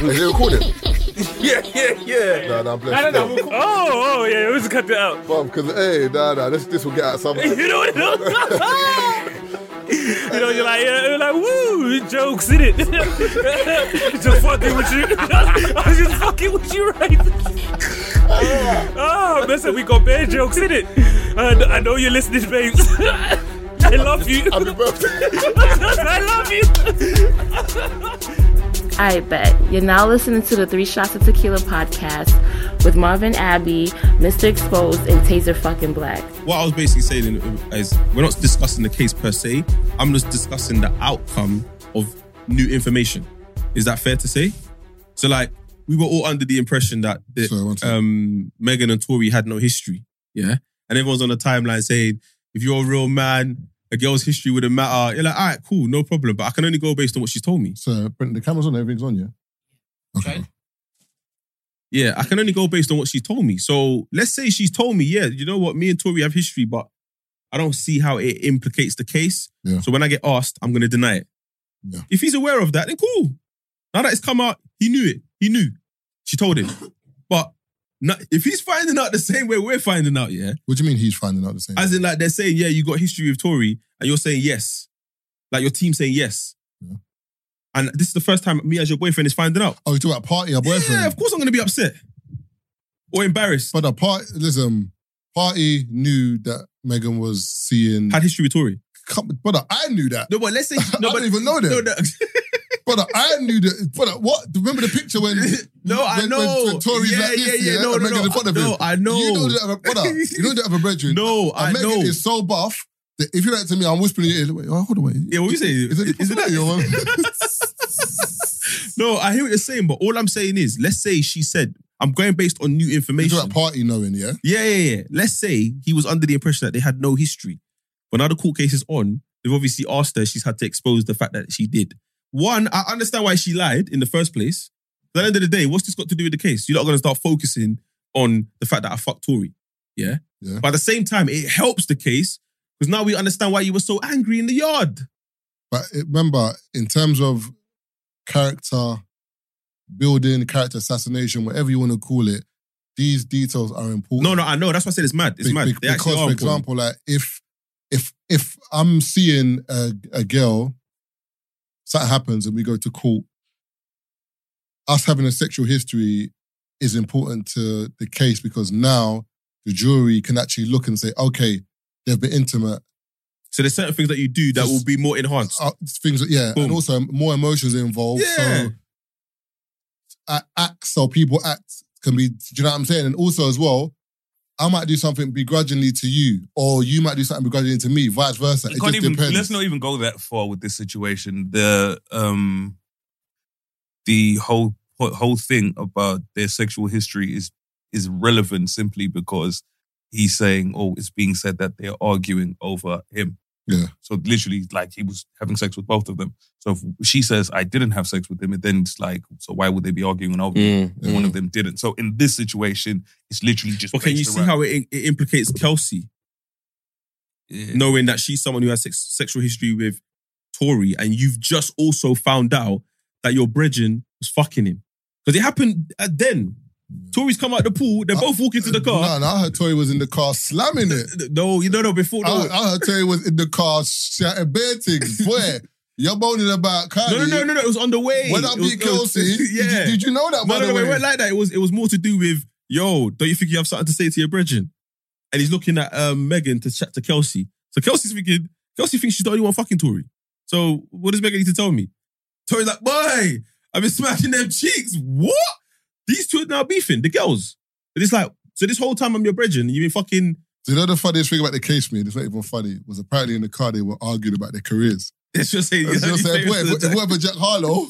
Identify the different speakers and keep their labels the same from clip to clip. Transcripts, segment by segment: Speaker 1: Is it recording?
Speaker 2: Yeah, yeah, yeah.
Speaker 1: nah, nah, I'm
Speaker 2: I don't
Speaker 1: blessed.
Speaker 2: know. Oh, oh, yeah. We'll just cut that out.
Speaker 1: Because, hey, nah, nah, this, this will get out something.
Speaker 2: You know what? you know, you're like, yeah, you're uh, like, woo, jokes in it. just fucking with you. I was just fucking with you, right? oh, listen, we got bad jokes in it. I, I know you're listening, babes. I love you.
Speaker 1: Happy birthday.
Speaker 2: I love you.
Speaker 3: I bet. You're now listening to the Three Shots of Tequila podcast with Marvin Abbey, Mr. Exposed, and Taser fucking Black.
Speaker 4: What I was basically saying is we're not discussing the case per se. I'm just discussing the outcome of new information. Is that fair to say? So like we were all under the impression that the,
Speaker 5: Sorry, one second.
Speaker 4: um, Megan and Tory had no history. Yeah. And everyone's on the timeline saying, if you're a real man, a girl's history wouldn't matter. You're like, all right, cool, no problem. But I can only go based on what she's told me.
Speaker 5: So, Brent, the camera's on, everything's on, yeah? Okay.
Speaker 4: Yeah, I can only go based on what she told me. So let's say she's told me, yeah, you know what, me and Tori have history, but I don't see how it implicates the case.
Speaker 5: Yeah.
Speaker 4: So when I get asked, I'm going to deny it.
Speaker 5: Yeah.
Speaker 4: If he's aware of that, then cool. Now that it's come out, he knew it. He knew. She told him. But no- if he's finding out the same way we're finding out, yeah,
Speaker 5: What do you mean he's finding out the same?
Speaker 4: as in like they're saying, yeah, you got history with Tory, and you're saying yes, like your team saying yes,
Speaker 5: Yeah.
Speaker 4: and this is the first time me as your boyfriend is finding out.
Speaker 5: oh, you talk about party, her boyfriend.
Speaker 4: Yeah, of course I'm going to be upset or embarrassed.
Speaker 5: But the party, listen, party knew that Megan was seeing.
Speaker 4: had history with Tory.
Speaker 5: Come- brother, I knew that.
Speaker 4: No, but let's say
Speaker 5: I
Speaker 4: no,
Speaker 5: don't
Speaker 4: but,
Speaker 5: even know them.
Speaker 4: No, no,
Speaker 5: Brother, I knew that. Brother, what? Remember the picture when?
Speaker 4: No, I
Speaker 5: when-
Speaker 4: know.
Speaker 5: When, when Tory's
Speaker 4: yeah,
Speaker 5: like
Speaker 4: yeah,
Speaker 5: this,
Speaker 4: yeah, No,
Speaker 5: and
Speaker 4: no,
Speaker 5: Megan's
Speaker 4: no.
Speaker 5: in front of
Speaker 4: no,
Speaker 5: him.
Speaker 4: I know.
Speaker 5: You know that, have a- brother. You know that have a brethren.
Speaker 4: no, I
Speaker 5: and Megan
Speaker 4: know.
Speaker 5: is so buff that if you're like to me, I'm whispering in your ear. Wait, oh, hold on, wait.
Speaker 4: Yeah, what you say?
Speaker 5: Is it,
Speaker 4: Is it that?
Speaker 5: your one?
Speaker 4: no, I hear what you're saying, but all I'm saying is, let's say she said, "I'm going based on new
Speaker 5: You
Speaker 4: information."
Speaker 5: talk about party knowing, yeah.
Speaker 4: Yeah, yeah, yeah. Let's say he was under the impression that they had no history. But now the court case is on, they've obviously asked her, she's had to expose the fact that she did. One, I understand why she lied in the first place. But at the end of the day, what's this got to do with the case? You're not going to start focusing on the fact that I fucked Tory. Yeah?
Speaker 5: Yeah.
Speaker 4: But at the same time, it helps the case because now we understand why you were so angry in the yard.
Speaker 5: But it- remember, in terms of character building, character assassination, whatever you want to call it, these details are important.
Speaker 4: No, no, I know. That's why I said it's mad. It's
Speaker 5: Be-
Speaker 4: mad.
Speaker 5: be-
Speaker 4: They
Speaker 5: because,
Speaker 4: actually are
Speaker 5: for
Speaker 4: important.
Speaker 5: example, like if if if I'm seeing a, a girl, something happens and we go to court, us having a sexual history is important to the case because now the jury can actually look and say, okay, they've been intimate.
Speaker 4: So there's certain things that you do that
Speaker 5: Just-
Speaker 4: will be more enhanced.
Speaker 5: Uh, things, yeah,
Speaker 4: Boom.
Speaker 5: and also more emotions involved.
Speaker 4: Yeah.
Speaker 5: So a- acts or people act can be, do you know what I'm saying? And also as well, I might do something begrudgingly to you, or you might do something begrudgingly to me, vice versa.
Speaker 6: You
Speaker 5: it
Speaker 6: can't
Speaker 5: just
Speaker 6: even,
Speaker 5: depends.
Speaker 6: let's not even go that far with this situation. The um, the whole whole thing about their sexual history is is relevant simply because he's saying, oh, it's being said that they're arguing over him.
Speaker 5: Yeah.
Speaker 6: So literally, like he was having sex with both of them. So if she says I didn't have sex with him, it then it's like, so why would they be arguing over it? And one of them didn't? So in this situation, it's literally just.
Speaker 4: But can you
Speaker 6: based
Speaker 4: see
Speaker 6: around-
Speaker 4: how it, it implicates Kelsey?
Speaker 6: Yeah.
Speaker 4: knowing that she's someone who has sex- sexual history with Tory, and you've just also found out that your brethren was fucking him. Because it happened at then.
Speaker 5: Mm.
Speaker 4: Tory's come out the pool,
Speaker 5: Uh,
Speaker 4: they're both walking to the car.
Speaker 5: No, no, I heard Tory was in the car slamming it.
Speaker 4: No, you don't know before.
Speaker 5: I,
Speaker 4: No,
Speaker 5: I heard Tory was in the car shouting bare things. Boy, you're moaning about Kylie.
Speaker 4: no, no, no, no, no, it was on the way.
Speaker 5: When I
Speaker 4: It was-
Speaker 5: beat
Speaker 4: it was-
Speaker 5: Kelsey, did you-
Speaker 4: yeah.
Speaker 5: did, you know that?
Speaker 4: no,
Speaker 5: by
Speaker 4: no,
Speaker 5: the
Speaker 4: no, it
Speaker 5: way?
Speaker 4: went like that. It was, it was more to do with, yo, don't you think you have something to say to your brethren? And he's looking at um, Megan to chat to Kelsey. So Kelsey's thinking, Kelsey thinks she's the only one fucking Tory. So what does Megan need to tell me? Tori's like, boy, I've been smashing them cheeks. What? These two are now beefing, the girls. And it's like, so this whole time I'm your brethren, you've been fucking.
Speaker 5: Do you know the funniest thing about the case, man? It's not even funny. Was apparently in the car they were arguing about their careers.
Speaker 4: It's just saying,
Speaker 5: It's just like, boy, if if it were Jack Harlow,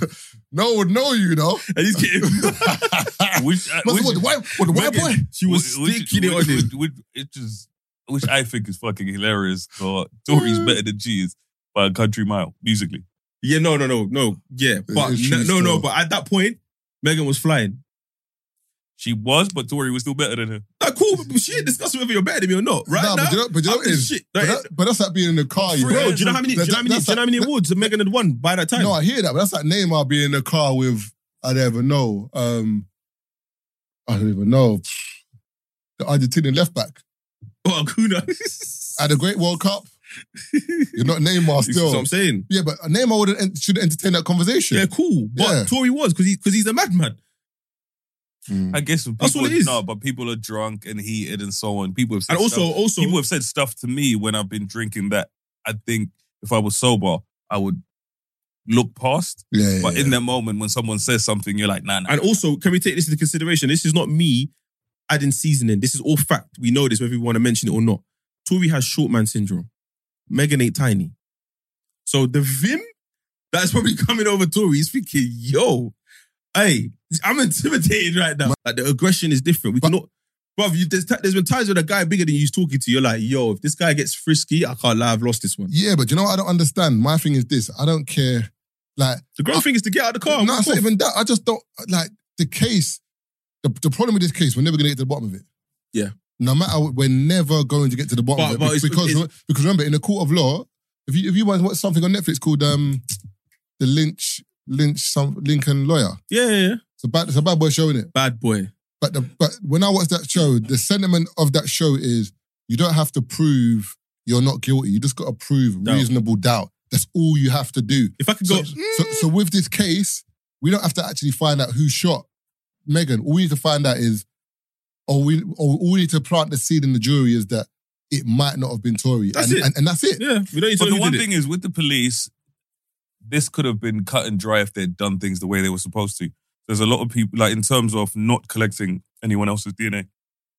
Speaker 5: no one would know you, though.
Speaker 4: and he's getting.
Speaker 6: Which, uh,
Speaker 5: Must
Speaker 6: which-
Speaker 5: have what the white, what the white boy.
Speaker 4: Megan, she was sticking it on him.
Speaker 6: Which, which, it just, which I think is fucking hilarious. But Tory's
Speaker 4: Mm.
Speaker 6: better than G is by a country mile musically.
Speaker 4: Yeah, no, no, no, no. Yeah, but
Speaker 5: it's
Speaker 4: no,
Speaker 5: true
Speaker 4: no, no.
Speaker 5: still.
Speaker 4: But at that point, Megan was flying.
Speaker 6: She was, but Tory was still better than her.
Speaker 4: Like, cool, but she ain't discussing whether you're better than me or not. Right
Speaker 5: Nah,
Speaker 4: now,
Speaker 5: but you know, but you know
Speaker 4: I'm
Speaker 5: what
Speaker 4: the
Speaker 5: it is?
Speaker 4: shit.
Speaker 5: But,
Speaker 4: Like,
Speaker 5: that, but that's like being in the car, you
Speaker 4: bro,
Speaker 5: know?
Speaker 4: do you know how many? Do you know how many? Do you know how many awards that Megan had won by that time?
Speaker 5: No, I hear that, but that's like Neymar being in the car with I don't even know. Um, I don't even know. The Argentinian left back
Speaker 4: Well, Kuna.
Speaker 5: at the Great World Cup. You're not Neymar
Speaker 4: This is what
Speaker 5: still.
Speaker 4: I'm saying.
Speaker 5: Yeah, but Neymar would not should entertain that conversation.
Speaker 4: Yeah, cool. But
Speaker 5: Yeah.
Speaker 4: Tory was because he, 'cause he's a madman.
Speaker 5: Mm.
Speaker 2: I guess people,
Speaker 4: That's what it is.
Speaker 2: No, but people are drunk and heated and so on. People have said
Speaker 4: And also,
Speaker 2: stuff-
Speaker 4: also,
Speaker 2: people have said stuff to me when I've been drinking that I think if I was sober, I would look past.
Speaker 5: Yeah, yeah,
Speaker 2: But
Speaker 5: yeah.
Speaker 2: in that moment, when someone says something, you're like, nah, nah.
Speaker 4: and also, can we take this into consideration? This is not me adding seasoning. This is all fact. We know this, whether we want to mention it or not. Tory has short man syndrome. Megan ain't tiny. So the vim that's probably coming over Tory is thinking, yo, hey, I'm intimidated right now. Like the aggression is different. We cannot, bruv, you, there's, t- there's been times when a guy bigger than you's talking to, you're like, yo, if this guy gets frisky, I can't lie, I've lost this one.
Speaker 5: yeah, but you know what I don't understand? My thing is this. I don't care. Like,
Speaker 4: The grand thing is to get out of the car. and
Speaker 5: no,
Speaker 4: walk
Speaker 5: it's not
Speaker 4: off.
Speaker 5: even that. I just don't like the case. The, the problem with this case, we're never going to get to the bottom of it.
Speaker 4: Yeah.
Speaker 5: No matter what, we're never going to get to the bottom
Speaker 4: But-
Speaker 5: of it
Speaker 4: but it's-
Speaker 5: because because remember in the court of law, if you if you want watch something on Netflix called um the Lynch Lynch some Lincoln lawyer,
Speaker 4: yeah, yeah, yeah.
Speaker 5: it's a bad it's a bad boy show in it.
Speaker 4: Bad boy.
Speaker 5: But the, but when I watch that show, the sentiment of that show is you don't have to prove you're not guilty. You just got to prove
Speaker 4: Doubt.
Speaker 5: reasonable doubt. That's all you have to do.
Speaker 4: If I could
Speaker 5: So,
Speaker 4: go,
Speaker 5: so, so with this case, we don't have to actually find out who shot Megan. All we need to find out is, or we, or all we need to plant the seed in the jury is that it might not have been Tory,
Speaker 4: That's
Speaker 5: and,
Speaker 4: it.
Speaker 5: and and that's it.
Speaker 4: yeah, we don't need
Speaker 2: But
Speaker 4: to know
Speaker 2: the
Speaker 4: who
Speaker 2: one
Speaker 4: did it.
Speaker 2: thing is, with the police, this could have been cut and dry if they'd done things the way they were supposed to. There's a lot of people, like in terms of not collecting anyone else's DNA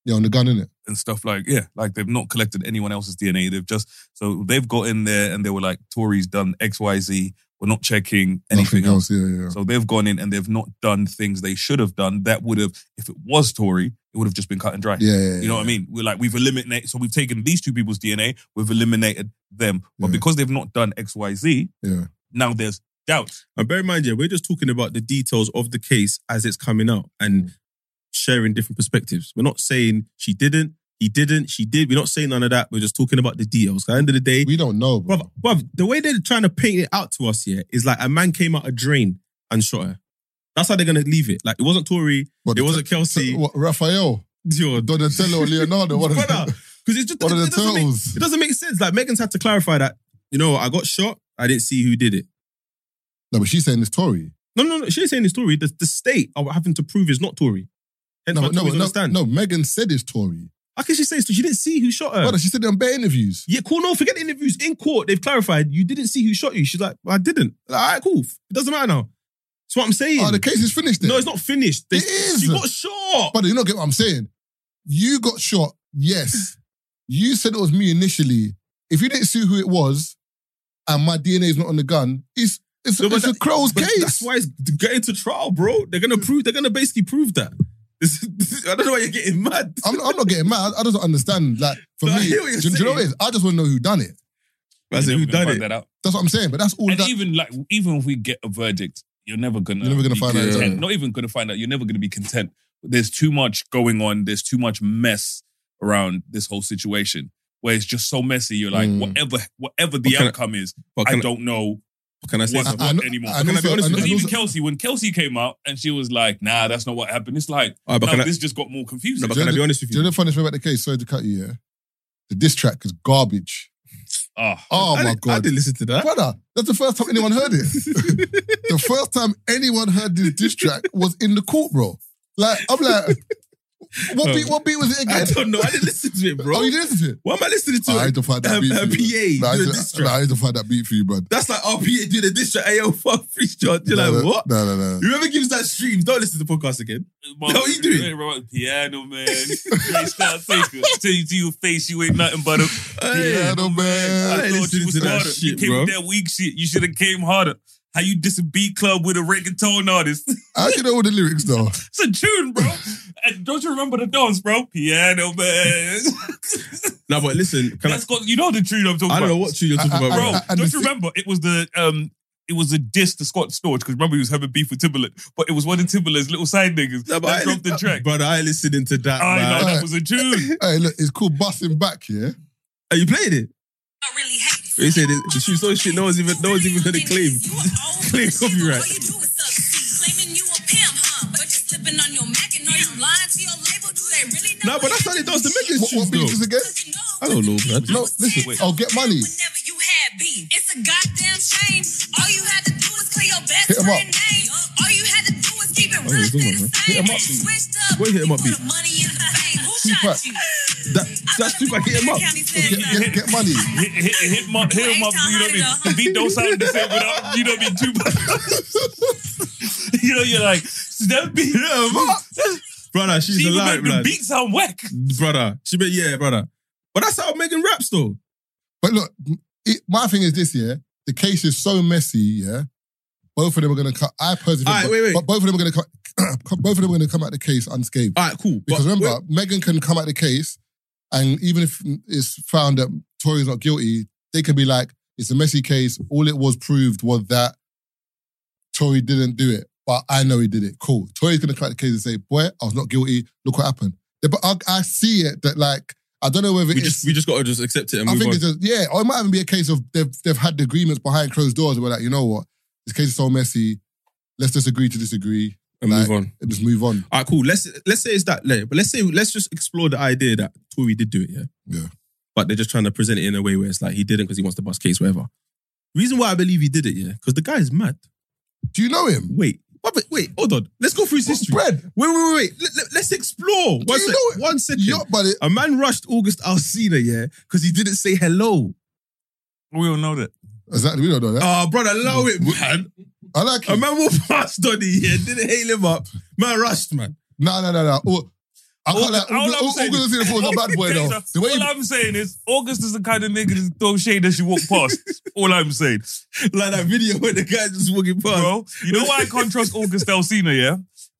Speaker 5: Yeah, on the gun, innit?
Speaker 2: and stuff like, yeah, like they've not collected anyone else's DNA. They've just, so they've got in there and they were like, Tory's done X, Y, Z. We're not checking anything
Speaker 5: Nothing
Speaker 2: else.
Speaker 5: else. Yeah, yeah.
Speaker 2: So they've gone in and they've not done things they should have done. That would have, if it was Tory, it would have just been cut and dry.
Speaker 5: Yeah, yeah, yeah.
Speaker 2: You know what I mean? We're like, we've eliminated, so we've taken these two people's DNA, we've eliminated them. But
Speaker 5: Yeah.
Speaker 2: because they've not done X, Y, Z,
Speaker 5: Yeah.
Speaker 2: now there's doubt.
Speaker 4: And bear in mind, yeah, we're just talking about the details of the case as it's coming out and
Speaker 5: Mm.
Speaker 4: sharing different perspectives. We're not saying she didn't, he didn't, she did. We're not saying none of that. We're just talking about the details. At the end of the day,
Speaker 5: We don't know, bro.
Speaker 4: bruv, bruv, the way they're trying to paint it out to us here is like a man came out a drain and shot her. That's how they're gonna leave it. Like it wasn't Tory,
Speaker 5: What,
Speaker 4: it wasn't Kelsey.
Speaker 5: what, Raphael,
Speaker 4: Your
Speaker 5: Donatello, Leonardo, one of
Speaker 4: Brother,
Speaker 5: the,
Speaker 4: because it just
Speaker 5: one
Speaker 4: it,
Speaker 5: of the
Speaker 4: it doesn't make,
Speaker 5: turtles.
Speaker 4: it doesn't make sense. Like Megan's had to clarify that. You know, I got shot. I didn't see who did it.
Speaker 5: No, but she's saying it's Tory.
Speaker 4: No, no, no. She ain't saying the story. The, the state are having to prove is not Tory. Hence,
Speaker 5: No,
Speaker 4: why
Speaker 5: but- no,
Speaker 4: Tories
Speaker 5: no, no,
Speaker 4: understand.
Speaker 5: Megan said it's Tory.
Speaker 4: How can she say so? She didn't see who shot her.
Speaker 5: Brother, she said it on bare interviews.
Speaker 4: yeah, cool. No, forget the interviews. In court, they've clarified you didn't see who shot you. She's like, I didn't. Like, All right, cool. It doesn't matter now. That's what I'm saying.
Speaker 5: Oh, the case is finished. Then.
Speaker 4: no, it's not finished. They-
Speaker 5: It is.
Speaker 4: She got shot.
Speaker 5: But you don't get what I'm saying. You got shot, yes. You said it was me initially. If you didn't see who it was, and my DNA is not on the gun, it's it's,
Speaker 4: No, but
Speaker 5: it's a
Speaker 4: that-
Speaker 5: closed
Speaker 4: But
Speaker 5: case.
Speaker 4: That's why it's getting to trial, bro. They're gonna prove. They're gonna basically prove that. This- this- I don't know why you're getting mad.
Speaker 5: I'm, I'm not getting mad. I just don't understand. Like for
Speaker 4: No, I
Speaker 5: me,
Speaker 4: hear what you're
Speaker 5: do, you know what it
Speaker 4: saying.
Speaker 5: is? I just want to know who done it.
Speaker 4: I said,
Speaker 2: You're
Speaker 4: who
Speaker 2: never gonna
Speaker 4: done
Speaker 2: find
Speaker 4: it?
Speaker 2: That out.
Speaker 5: That's what I'm saying. But that's all
Speaker 2: And
Speaker 5: that.
Speaker 2: even like, even if we get a verdict, you're never gonna,
Speaker 5: You're never gonna
Speaker 2: be
Speaker 5: find out,
Speaker 2: content.
Speaker 5: yeah.
Speaker 2: Not even gonna find out. You're never gonna be content. There's too much going on. There's too much mess around this whole situation where it's just so messy. You're like,
Speaker 5: Mm.
Speaker 2: whatever, whatever the
Speaker 4: Hmm. What can I-
Speaker 2: outcome is,
Speaker 4: But
Speaker 2: I
Speaker 4: can,
Speaker 2: don't know
Speaker 4: can I say
Speaker 2: what's
Speaker 4: something?
Speaker 5: I- I
Speaker 2: what
Speaker 5: know-
Speaker 2: anymore.
Speaker 5: and
Speaker 4: Can I be
Speaker 5: also-
Speaker 4: honest
Speaker 5: and-
Speaker 2: Because
Speaker 4: with
Speaker 5: and
Speaker 2: even
Speaker 5: also-
Speaker 2: Kelsey, when Kelsey came out and she was like, nah, that's not what happened, it's like,
Speaker 4: All right, but
Speaker 2: no,
Speaker 4: can I-
Speaker 2: this just got more confusing.
Speaker 4: no, but
Speaker 5: Do you
Speaker 4: can I
Speaker 5: know
Speaker 4: be honest with
Speaker 5: Do you
Speaker 4: you?
Speaker 5: know the funniest thing about the case? Sorry to cut you. Yeah, the diss track is garbage.
Speaker 2: Ah,
Speaker 5: Oh
Speaker 4: I
Speaker 5: my
Speaker 4: didn't- I
Speaker 5: god,
Speaker 4: didn't listen to that.
Speaker 5: brother! That's the first time anyone heard it. the first time anyone heard this diss track was in the court, bro. Like, I'm like, what beat? What beat was it
Speaker 4: I
Speaker 5: again?
Speaker 4: don't know. I didn't listen to it, bro.
Speaker 5: Oh, you didn't listen to it?
Speaker 4: Why am I listening to
Speaker 5: Nah, I
Speaker 4: it?
Speaker 5: need to find that
Speaker 4: Um,
Speaker 5: beat.
Speaker 4: uh,
Speaker 5: for you.
Speaker 4: PA,
Speaker 5: Nah, I
Speaker 4: do a
Speaker 5: need to-
Speaker 4: diss track.
Speaker 5: nah, I need to find that beat for you, man.
Speaker 4: That's like RPA doing a diss track. Hey, yo, fuck free shot. You're
Speaker 5: no,
Speaker 4: like,
Speaker 5: no,
Speaker 4: what?
Speaker 5: No, no, no.
Speaker 4: Whoever gives that streams, don't listen to the podcast again.
Speaker 2: Mom,
Speaker 4: No, what you doing?
Speaker 2: about piano, man. They start thinking, tell you to your face, you ain't nothing but a
Speaker 4: Hey,
Speaker 5: Piano
Speaker 4: I
Speaker 5: man.
Speaker 4: ain't
Speaker 2: thought
Speaker 4: listening
Speaker 2: you was
Speaker 4: to that
Speaker 2: harder. you
Speaker 4: shit,
Speaker 2: came
Speaker 4: bro.
Speaker 2: with that weak shit. You should have came harder. How you diss a beat club with a reggaeton artist?
Speaker 5: How do you know all the lyrics though?
Speaker 2: it's a tune, bro. and don't you remember the dance, bro? Piano man.
Speaker 4: No, but listen, can I,
Speaker 2: That's got you know the tune I'm talking
Speaker 4: I don't know
Speaker 2: about.
Speaker 4: what tune you're talking
Speaker 5: I- I-
Speaker 4: about,
Speaker 2: Bro,
Speaker 4: bro.
Speaker 5: I- and
Speaker 2: don't
Speaker 5: the
Speaker 2: you
Speaker 5: thi-
Speaker 2: remember? It was the um, it was a diss to Scott Storch because remember he was having beef with Timberland, but it was one of Timberland's little side niggas
Speaker 4: No, but I
Speaker 2: that
Speaker 4: ain't
Speaker 2: dropped the
Speaker 4: li-
Speaker 2: track.
Speaker 4: Brother, I ain't listening to that,
Speaker 2: I
Speaker 4: man.
Speaker 2: know
Speaker 5: Alright.
Speaker 2: that was a tune.
Speaker 5: hey, look, it's called Bussing Back, yeah?
Speaker 4: Are you playing it?
Speaker 7: not really hating.
Speaker 4: They said it- the shoe's so shit, no one's even- no one's even gonna claim-
Speaker 7: You a old
Speaker 4: claim
Speaker 7: shit, but
Speaker 4: copyright.
Speaker 7: all you do is succeed. Claiming you a pimp,
Speaker 4: No, but that's how it does the Megan
Speaker 5: What, what beat is
Speaker 4: shoes though.
Speaker 5: again?
Speaker 4: I don't know, man.
Speaker 5: No, listen.
Speaker 6: Wait.
Speaker 5: I'll get money.
Speaker 8: Whenever you had beef, it's a goddamn shame. All you had to do was play your best
Speaker 5: Hit 'em up.
Speaker 8: friend name. All you had to do was keep it
Speaker 4: Oh, yeah,
Speaker 8: real
Speaker 4: good one,
Speaker 8: and
Speaker 4: man.
Speaker 8: same.
Speaker 4: Hit 'em up, B.
Speaker 8: Switched up.
Speaker 4: What hit 'em up, B?
Speaker 8: you put the money in the fame. Who
Speaker 5: Tupac.
Speaker 8: shot you?
Speaker 4: That, that's too bad. Hit him up.
Speaker 5: Get, get, get money.
Speaker 2: Hit, hit, hit, my, hit him up, you know what I mean? The beat don't sound the same without, you know what I mean, too much. you know, you're like, that beat,
Speaker 4: Brother, she's
Speaker 2: she even
Speaker 4: alive,
Speaker 2: make the
Speaker 4: man.
Speaker 2: beat sound whack.
Speaker 4: Brother, she be yeah, brother. But that's how Megan raps though.
Speaker 5: But look, it, my thing is this, yeah. The case is so messy, yeah. Both of them are gonna come. I personally,
Speaker 4: All
Speaker 5: think-
Speaker 4: right, wait, wait.
Speaker 5: but both of them are gonna come. both of them are gonna come out the case unscathed.
Speaker 4: All right, cool. But-
Speaker 5: Because remember, Megan can come at the case, and even if it's found that Tory's not guilty, they can be like, it's a messy case. All it was proved was that Tory didn't do it, but I know he did it. Cool. Tory's going to come at the case and say, boy, I was not guilty. Look what happened. Yeah, But I, I see it that, like, I don't know whether
Speaker 4: we
Speaker 5: it's.
Speaker 4: just we just gotta just accept it and
Speaker 5: I
Speaker 4: move
Speaker 5: think
Speaker 4: on.
Speaker 5: it's just, yeah, or it might even be a case of they've, they've had the agreements behind closed doors. We're like, you know what? This case is so messy. Let's just agree to disagree
Speaker 4: and
Speaker 5: like-
Speaker 4: move on.
Speaker 5: and just move on.
Speaker 4: All right, cool. Let's let's say it's that layer, but let's say let's just explore the idea that Tory did do it, yeah.
Speaker 5: Yeah.
Speaker 4: But they're just trying to present it in a way where it's like he didn't because he wants to bust case, whatever. Reason why I believe he did it, yeah, because the guy is mad.
Speaker 5: Do you know him?
Speaker 4: Wait, what, but wait, hold on. Let's go through his history.
Speaker 5: Bread.
Speaker 4: Wait, wait, wait. wait. Let, us explore. One,
Speaker 5: you
Speaker 4: sec-
Speaker 5: know it?
Speaker 4: one second.
Speaker 5: Yeah, but it,
Speaker 4: A man rushed August Alcina, yeah, because he didn't say hello.
Speaker 6: We all know that.
Speaker 5: exactly. We don't know that.
Speaker 4: Oh, brother, allow
Speaker 5: Mm,
Speaker 4: it, man.
Speaker 5: I like
Speaker 4: A
Speaker 5: it.
Speaker 4: man walked past on it, yeah, didn't hail him up. Man rushed, man.
Speaker 5: No, no, no, no. Oh, I
Speaker 2: All-
Speaker 5: can't like
Speaker 2: all
Speaker 5: August
Speaker 2: I'm saying
Speaker 5: August
Speaker 2: is-
Speaker 5: is a bad boy though. The way
Speaker 2: all
Speaker 5: you,
Speaker 2: I'm saying is, August is the kind of nigga that throw shade as you walk past. all I'm saying.
Speaker 4: Like that video where the guy just walking past.
Speaker 2: Bro, you know why I can't trust August Alsina, yeah?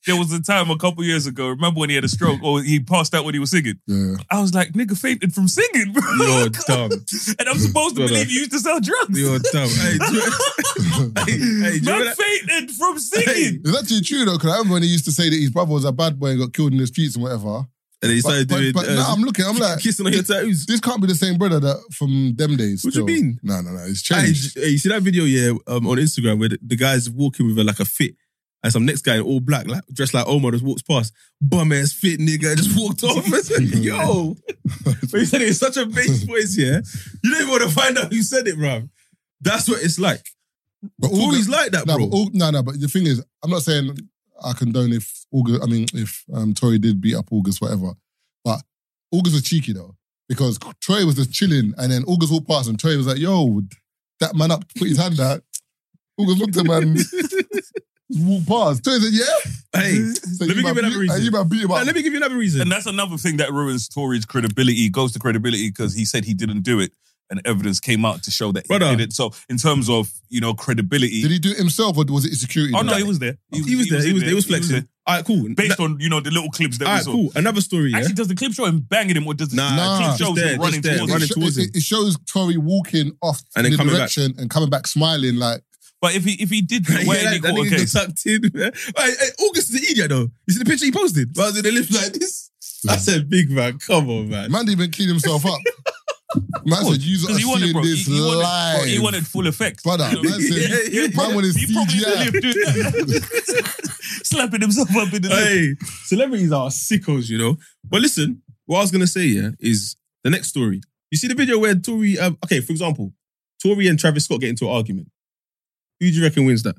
Speaker 2: There was a time a couple years ago, remember when he had a stroke or he passed out when he was singing?
Speaker 5: yeah.
Speaker 2: I was like, nigga fainted from singing, bro.
Speaker 4: You're dumb.
Speaker 2: and I'm supposed to
Speaker 4: Brother.
Speaker 2: believe you used to sell drugs.
Speaker 4: You're dumb. Hey, do you, hey, hey, do you remember
Speaker 2: Man
Speaker 4: that?
Speaker 2: fainted from singing.
Speaker 5: It's actually true though, because I remember when he used to say that his brother was a bad boy and got killed in the streets and whatever.
Speaker 4: And he started
Speaker 5: But, but,
Speaker 4: doing
Speaker 5: but
Speaker 4: uh,
Speaker 5: now I'm looking, I'm like,
Speaker 4: kissing on your tattoos.
Speaker 5: this can't be the same brother that from them days.
Speaker 4: What do
Speaker 5: still.
Speaker 4: you mean?
Speaker 5: No, no, no. It's
Speaker 4: Hey,
Speaker 5: changed.
Speaker 4: j- hey, you see that video, yeah, um, on Instagram where the, the guy's walking with a, like a fit. And some next guy in all black, like dressed like Omar, just walks past. Bum ass fit nigga, just walked off. I said, Yo, but he said it in such a bass voice, yeah. You don't even want to find out who said it, bruv. That's what it's like.
Speaker 5: but
Speaker 4: Tories
Speaker 5: August,
Speaker 4: like that,
Speaker 5: no,
Speaker 4: Uh, bro.
Speaker 5: but, Au- no, no. But the thing is, I'm not saying I condone if August. I mean, if um, Tory did beat up August, whatever. But August was cheeky though, because Troy was just chilling, and then August walked past, and Troy was like, "Yo, that man up, put his hand out." August looked at man, walked past. Troy said, "Yeah."
Speaker 4: hey,
Speaker 5: So
Speaker 4: Let me
Speaker 5: might
Speaker 4: give you another
Speaker 5: beat-
Speaker 4: reason.
Speaker 5: You might beat him
Speaker 4: now
Speaker 5: up.
Speaker 4: let me give you another reason.
Speaker 6: And that's another thing that ruins Tory's credibility, goes to credibility because he said he didn't do it and evidence came out to show that
Speaker 4: Brother.
Speaker 6: he did it. So in terms of, you know, credibility.
Speaker 5: Did he do it himself or was it security?
Speaker 6: oh no, he was there.
Speaker 4: he, was there. He was, there. He was flexing.
Speaker 6: there.
Speaker 4: All right, cool.
Speaker 6: Based on, you know, the little clips that
Speaker 4: All
Speaker 6: we
Speaker 4: right,
Speaker 6: saw.
Speaker 4: cool. Another story. Yeah?
Speaker 2: Actually, does the clip show him banging him or does
Speaker 4: Nah,
Speaker 5: Nah,
Speaker 2: the clip shows
Speaker 4: just there,
Speaker 2: him running
Speaker 4: just there,
Speaker 2: towards him?
Speaker 4: running
Speaker 5: it, sho-
Speaker 4: towards
Speaker 5: it- it shows Tory walking off
Speaker 4: And
Speaker 5: in
Speaker 4: then
Speaker 5: the
Speaker 4: coming back.
Speaker 5: direction and coming back smiling like,
Speaker 2: But if he if he did do it, where
Speaker 4: yeah,
Speaker 2: he
Speaker 4: that, that
Speaker 2: caught a
Speaker 4: nigga
Speaker 2: case.
Speaker 4: just tucked in. Hey, hey, August is an idiot though. You see the E picture he posted? I was in the lips like this. I said, big man, come on, man.
Speaker 5: man didn't even clean himself up. man said, you
Speaker 2: Because
Speaker 5: are
Speaker 2: he wanted,
Speaker 5: seeing
Speaker 2: bro. He,
Speaker 5: this
Speaker 2: he, wanted, bro, he
Speaker 5: live.
Speaker 2: wanted full effects.
Speaker 5: Brother,
Speaker 2: You know what I mean?
Speaker 5: man said,
Speaker 4: Yeah, yeah,
Speaker 5: man wanted
Speaker 2: He probably
Speaker 5: CGI.
Speaker 2: lived Slapping himself up in the lip.
Speaker 4: hey, celebrities are sickos, you know. But listen, what I was gonna say, yeah, is the next story. You see the video where Tory, um, okay, for example, Tory and Travis Scott get into an argument. Who do you reckon wins that?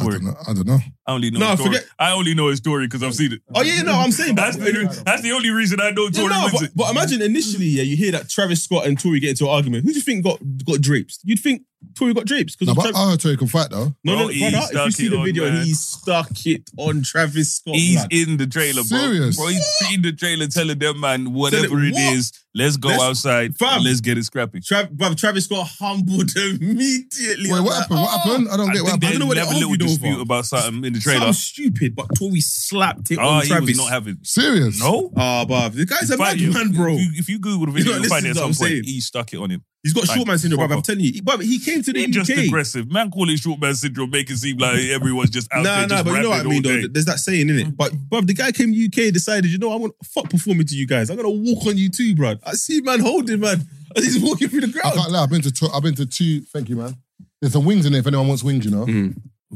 Speaker 5: I don't know. I don't know.
Speaker 6: I only know
Speaker 4: Nah,
Speaker 6: his story.
Speaker 4: forget-
Speaker 6: I only know his story because I've seen it.
Speaker 4: Oh yeah, no, I'm saying
Speaker 6: That's
Speaker 4: that's.
Speaker 6: the, that's the only reason I know Tory
Speaker 4: no,
Speaker 6: wins
Speaker 4: but,
Speaker 6: it.
Speaker 4: but imagine initially, yeah, you hear that Travis Scott and Tory get into an argument. Who do you think got got drapes? You'd think Tory got drapes because
Speaker 5: No,
Speaker 4: of
Speaker 5: but
Speaker 4: Travis.
Speaker 5: I heard Tory can fight though.
Speaker 4: No, no,
Speaker 6: Bro, he
Speaker 4: brother, if
Speaker 6: stuck
Speaker 4: you see
Speaker 6: it
Speaker 4: the
Speaker 6: on,
Speaker 4: video,
Speaker 6: man.
Speaker 4: he stuck it on Travis Scott.
Speaker 6: He's
Speaker 4: lad.
Speaker 6: in the trailer, bro.
Speaker 5: Serious?
Speaker 6: Bro, he's in the trailer telling them, man, whatever
Speaker 4: Tell it
Speaker 6: it
Speaker 4: what?
Speaker 6: is, let's go
Speaker 4: Let's-
Speaker 6: outside.
Speaker 4: Fam.
Speaker 6: Let's get it scrappy.
Speaker 4: Tra- bruv, Travis Scott humbled immediately.
Speaker 5: Wait,
Speaker 4: I'm
Speaker 5: what
Speaker 4: like,
Speaker 5: happened? What
Speaker 4: "Oh."
Speaker 5: happened? I don't
Speaker 6: I
Speaker 5: get what
Speaker 6: think
Speaker 5: happened.
Speaker 4: I
Speaker 6: they
Speaker 4: don't know what
Speaker 6: had
Speaker 4: they
Speaker 6: a little
Speaker 4: argued over.
Speaker 6: dispute about something in the trailer.
Speaker 4: Sounds stupid, but Tory slapped it
Speaker 6: Oh,
Speaker 4: on
Speaker 6: he
Speaker 4: Travis.
Speaker 6: was not having.
Speaker 5: Serious?
Speaker 6: No?
Speaker 4: Ah, bruv, the guy's a
Speaker 6: Fight you.
Speaker 4: madman, bro.
Speaker 6: If you, if you Google the
Speaker 4: You're
Speaker 6: video,
Speaker 4: not
Speaker 6: you'll find it
Speaker 4: listening
Speaker 6: at
Speaker 4: to what
Speaker 6: some
Speaker 4: I'm
Speaker 6: point.
Speaker 4: saying.
Speaker 6: He stuck it on him.
Speaker 4: He's got
Speaker 6: Like,
Speaker 4: short man syndrome, bruv.
Speaker 6: proper.
Speaker 4: I'm telling you, He- bruv, he came to the
Speaker 6: He just
Speaker 4: UK.
Speaker 6: aggressive. Man calling short man syndrome, making it seem like everyone's just out
Speaker 4: Nah,
Speaker 6: there
Speaker 4: nah,
Speaker 6: just
Speaker 4: but you know what I
Speaker 6: rapping
Speaker 4: mean,
Speaker 6: all
Speaker 4: though.
Speaker 6: day.
Speaker 4: There's that saying in it. But bruv, the guy came UK, decided, you know, I want fuck performing to you guys. I'm gonna walk on you too, bruv. I see man holding man as he's walking through the
Speaker 5: I
Speaker 4: crowd.
Speaker 5: can't lie. I've been to two, I've been to two. Thank you, man. There's some wings in there if anyone wants wings, you know.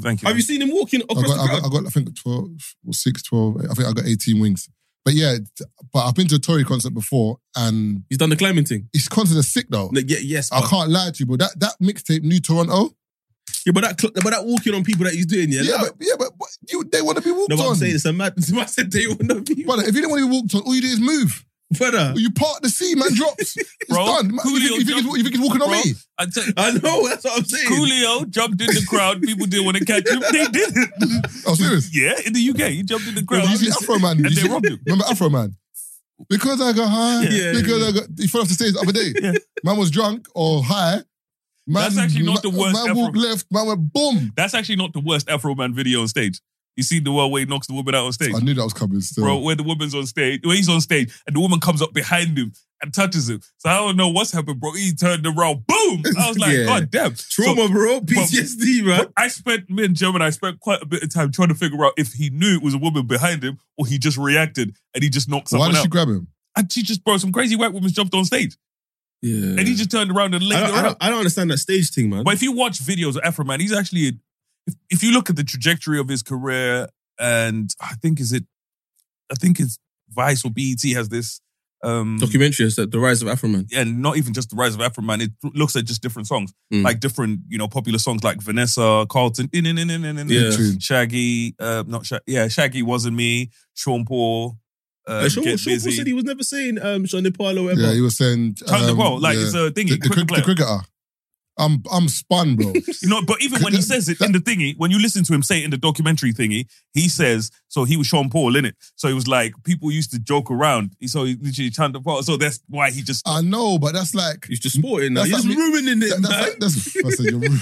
Speaker 6: Thank you.
Speaker 4: Have you seen him walking
Speaker 5: I
Speaker 4: across
Speaker 5: got,
Speaker 4: the
Speaker 5: I
Speaker 4: crowd?
Speaker 5: got, I got, I think 12, or 6, 12, I think I got 18 wings. But yeah, t- but I've been to a Tory concert before, and
Speaker 4: He's done the climbing thing.
Speaker 5: his concert is sick though.
Speaker 4: Like, yeah, yes.
Speaker 5: I
Speaker 4: but-
Speaker 5: can't lie to you, but that that mixtape, New Toronto.
Speaker 4: Yeah, but that cl- but that walking on people that he's doing, yeah.
Speaker 5: Yeah,
Speaker 4: that-
Speaker 5: but, yeah, but, but you they want to be walked
Speaker 4: no, but
Speaker 5: on.
Speaker 4: I'm saying it's a mad. I said they want to be
Speaker 5: Brother, if you do not want to be walked on, all you do is move.
Speaker 4: brother.
Speaker 5: You part the sea, man. Drops. It's
Speaker 2: Bro,
Speaker 5: done. Man, You think, you, think
Speaker 2: Julio
Speaker 5: it's, you think it's walking on
Speaker 2: Bro,
Speaker 5: me?
Speaker 2: I tell
Speaker 4: I know that's what I'm saying.
Speaker 2: Coolio jumped in the crowd. People didn't want to catch him. They did it.
Speaker 5: Oh, serious.
Speaker 2: Yeah, in the UK, he jumped in the crowd.
Speaker 5: Remember, you see Afro Man. You
Speaker 2: and they
Speaker 5: see,
Speaker 2: robbed him.
Speaker 5: remember Afro Man? Because I got high.
Speaker 4: Yeah.
Speaker 5: because I got. He fell off the stage the other day.
Speaker 2: Yeah.
Speaker 5: Man was drunk or high. Man,
Speaker 2: That's actually not the
Speaker 5: man-
Speaker 2: worst
Speaker 5: Man
Speaker 2: Afro-
Speaker 5: walked left. Man went boom.
Speaker 2: That's actually not the worst Afro Man video on stage. You see the one where he knocks the woman out on stage.
Speaker 5: I knew that was coming. Still.
Speaker 2: Bro, where the woman's on stage, where he's on stage, and the woman comes up behind him and touches him. So I don't know what's happened, bro. He turned around, boom. I was like,
Speaker 4: Yeah.
Speaker 2: God damn.
Speaker 4: Trauma, bro. PTSD, man.
Speaker 2: But I spent me and German. I spent quite a bit of time trying to figure out if he knew it was a woman behind him or he just reacted and he just knocked
Speaker 5: Why
Speaker 2: someone
Speaker 5: did
Speaker 2: out.
Speaker 5: she grab him?
Speaker 2: and she just bro, some crazy white woman's jumped on stage
Speaker 4: Yeah.
Speaker 2: and he just turned around and laid
Speaker 4: I
Speaker 2: her
Speaker 4: don't, I,
Speaker 2: out.
Speaker 4: don't, I don't understand that stage thing, man.
Speaker 2: But if you watch videos of Afro Man, he's actually a, if, if you look at the trajectory of his career, and I think is it, I think it's Vice or BET has this um
Speaker 4: Documentary is that the rise of Afro man.
Speaker 2: and not even just the rise of Afro Man. It looks at just different songs,
Speaker 4: Mm.
Speaker 2: like different you know popular songs like Vanessa Carlton, in in in in in in,
Speaker 4: Yeah.
Speaker 5: Tune.
Speaker 2: Shaggy, uh, not Shaggy, yeah, Shaggy wasn't me, Sean Paul, uh,
Speaker 4: Uh, Sean,
Speaker 2: Get
Speaker 4: Sean Paul
Speaker 2: Busy.
Speaker 4: said he was never saying um, Sean Nepal or whatever.
Speaker 5: Yeah, he was saying.
Speaker 2: Tons of
Speaker 5: um,
Speaker 2: bro, like
Speaker 5: yeah.
Speaker 2: it's a thingy,
Speaker 5: the, the,
Speaker 2: cricket
Speaker 5: crick- the
Speaker 2: player.
Speaker 5: cricketer. I'm I'm spun, bro.
Speaker 2: You know, but even when he says it in the thingy, when you listen to him say it in the documentary thingy, he says, so he was Sean Paul, in it. So it was like people used to joke around. So he literally chanted Paul. So that's why he just
Speaker 5: I know, but that's like
Speaker 4: He's just sporting now.
Speaker 5: That's
Speaker 4: He's just
Speaker 5: like me-
Speaker 4: ruining it.
Speaker 5: That- that's,
Speaker 4: man.
Speaker 5: like, that's, I said, you're, ru-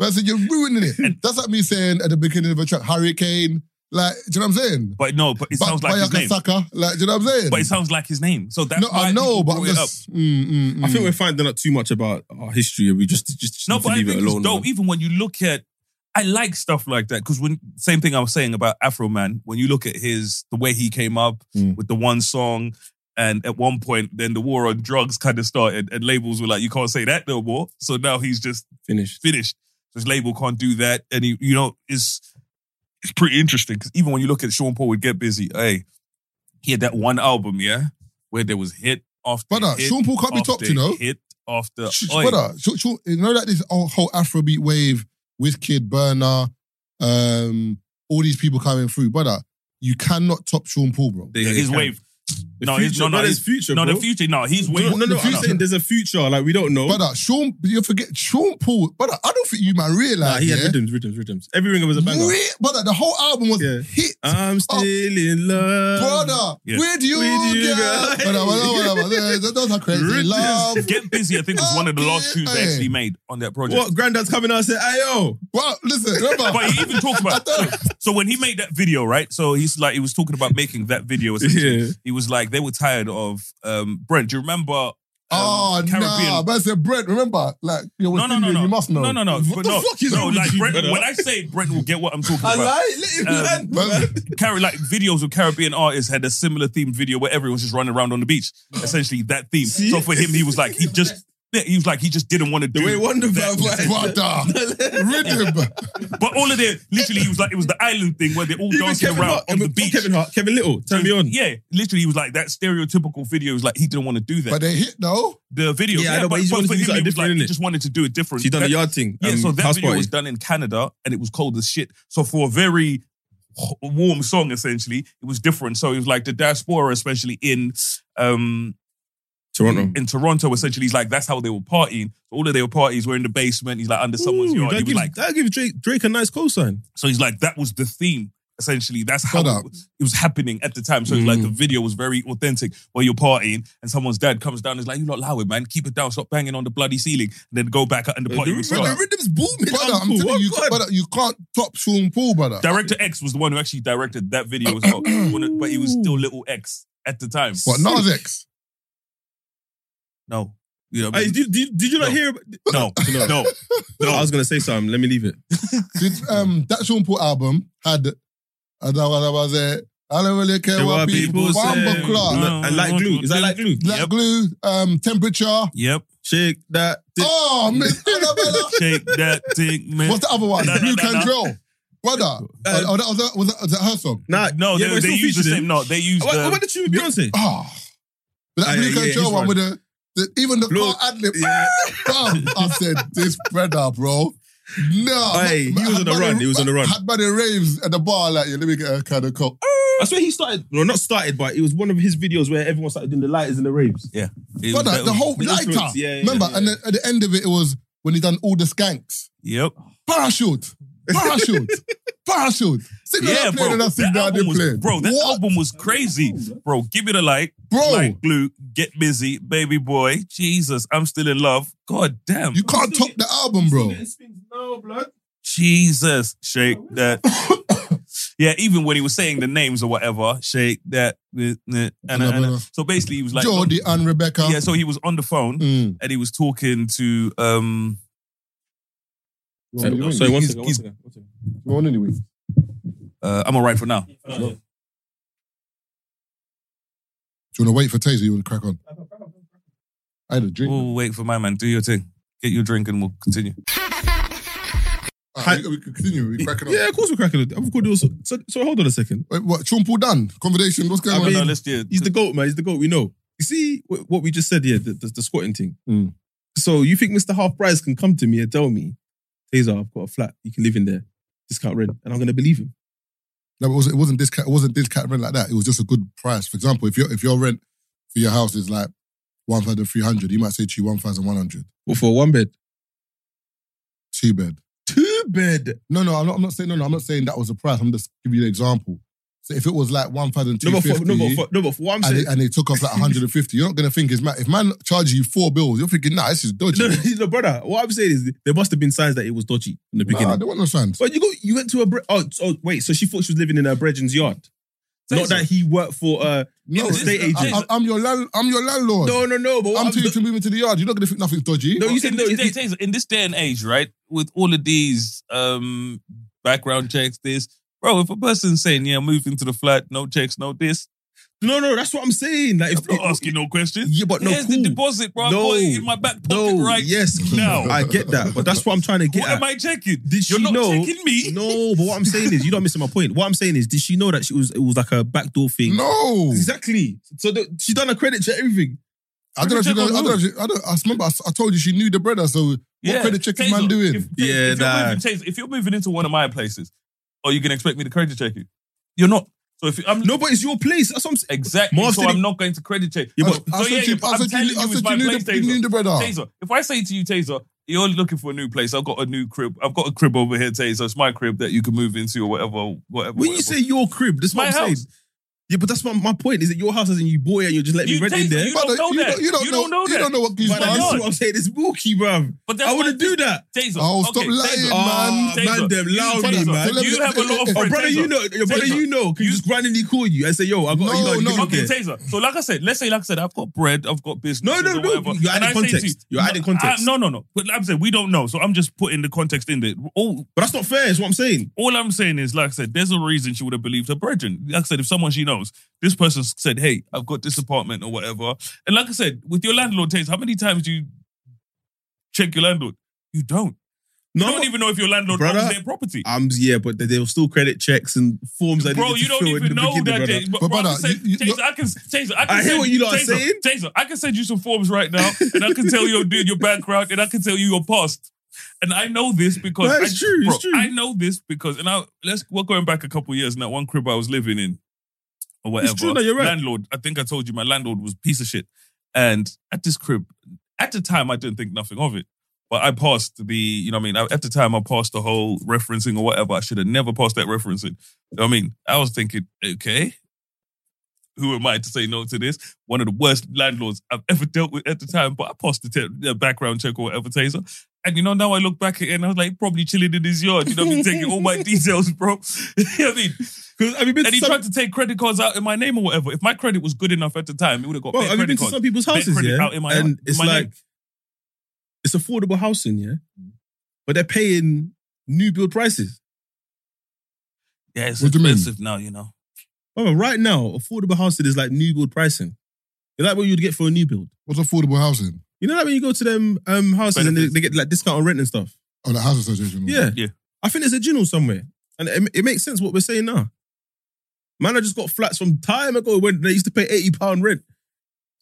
Speaker 5: I said, you're ruining it. That's like me saying at the beginning of a track, Hurricane. Like, do you know what I'm saying?
Speaker 2: but no, but it
Speaker 5: Ba-
Speaker 2: sounds like his
Speaker 5: Bayaka
Speaker 2: name.
Speaker 5: Saka, like, do you know what I'm saying?
Speaker 2: But it sounds like his name. So that's
Speaker 5: no,
Speaker 2: why
Speaker 5: I know,
Speaker 2: people
Speaker 5: but
Speaker 2: brought
Speaker 5: I'm
Speaker 2: it up.
Speaker 5: just. Mm, mm, mm.
Speaker 4: I think we're finding out too much about our history. and We just just, just
Speaker 2: No,
Speaker 4: need to
Speaker 2: but I
Speaker 4: leave
Speaker 2: think
Speaker 4: it alone.
Speaker 2: it's dope.
Speaker 4: man.
Speaker 2: Even when you look at, I like stuff like that because when same thing I was saying about Afro Man. When you look at his the way he came up
Speaker 5: Mm.
Speaker 2: with the one song, and at one point, then the war on drugs kind of started, and labels were like, "You can't say that no more." So now he's just
Speaker 4: Finished.
Speaker 2: finished. His label can't do that, and he, you know, it's it's pretty interesting because even when you look at Sean Paul with Get Busy, hey, he had that one album, yeah, where there was hit after
Speaker 5: Brother,
Speaker 2: hit
Speaker 5: Sean Paul can't be
Speaker 2: after
Speaker 5: topped, you know?
Speaker 2: hit after
Speaker 5: Sh- sh-
Speaker 2: Oi.
Speaker 5: Brother, sh- sh- you know that this whole whole Afrobeat wave with Kid Burner, um, all these people coming through, brother. You cannot top Sean Paul, bro.
Speaker 2: Yeah, his
Speaker 4: can.
Speaker 2: wave.
Speaker 4: The
Speaker 2: No,
Speaker 4: future,
Speaker 2: he's- no, no,
Speaker 4: brother,
Speaker 2: he's-
Speaker 4: it's future.
Speaker 2: No,
Speaker 4: bro.
Speaker 2: the future. No, he's way.
Speaker 4: No, no, no,
Speaker 5: the
Speaker 4: I'm
Speaker 5: future.
Speaker 4: saying there's a future. Like we don't know.
Speaker 5: Brother, Sean, you forget Sean Paul, brother. I don't think you might realize.
Speaker 4: Nah, he
Speaker 5: yeah,
Speaker 4: had rhythms, rhythms, rhythms. Every ringer was a banger.
Speaker 5: Re- brother, the whole album was
Speaker 4: Yeah.
Speaker 5: hit.
Speaker 4: I'm still in love.
Speaker 5: Oh. Brother,
Speaker 2: Um, yeah.
Speaker 5: with you,
Speaker 4: With you,
Speaker 5: girl.
Speaker 4: girl.
Speaker 5: Brother, brother, brother, brother, Those are crazy.
Speaker 4: Ruthless.
Speaker 5: Love.
Speaker 2: Get busy. I think was one of the last tunes they
Speaker 5: Okay.
Speaker 2: actually made on that project.
Speaker 4: What granddad's coming out and said, Ayo.
Speaker 5: Well, listen, remember.
Speaker 2: But he even talked about. So, so when he made that video, right? So he's like, he was talking about making that video. Essentially.
Speaker 4: Yeah.
Speaker 2: He was like, they were tired of um, Brent. Do you remember? um,
Speaker 5: oh, nah. But I said, Brent, remember? Like, you were
Speaker 2: No, no, no, no.
Speaker 5: You must know.
Speaker 2: No, no, no.
Speaker 5: What
Speaker 2: But
Speaker 5: the
Speaker 2: no,
Speaker 5: fuck is
Speaker 2: no,
Speaker 5: wrong with
Speaker 2: like
Speaker 5: you,
Speaker 2: Brent,
Speaker 5: brother?
Speaker 2: When I say Brent will get what I'm talking
Speaker 4: I
Speaker 2: about.
Speaker 4: like, let him
Speaker 2: Um,
Speaker 4: land,
Speaker 5: man.
Speaker 4: man.
Speaker 2: Carry like videos of Caribbean artists had a similar themed video where everyone's just running around on the beach. Essentially that theme.
Speaker 4: See?
Speaker 2: So for him, he was like, he just yeah, he was like, he just didn't want to do
Speaker 4: The way Wonder
Speaker 2: that.
Speaker 5: Brother. Rhythm.
Speaker 2: But all of their literally he was like it was the island thing where they're all
Speaker 4: Even
Speaker 2: dancing
Speaker 4: Kevin
Speaker 2: around
Speaker 4: Hart,
Speaker 2: on the
Speaker 4: Kevin,
Speaker 2: beach.
Speaker 4: Kevin Hart, Kevin Little, turn me on.
Speaker 2: Yeah, literally he was like that stereotypical video was like he didn't want to do that.
Speaker 5: But they hit, though.
Speaker 2: the video,
Speaker 4: Yeah, I know, but he's wanted to do
Speaker 2: he was like,
Speaker 4: something different,
Speaker 2: he
Speaker 4: innit?
Speaker 2: just wanted to do it different.
Speaker 4: She done
Speaker 2: That-
Speaker 4: the yard thing.
Speaker 2: Yeah,
Speaker 4: um,
Speaker 2: so that
Speaker 4: house
Speaker 2: video
Speaker 4: party.
Speaker 2: was done in Canada and it was cold as shit. So for a very h- warm song, essentially, it was different. So it was like the diaspora, especially in um
Speaker 4: Toronto.
Speaker 2: in Toronto, essentially, he's like that's how they were partying. All of their parties were in the basement. He's like under someone's
Speaker 4: Ooh,
Speaker 2: yard. He was
Speaker 4: that, gives,
Speaker 2: like,
Speaker 4: that gives Drake, Drake a nice cosign.
Speaker 2: so he's like that was the theme. Essentially, that's how
Speaker 5: Shut up.
Speaker 2: it, was happening at the time. So it's like the
Speaker 4: Mm.
Speaker 2: video was very authentic where you're partying and someone's dad comes down and is like, You're not loud, man. Keep it down. Stop banging on the bloody ceiling. And then go back out and the
Speaker 4: The,
Speaker 2: party
Speaker 4: the,
Speaker 2: restarts.
Speaker 4: the rhythm's booming.
Speaker 5: Brother, I'm
Speaker 4: uncle.
Speaker 5: telling
Speaker 4: Oh,
Speaker 5: you,
Speaker 4: God.
Speaker 5: brother, you can't top Sean Paul, brother.
Speaker 2: Director X was the one who actually directed that video as well. One of- but he was still little X at the time.
Speaker 5: What, Nas X?
Speaker 2: No. You know what I
Speaker 4: Hey,
Speaker 2: mean?
Speaker 4: did, did, did you not
Speaker 2: No.
Speaker 4: hear?
Speaker 2: No, no, no.
Speaker 4: I was going to say something. Let me leave it.
Speaker 5: Did, um, that Sean Paul album had. I don't really care what people say. Bumble Clark.
Speaker 2: No.
Speaker 4: And like glue. Is that like glue?
Speaker 5: Black
Speaker 2: Yep.
Speaker 5: glue, um, temperature.
Speaker 2: Yep.
Speaker 4: Shake that. dick.
Speaker 5: Oh, Miss Annabella.
Speaker 2: Shake that thing, man.
Speaker 5: What's the other one?
Speaker 2: Na, na,
Speaker 5: Blue
Speaker 2: na, na.
Speaker 5: Candrel. Brother,
Speaker 4: Uh,
Speaker 5: oh, that, was that, was that, was that Herzog?
Speaker 4: Nah,
Speaker 2: No,
Speaker 4: yeah, but
Speaker 2: they,
Speaker 4: it's
Speaker 2: they
Speaker 4: not
Speaker 2: use the
Speaker 4: featured in.
Speaker 2: same. No, they um, use
Speaker 4: What,
Speaker 2: the.
Speaker 4: what did you with Beyonce?
Speaker 5: Ah, but that
Speaker 4: Ah, yeah,
Speaker 5: Blue
Speaker 4: yeah,
Speaker 5: Joe
Speaker 4: he's
Speaker 5: one
Speaker 4: fine.
Speaker 5: with the, the even the
Speaker 4: Look,
Speaker 5: car ad lib.
Speaker 4: yeah.
Speaker 5: Bam! I said this brother, bro. No,
Speaker 4: Aye, he was on the run, he was on the run.
Speaker 5: Had by the raves at the bar, like, yeah, let me get a kind of cup.
Speaker 4: I swear he started. No, not started, but it was one of his videos where everyone started doing the lighters and the raves.
Speaker 2: it was-
Speaker 5: Brother,
Speaker 2: that
Speaker 5: the
Speaker 2: was-
Speaker 5: whole
Speaker 4: the
Speaker 5: lighter.
Speaker 4: influence, yeah, yeah,
Speaker 5: Remember,
Speaker 4: yeah,
Speaker 5: and
Speaker 4: yeah.
Speaker 5: then at the end of it, it was when he done all the skanks.
Speaker 2: Yep.
Speaker 5: Parachute, parachute, parachute. Signal
Speaker 2: Yeah,
Speaker 5: I played
Speaker 2: bro.
Speaker 5: and I
Speaker 2: That
Speaker 5: signal I
Speaker 2: album
Speaker 5: didn't
Speaker 2: was,
Speaker 5: play.
Speaker 2: bro, that
Speaker 5: What?
Speaker 2: album was crazy. Bro, give it a like.
Speaker 5: Bro.
Speaker 2: Like glue. Get busy, baby boy. Jesus, I'm still in love. God damn.
Speaker 5: You can't top the album, bro.
Speaker 4: No, blood.
Speaker 2: Jesus, shake that. yeah, even when he was saying the names or whatever, shake that. eh, eh, And,
Speaker 5: Blah, blah,
Speaker 2: and-
Speaker 5: blah.
Speaker 2: so basically, he was like, um,
Speaker 5: Jordy and Rebecca.
Speaker 2: yeah. So he was on the phone
Speaker 5: Mm.
Speaker 2: and he was talking to um
Speaker 4: So,
Speaker 5: You want
Speaker 4: so one
Speaker 2: He's-
Speaker 4: second, one
Speaker 2: he's-
Speaker 4: second, one second.
Speaker 5: one anyway?
Speaker 2: uh, I'm alright for now.
Speaker 5: Do you want to wait for Taser? You want to crack on? I had a drink.
Speaker 2: We'll Oh, wait for my man. Do your thing. Get your drink and we'll continue.
Speaker 5: Alright, we, we continue. We cracking on.
Speaker 4: Yeah, of course we're cracking it. I've recorded also. So, so hold on a second.
Speaker 5: Wait, what? Sean Paul Dunn? Conversation? What's going
Speaker 4: I
Speaker 5: on?
Speaker 4: mean-
Speaker 2: Oh, no, let's do it.
Speaker 4: He's the goat, man. He's the goat. We know. You see wh- what we just said here, the, the, the squatting thing.
Speaker 5: Mm.
Speaker 4: So you think Mr. Half Price can come to me and tell me, Taser, I've got a flat. You can live in there. Discount rent, and I'm gonna believe him.
Speaker 5: No, but it wasn't, it wasn't discount. It wasn't discount rent like that. It was just a good price. For example, if your if your rent for your house is like one thousand three hundred, you might say to you one thousand one hundred
Speaker 4: What for a one bed?
Speaker 5: two bed.
Speaker 4: Two bed.
Speaker 5: No, no, I'm not, I'm not saying no, no. I'm not saying that was the price. I'm just giving you an example. So if it was like one thousand
Speaker 4: No,
Speaker 5: two
Speaker 4: but for,
Speaker 5: fifty,
Speaker 4: no, but for, no, but for what I'm
Speaker 5: and,
Speaker 4: saying,
Speaker 5: they- and they took off like one hundred and fifty, you're not gonna think it's mad. If man charges you four bills, you're thinking, nah, this is dodgy.
Speaker 4: no, no, no, brother. What I'm saying is there must have been signs that it was dodgy in the beginning.
Speaker 5: nah, I don't want no signs.
Speaker 4: But you go, you went to a bre- oh, oh wait, so she thought she was living in her brethren's yard. Not that he worked for uh
Speaker 5: No,
Speaker 4: the estate agent.
Speaker 5: I, am your land, I'm your landlord.
Speaker 4: no no no but what
Speaker 5: I'm
Speaker 4: I'm
Speaker 5: too you to move into the yard. You're not gonna think nothing's dodgy.
Speaker 4: no you said
Speaker 2: in,
Speaker 4: no
Speaker 2: this
Speaker 4: it's-
Speaker 2: day, Taser, in this day and age, right, with all of these um, background checks, this, bro, if a person's saying, yeah, move into the flat, no checks, no this,
Speaker 4: no no that's what I'm saying like if
Speaker 2: I'm not asking no questions.
Speaker 4: yeah but no
Speaker 2: Here's
Speaker 4: cool.
Speaker 2: the deposit, bro.
Speaker 4: No.
Speaker 2: No. in my back pocket
Speaker 4: no
Speaker 2: right
Speaker 4: yes
Speaker 2: now.
Speaker 4: I get that but that's what I'm trying to get
Speaker 2: what
Speaker 4: at.
Speaker 2: am I checking?
Speaker 4: Did
Speaker 2: You're
Speaker 4: she
Speaker 2: not
Speaker 4: know-
Speaker 2: checking me.
Speaker 4: no but what I'm saying is you're not missing my point what I'm saying is did she know that she was it was like a backdoor thing
Speaker 5: No.
Speaker 4: exactly so the, she done a credit check everything
Speaker 5: I don't know if you
Speaker 2: Credit
Speaker 5: know. I
Speaker 2: check on
Speaker 5: don't know. If you, I, don't, I remember. I, I told you she knew the brother. So what credit check is man
Speaker 2: Taser,
Speaker 5: doing?
Speaker 2: If, Taser,
Speaker 4: Yeah,
Speaker 2: if you're
Speaker 4: nah.
Speaker 2: moving, Taser, if you're moving into one of my places, are you going to expect me to credit check you? You're not. So if you- I'm
Speaker 4: no but it's your place that's what I'm saying
Speaker 2: Exactly.
Speaker 4: Marv
Speaker 2: so
Speaker 4: said he-
Speaker 2: I'm not going to credit check. Oh,
Speaker 4: Yeah,
Speaker 5: I-
Speaker 4: but-
Speaker 5: I
Speaker 2: so
Speaker 5: said
Speaker 2: yeah,
Speaker 5: you-
Speaker 2: yeah, but
Speaker 5: I
Speaker 2: I'm
Speaker 5: said
Speaker 2: telling
Speaker 5: you-
Speaker 2: you
Speaker 5: I
Speaker 2: it's
Speaker 5: said
Speaker 2: my
Speaker 5: you knew
Speaker 2: place,
Speaker 5: the- you knew
Speaker 2: Taser.
Speaker 5: the
Speaker 4: Ah.
Speaker 5: brother.
Speaker 2: Taser, if I say to you, Taser, you're looking for a new place. I've got a new crib. I've got a crib over here, Taser. It's my crib that you can move into or whatever. Whatever.
Speaker 4: when
Speaker 2: whatever.
Speaker 4: you say your crib that's what
Speaker 2: My
Speaker 4: I'm saying
Speaker 2: house.
Speaker 4: yeah but that's what my point is that your house isn't you bought it and you just let me
Speaker 2: You
Speaker 4: rent in
Speaker 2: Taser,
Speaker 4: there
Speaker 2: you don't know that.
Speaker 5: You don't,
Speaker 2: You don't know
Speaker 5: You don't
Speaker 2: that.
Speaker 5: know what goes
Speaker 4: But
Speaker 2: Why
Speaker 4: this
Speaker 2: not?
Speaker 4: is
Speaker 5: on.
Speaker 4: what I'm saying. It's milky, bruv.
Speaker 2: but that's
Speaker 4: I
Speaker 2: my
Speaker 4: wouldn't do
Speaker 2: thing.
Speaker 4: that.
Speaker 2: Taser.
Speaker 5: Oh, stop
Speaker 2: okay,
Speaker 5: lying,
Speaker 2: Taser.
Speaker 5: man.
Speaker 2: Taser,
Speaker 4: Man, them
Speaker 2: you-
Speaker 4: loud
Speaker 2: Taser,
Speaker 4: me, man.
Speaker 5: So let me-
Speaker 2: You have a lot of
Speaker 5: Oh,
Speaker 4: Oh,
Speaker 2: friends.
Speaker 4: brother, you
Speaker 2: Taser.
Speaker 4: know, your brother,
Speaker 2: Taser.
Speaker 4: you know, can you just randomly call you and say, "Yo, I've got."
Speaker 5: No,
Speaker 4: you know,
Speaker 5: no,
Speaker 4: you
Speaker 2: Okay,
Speaker 4: okay.
Speaker 2: Taser. So, like I said, let's say, like I said, I've got bread, I've got business.
Speaker 4: No, no,
Speaker 2: or
Speaker 4: no,
Speaker 2: whatever,
Speaker 4: you're
Speaker 2: and
Speaker 4: adding
Speaker 2: I say to
Speaker 4: context. You're adding context.
Speaker 2: I- no, no, no. But I'm saying we don't know, so I'm just putting the context in there. All
Speaker 4: But that's not fair. Is what I'm saying.
Speaker 2: all I'm saying is, like I said, there's a reason she would have believed her brethren. Like I said, if someone she knows, this person said, "Hey, I've got this apartment or whatever," and like I said, with your landlord taste, how many times do you check your landlord? You don't.
Speaker 4: No,
Speaker 2: You don't even know if your landlord
Speaker 4: Brother,
Speaker 2: owns their property,
Speaker 4: I'm yeah, but there there were still credit checks and forms. I
Speaker 2: bro.
Speaker 4: needed
Speaker 2: You
Speaker 4: to
Speaker 2: don't
Speaker 4: fill in
Speaker 2: even
Speaker 4: the
Speaker 2: know that.
Speaker 4: beginning, brother.
Speaker 2: Taser. But,
Speaker 5: But
Speaker 2: bro,
Speaker 5: brother,
Speaker 2: I can say,
Speaker 5: you- you-
Speaker 2: Taser, I can, Taser, I can
Speaker 4: I hear
Speaker 2: send
Speaker 4: what you lot are
Speaker 2: Taser,
Speaker 4: saying.
Speaker 2: Taser, I can send you some forms right now, and I can tell you your, your background, and I can tell you your past. And I know this because
Speaker 4: No, it's
Speaker 2: I,
Speaker 4: true, it's true.
Speaker 2: I know this because, and I let's we're going back a couple of years now. One crib I was living in, or whatever.
Speaker 4: true, no, you're right.
Speaker 2: Landlord, I think I told you my landlord was a piece of shit. And at this crib, at the time I didn't think nothing of it, but I passed the, you know, what I mean, I- at the time I passed the whole referencing or whatever. I should have never passed that referencing. You know what I mean, I was thinking, okay, who am I to say no to this? One of the worst landlords I've ever dealt with at the time, but I passed the, te- the background check or whatever, taser. And you know, now I look back at it and I was like, probably chilling in his yard. You know what I mean? Taking all my details, bro. you know what I mean?
Speaker 4: 'Cause have you been
Speaker 2: And
Speaker 4: to
Speaker 2: he
Speaker 4: some,
Speaker 2: tried to take credit cards out in my name or whatever. If my credit was good enough at the time, it would have got
Speaker 4: bro,
Speaker 2: paid
Speaker 4: have you
Speaker 2: credit
Speaker 4: been to
Speaker 2: cards.
Speaker 4: some people's
Speaker 2: Bank
Speaker 4: houses?
Speaker 2: credit
Speaker 4: Yeah,
Speaker 2: out in my-
Speaker 4: and
Speaker 2: in
Speaker 4: it's
Speaker 2: my
Speaker 4: like
Speaker 2: name.
Speaker 4: it's affordable housing, yeah, but they're paying new build prices.
Speaker 2: Yeah, it's
Speaker 5: What do you mean?
Speaker 2: expensive now, you know.
Speaker 4: Oh, right now, affordable housing is like new build pricing. Is that what you'd get for a new build?
Speaker 5: What's affordable housing?
Speaker 4: You know that when you go to them um, houses and they,
Speaker 2: Benefits.
Speaker 4: they get like discount on rent and stuff.
Speaker 5: Oh, the house association.
Speaker 4: Yeah,
Speaker 2: Yeah.
Speaker 4: I think there's a gin or somewhere. And it, it makes sense what we're saying now. Man, I just got flats from time ago when they used to pay eighty pound rent.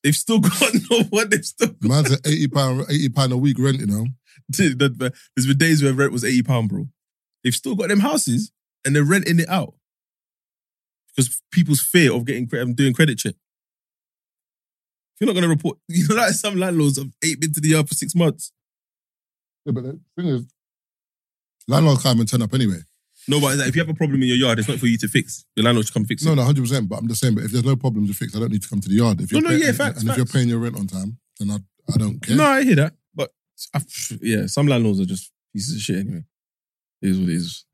Speaker 4: They've still got no one. They've still got,
Speaker 5: Man's at eighty pound, eighty pound a week rent. You know,
Speaker 4: Dude, that- that- there's been days where rent was eighty pound, bro. They've still got them houses and they're renting it out because people's fear of getting credit, doing credit check. If you're not going to report, you know, like some landlords have eight been to the yard for six months.
Speaker 5: yeah, but the thing is, landlord can't even turn up anyway.
Speaker 4: No, but it's like, if you have a problem in your yard, it's not for you to fix. Your landlord should come fix it.
Speaker 5: No, no, hundred percent. But I'm just saying, but if there's no problem to fix, I don't need to come to the yard. If
Speaker 4: No,
Speaker 5: you're
Speaker 4: no,
Speaker 5: paying-
Speaker 4: yeah,
Speaker 5: and,
Speaker 4: facts,
Speaker 5: and if you're
Speaker 4: facts.
Speaker 5: paying your rent on time, then I, I don't care.
Speaker 4: No, I hear that. But I, yeah, some landlords are just pieces of shit anyway. It is what it is.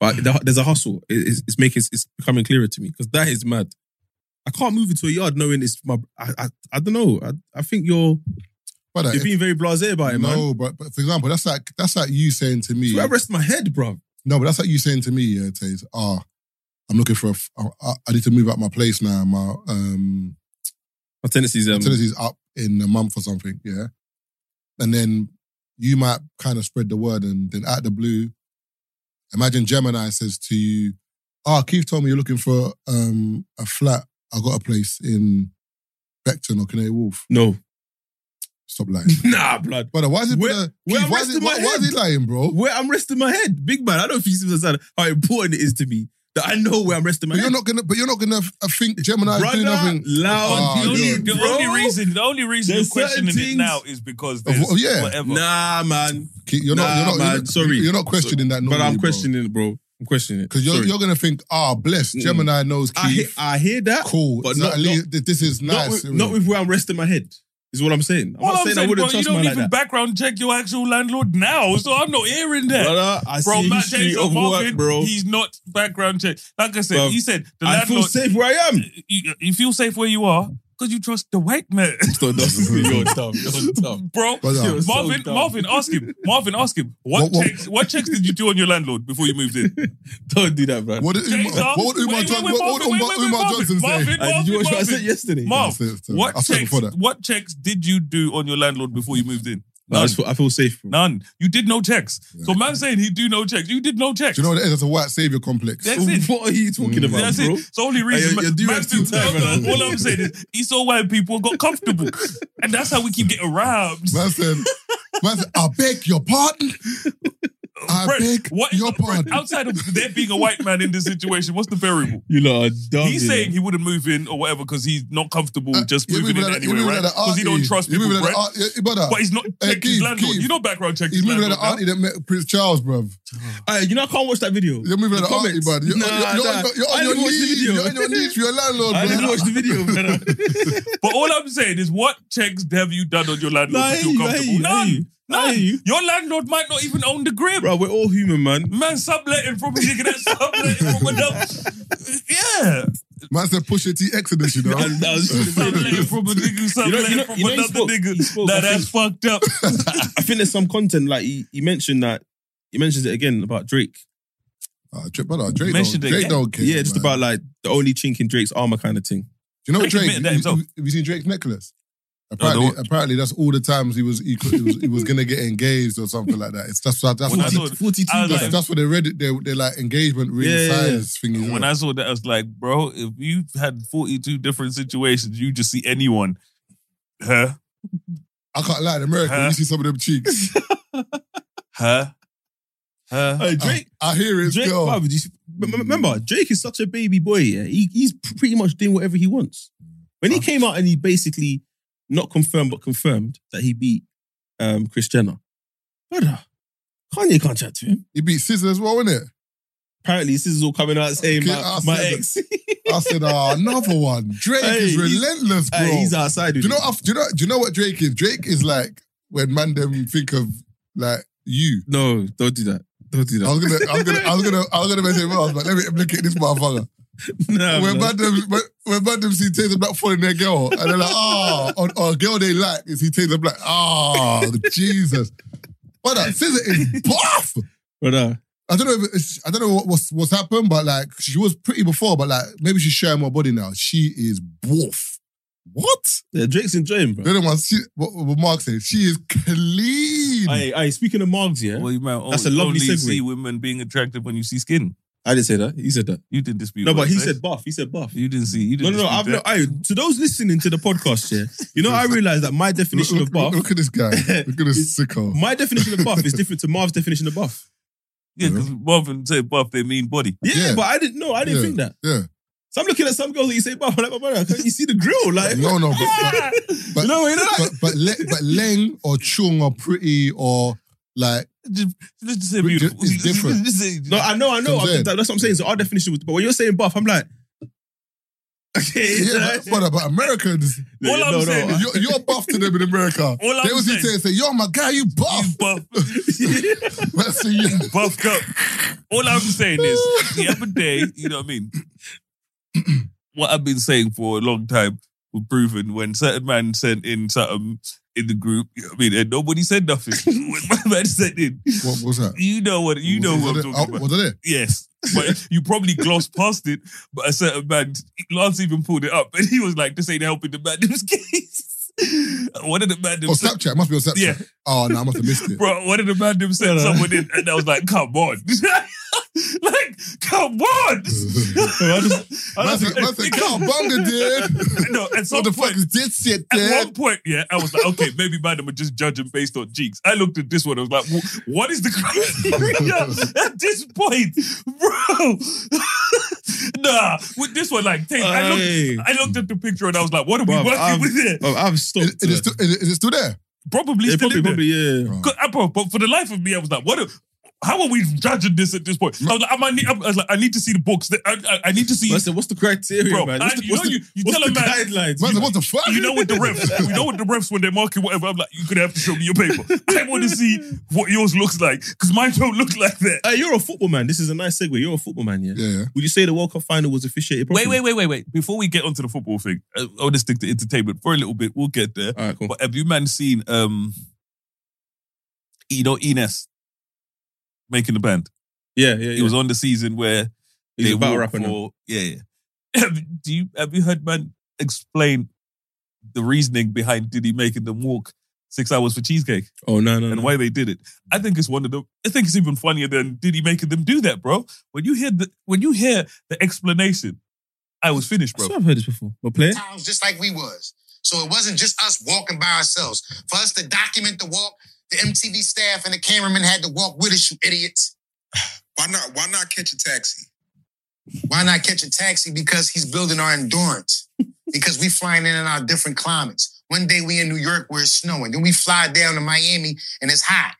Speaker 4: But the- there's a hustle. It- It's, it's making it's becoming clearer to me because that is mad. I can't move into a yard knowing it's my. I I, I don't know. I, I think you're
Speaker 5: but uh,
Speaker 4: you're
Speaker 5: if-
Speaker 4: being very blasé about it, man.
Speaker 5: no, but, but for example, that's like that's like you saying to me.
Speaker 4: That's where I rest my head, bro.
Speaker 5: No, but that's like you saying to me, yeah, Taze, ah, I'm looking for a, f- I- I- I need to move out my place now. My um,
Speaker 4: My tendencies, um,
Speaker 5: tenancy's up in a month or something, yeah. And then you might kind of spread the word and then out the blue, imagine Gemini says to you, ah, Keith told me you're looking for um, a flat. I got a place in Beckton or Canary Wolf.
Speaker 4: no,
Speaker 5: Stop lying.
Speaker 4: nah, blood.
Speaker 5: Brother, why is it,
Speaker 4: Where-
Speaker 5: Keith,
Speaker 4: where I'm
Speaker 5: why, is it
Speaker 4: resting
Speaker 5: why,
Speaker 4: my
Speaker 5: why is he
Speaker 4: head?
Speaker 5: lying, bro?
Speaker 4: Where I'm resting my head, big man. I don't know if you understand how important it is to me that I know where I'm resting my
Speaker 5: But you're
Speaker 4: head.
Speaker 5: not gonna, but you're not gonna uh, think Gemini's
Speaker 4: Brother,
Speaker 5: doing nothing.
Speaker 4: loud,
Speaker 5: Ah,
Speaker 2: The only,
Speaker 5: God.
Speaker 2: the
Speaker 4: Bro,
Speaker 2: only reason, the only reason you're
Speaker 4: there's certain
Speaker 2: questioning
Speaker 4: things-
Speaker 2: it now is because
Speaker 5: Of
Speaker 2: there's
Speaker 5: what- yeah.
Speaker 2: whatever.
Speaker 4: Nah, man.
Speaker 5: Keith, You're not,
Speaker 4: Nah,
Speaker 5: you're not,
Speaker 4: man,
Speaker 5: you're not-
Speaker 4: sorry.
Speaker 5: You're not questioning that,
Speaker 4: But
Speaker 5: normally,
Speaker 4: I'm questioning it, bro. I'm questioning it.
Speaker 5: because you're
Speaker 4: Sorry.
Speaker 5: you're gonna think, ah, blessed.
Speaker 4: Mm.
Speaker 5: Gemini knows
Speaker 4: I, he-
Speaker 5: Keith.
Speaker 4: I hear that.
Speaker 5: cool.
Speaker 4: but
Speaker 5: So
Speaker 4: not-
Speaker 5: at least th- this is
Speaker 4: Not,
Speaker 5: nice.
Speaker 4: with, not with where I'm resting my head, is what I'm saying. I'm
Speaker 2: All
Speaker 4: not
Speaker 2: I'm
Speaker 4: saying,
Speaker 2: saying,
Speaker 4: I
Speaker 2: bro,
Speaker 4: wouldn't
Speaker 2: you
Speaker 4: trust
Speaker 2: don't
Speaker 4: my
Speaker 2: even
Speaker 4: like that.
Speaker 2: background check your actual landlord now, so I'm not hearing that.
Speaker 4: Brother, I
Speaker 2: Bro,
Speaker 4: see
Speaker 2: Matt
Speaker 4: history
Speaker 2: James
Speaker 4: of
Speaker 2: of
Speaker 4: work,
Speaker 2: Marvin,
Speaker 4: bro.
Speaker 2: he's not background check. Like I said,
Speaker 4: Bruv,
Speaker 2: he said the
Speaker 4: I feel
Speaker 2: landlord.
Speaker 4: safe where I am.
Speaker 2: you, you feel safe where you are because you trust the white man,
Speaker 4: you're dumb. You're dumb.
Speaker 2: bro.
Speaker 5: But, uh,
Speaker 4: You're so
Speaker 2: Marvin,
Speaker 4: dumb.
Speaker 2: Marvin, ask him. Marvin, ask him. What,
Speaker 5: What- what-
Speaker 2: checks? What checks did you do on your landlord before you moved in?
Speaker 4: Don't do that, bro.
Speaker 5: what did Umar,
Speaker 2: James, um,
Speaker 5: what would Umar,
Speaker 2: wait,
Speaker 5: John,
Speaker 2: wait, wait,
Speaker 5: what would
Speaker 2: Marvin,
Speaker 5: Umar,
Speaker 2: wait, wait,
Speaker 5: Umar
Speaker 2: Marvin,
Speaker 5: Johnson say?
Speaker 2: Marvin,
Speaker 4: Uh, did you watch what I
Speaker 2: Marvin.
Speaker 4: said yesterday?
Speaker 5: I
Speaker 2: Marv,
Speaker 5: said it, so I
Speaker 2: what
Speaker 5: said it
Speaker 2: checks?
Speaker 5: before that.
Speaker 2: What checks did you do on your landlord before you moved in?
Speaker 4: No, I,
Speaker 2: None.
Speaker 4: just feel, I feel safe. Bro.
Speaker 2: None. You did no checks. So man saying he do no checks. You did no checks.
Speaker 5: Do you know what it is? That's a white savior complex.
Speaker 2: That's it.
Speaker 4: What are you talking
Speaker 5: Mm.
Speaker 4: about,
Speaker 2: That's
Speaker 4: bro?
Speaker 2: it. It's the only reason.
Speaker 4: you're-
Speaker 2: man-
Speaker 4: you're due
Speaker 2: man
Speaker 4: at two
Speaker 2: still-
Speaker 4: times,
Speaker 2: all,
Speaker 4: man.
Speaker 2: I'm saying is, he saw white people got comfortable, and that's how we keep getting robbed.
Speaker 5: Man said, man said, I beg your pardon. I
Speaker 2: Fred,
Speaker 5: beg
Speaker 2: what is-
Speaker 5: your
Speaker 2: Fred,
Speaker 5: pardon.
Speaker 2: outside of there being a white man in this situation, what's the variable?
Speaker 4: You lot are dumb.
Speaker 2: He's
Speaker 4: you know.
Speaker 2: saying he wouldn't move in or whatever because he's not comfortable
Speaker 5: Oh, Uh,
Speaker 2: just
Speaker 5: you're
Speaker 2: moving in
Speaker 5: moving at the- you're
Speaker 2: anyway,
Speaker 5: moving
Speaker 2: right?
Speaker 5: at the
Speaker 2: Because he
Speaker 5: auntie.
Speaker 2: don't trust
Speaker 5: You're
Speaker 2: people,
Speaker 5: moving at the
Speaker 2: right?
Speaker 5: aunt- yeah, uh, brother,
Speaker 2: But he's not checked his
Speaker 5: Keith,
Speaker 2: landlord.
Speaker 5: Keith.
Speaker 2: You know background check
Speaker 5: He's
Speaker 2: his
Speaker 5: moving at the
Speaker 2: landlord
Speaker 5: auntie that met Prince Charles, bruv.
Speaker 4: Aye, you know, I can't watch that video.
Speaker 5: You're moving at
Speaker 4: The
Speaker 5: the auntie,
Speaker 4: comments.
Speaker 5: bruv. You're,
Speaker 4: Nah,
Speaker 5: you're, you're,
Speaker 4: nah.
Speaker 5: on- you're
Speaker 4: I
Speaker 5: on your
Speaker 4: didn't watch the
Speaker 5: knees.
Speaker 4: video.
Speaker 5: You're on your knees for your landlord,
Speaker 4: I didn't
Speaker 5: bruv.
Speaker 4: watch the video, man.
Speaker 2: now. But all I'm saying is, what checks have you done on your landlord
Speaker 4: Nah,
Speaker 2: to
Speaker 4: I hear
Speaker 2: feel
Speaker 4: you, I hear
Speaker 2: comfortable?
Speaker 4: you, I
Speaker 2: None.
Speaker 4: hear you. I
Speaker 2: None.
Speaker 4: hear you.
Speaker 2: Your landlord might not even own the crib.
Speaker 4: bro, we're all human, man.
Speaker 2: Man subletting from you can subletting from another. Yeah.
Speaker 5: Man said, push your T Exodus, you know.
Speaker 4: And that was-
Speaker 2: Subletting from a nigga,
Speaker 4: You know- you know-
Speaker 2: subletting from
Speaker 4: you know he
Speaker 2: another
Speaker 4: spoke- he
Speaker 2: nigga.
Speaker 4: spoke,
Speaker 2: Nah,
Speaker 4: I
Speaker 2: that's fucked up.
Speaker 4: I think there's some content like he, he mentioned that he mentions it again about Drake.
Speaker 5: Ah, Dra- brother, Drake don't,
Speaker 2: Mentioned it
Speaker 5: Drake
Speaker 2: again.
Speaker 5: don't care.
Speaker 4: yeah, just
Speaker 5: man.
Speaker 4: about like the only chink in Drake's armor kind of thing.
Speaker 5: Do you know
Speaker 2: Drake
Speaker 5: Drake?
Speaker 2: admitted that himself.
Speaker 5: Have you seen Drake's necklace? Apparently,
Speaker 2: what?
Speaker 5: apparently that's all the times he was he, could- he was he was gonna get engaged or something like that. It's that's that's that's,
Speaker 2: When I
Speaker 5: what,
Speaker 2: saw it, I was
Speaker 5: that's,
Speaker 2: like-
Speaker 5: that's what they read. They they like engagement ring
Speaker 4: Yeah, yeah, yeah.
Speaker 5: size thingy.
Speaker 2: When I saw that, I was like, bro, if you had 42 different situations, you just see anyone. Her,
Speaker 5: I can't lie, in America,
Speaker 2: Huh?
Speaker 5: you see some of them cheeks.
Speaker 2: her, her.
Speaker 4: Hey,
Speaker 5: I,
Speaker 4: Drake,
Speaker 5: I hear it
Speaker 4: Drake,
Speaker 5: still.
Speaker 4: bruv, do you see- m- m- remember Drake is such a baby boy. Yeah, he, he's pr- pretty much doing whatever he wants. When he came out and he basically not confirmed but confirmed that he beat um, Chris Jenner, brother, Kanye can't chat to him.
Speaker 5: He beat Scissor as well, innit?
Speaker 4: Apparently, this is all coming out saying
Speaker 5: Okay,
Speaker 4: my,
Speaker 5: I
Speaker 4: my
Speaker 5: said
Speaker 4: ex.
Speaker 5: I said, ah, another one. Drake
Speaker 4: Hey,
Speaker 5: is
Speaker 4: he's-
Speaker 5: relentless, bro.
Speaker 4: Hey, he's outside.
Speaker 5: do
Speaker 4: With
Speaker 5: you know?
Speaker 4: it.
Speaker 5: what I- Do you know? Do you know what Drake is? Drake is like when man them think of like you.
Speaker 4: No, don't do that. Don't do
Speaker 5: I
Speaker 4: that.
Speaker 5: was gonna, I was gonna, I was gonna, I was gonna mention Miles, but let me implicate this motherfucker.
Speaker 4: Nah,
Speaker 5: When
Speaker 4: Oh, man.
Speaker 5: bad them, when, when bad them see Taser Black following their girl, and they're like, ah, oh, or a girl they like is he Taser Black? Oh, Jesus! But that scissor is buff.
Speaker 4: brother.
Speaker 5: I don't know. If it's, I don't know what, what's what's happened, but like she was pretty before, but like maybe she's sharing more body now. She is buff. What?
Speaker 4: Yeah, Drake's enjoying, bro.
Speaker 5: The other one, she, what, what Mark said, she is clean.
Speaker 4: Hey, hey, speaking of Margs, yeah.
Speaker 2: Uh, Well, you might
Speaker 4: That's a lovely
Speaker 2: only
Speaker 4: segue.
Speaker 2: see women being attractive when you see skin.
Speaker 4: I didn't say that. He said that.
Speaker 2: You didn't dispute.
Speaker 4: No,
Speaker 2: what
Speaker 4: but
Speaker 2: I
Speaker 4: he
Speaker 2: said.
Speaker 4: said buff. He said buff.
Speaker 2: you didn't see. You
Speaker 4: No,
Speaker 2: didn't
Speaker 4: no, no. I've
Speaker 2: dispute
Speaker 4: no, I, to those listening to the podcast, yeah, you know, I realized that my definition
Speaker 5: look,
Speaker 4: of
Speaker 5: look,
Speaker 4: buff,
Speaker 5: look at this guy. Look at this sicko.
Speaker 4: my definition of buff, is different to Marv's definition of buff.
Speaker 2: that. Yeah, because Marvin said buff, they mean body.
Speaker 4: Yeah,
Speaker 5: Yeah.
Speaker 4: but I didn't know. I didn't
Speaker 5: Yeah.
Speaker 4: think that.
Speaker 5: Yeah.
Speaker 4: So I'm looking at some girls that you say buff. I'm like, my brother, can't you see the grill? Like,
Speaker 5: No, no, but but-
Speaker 4: you know what? You know,
Speaker 5: but but,
Speaker 4: like,
Speaker 5: Le, but Leng or Chung or Pretty or like
Speaker 2: Just, let's just say
Speaker 5: But
Speaker 2: beautiful.
Speaker 5: it's different.
Speaker 2: Just say-
Speaker 4: no, I know, I know.
Speaker 5: That's what I'm saying.
Speaker 4: that's what I'm saying. So our definition was, but when you're saying buff, I'm like, okay,
Speaker 5: yeah, but, but, but Americans,
Speaker 2: All I'm
Speaker 4: no,
Speaker 2: saying
Speaker 4: no,
Speaker 2: is
Speaker 5: you're, you're buff to them in America.
Speaker 2: All I'm
Speaker 5: they was
Speaker 2: saying-
Speaker 5: saying, say, "Yo, my guy, you buff."
Speaker 2: you buff,
Speaker 5: Let's see you.
Speaker 2: buffed up. All I'm saying is the other day, you know what I mean? What I've been saying for a long time was proven when certain man sent in something in the group, you know what I mean, and nobody said nothing. when my man sent in,
Speaker 5: What was that?
Speaker 2: you know what you know what I'm
Speaker 5: was
Speaker 2: talking
Speaker 5: it-
Speaker 2: about.
Speaker 5: oh, Was it?
Speaker 2: Yes. But you probably glossed past it, but a certain man, Lance even pulled it up, and he was like, "This ain't helping the man in this case." One of the man,
Speaker 5: Oh,
Speaker 2: them said-
Speaker 5: Snapchat. Must be on Snapchat.
Speaker 2: yeah,
Speaker 5: Oh no, I must have missed it.
Speaker 2: bro. One of the man them sent someone in, and I was like, "Come on, like, come on."
Speaker 4: I just, I
Speaker 5: Man
Speaker 4: just,
Speaker 5: said, man said, "Cowabunga, dude."
Speaker 2: no, at some
Speaker 5: What the
Speaker 2: point,
Speaker 5: fuck is this shit,
Speaker 2: at
Speaker 5: dude?
Speaker 2: one point, yeah, I was like, okay, maybe madam would just judge him based on cheeks. I looked at this one, I was like, wh- what is the criteria at this point, bro? nah, with this one, like, take, I, looked,
Speaker 4: Hey.
Speaker 2: I looked at the picture and I was like, what are we
Speaker 4: Bruv,
Speaker 2: working
Speaker 4: I'm-
Speaker 2: with here?
Speaker 4: Bro, I've stopped.
Speaker 5: Is, is, it
Speaker 4: uh,
Speaker 5: still, is, it- is it still there?
Speaker 2: Probably
Speaker 4: yeah,
Speaker 2: still
Speaker 4: probably,
Speaker 2: in there.
Speaker 4: probably, yeah.
Speaker 5: Bro.
Speaker 2: Good- I- bro, but for the life of me, I was like, what? A, how are we judging this at this point? I was like, I, might need, I was like, I need to see the books. I, I, I need to see,
Speaker 4: But I said, what's the criteria,
Speaker 2: bro.
Speaker 4: man?
Speaker 2: I-
Speaker 4: What's the,
Speaker 2: you
Speaker 4: what's
Speaker 2: know,
Speaker 4: the,
Speaker 2: you, you
Speaker 4: what's
Speaker 2: tell a
Speaker 4: the
Speaker 2: man,
Speaker 4: guidelines?
Speaker 5: Man said, what the fuck?
Speaker 2: You know what the refs, you know what the refs when they're marking whatever. I'm like, you're gonna have to show me your paper. I want to see what yours looks like because mine don't look like that.
Speaker 4: Hey, you're a football man. This is a nice segue. You're a football man, yeah?
Speaker 5: Yeah, yeah.
Speaker 4: Would you say the World Cup final was officiated properly?
Speaker 2: Wait, wait, wait, wait, wait. Before we get onto the football thing, uh, I want to stick to entertainment for a little bit. We'll get there.
Speaker 4: All right, cool.
Speaker 2: But have you man seen um, you know Ines making the band?
Speaker 4: yeah, yeah, yeah.
Speaker 2: He was on the season where
Speaker 4: He's a battle
Speaker 2: walk
Speaker 4: rapper now.
Speaker 2: for- Yeah, yeah. Do you have you heard man explain the reasoning behind Diddy making them walk six hours for cheesecake?
Speaker 4: Oh, no, no, no.
Speaker 2: and why they did it. I think it's one of the. I think it's even funnier than Diddy making them do that, bro. When you hear the when you hear the explanation, I was finished,
Speaker 4: I
Speaker 2: bro.
Speaker 4: swear I've heard this before. But play it?
Speaker 8: Times just like we was. So it wasn't just us walking by ourselves. For us to document the walk, the MTV staff and the cameraman had to walk with us, you idiots. Why not? Why not catch a taxi? Why not catch a taxi? Because he's building our endurance. because we flying in in our different climates. One day we in New York where it's snowing. Then we fly down to Miami and it's hot.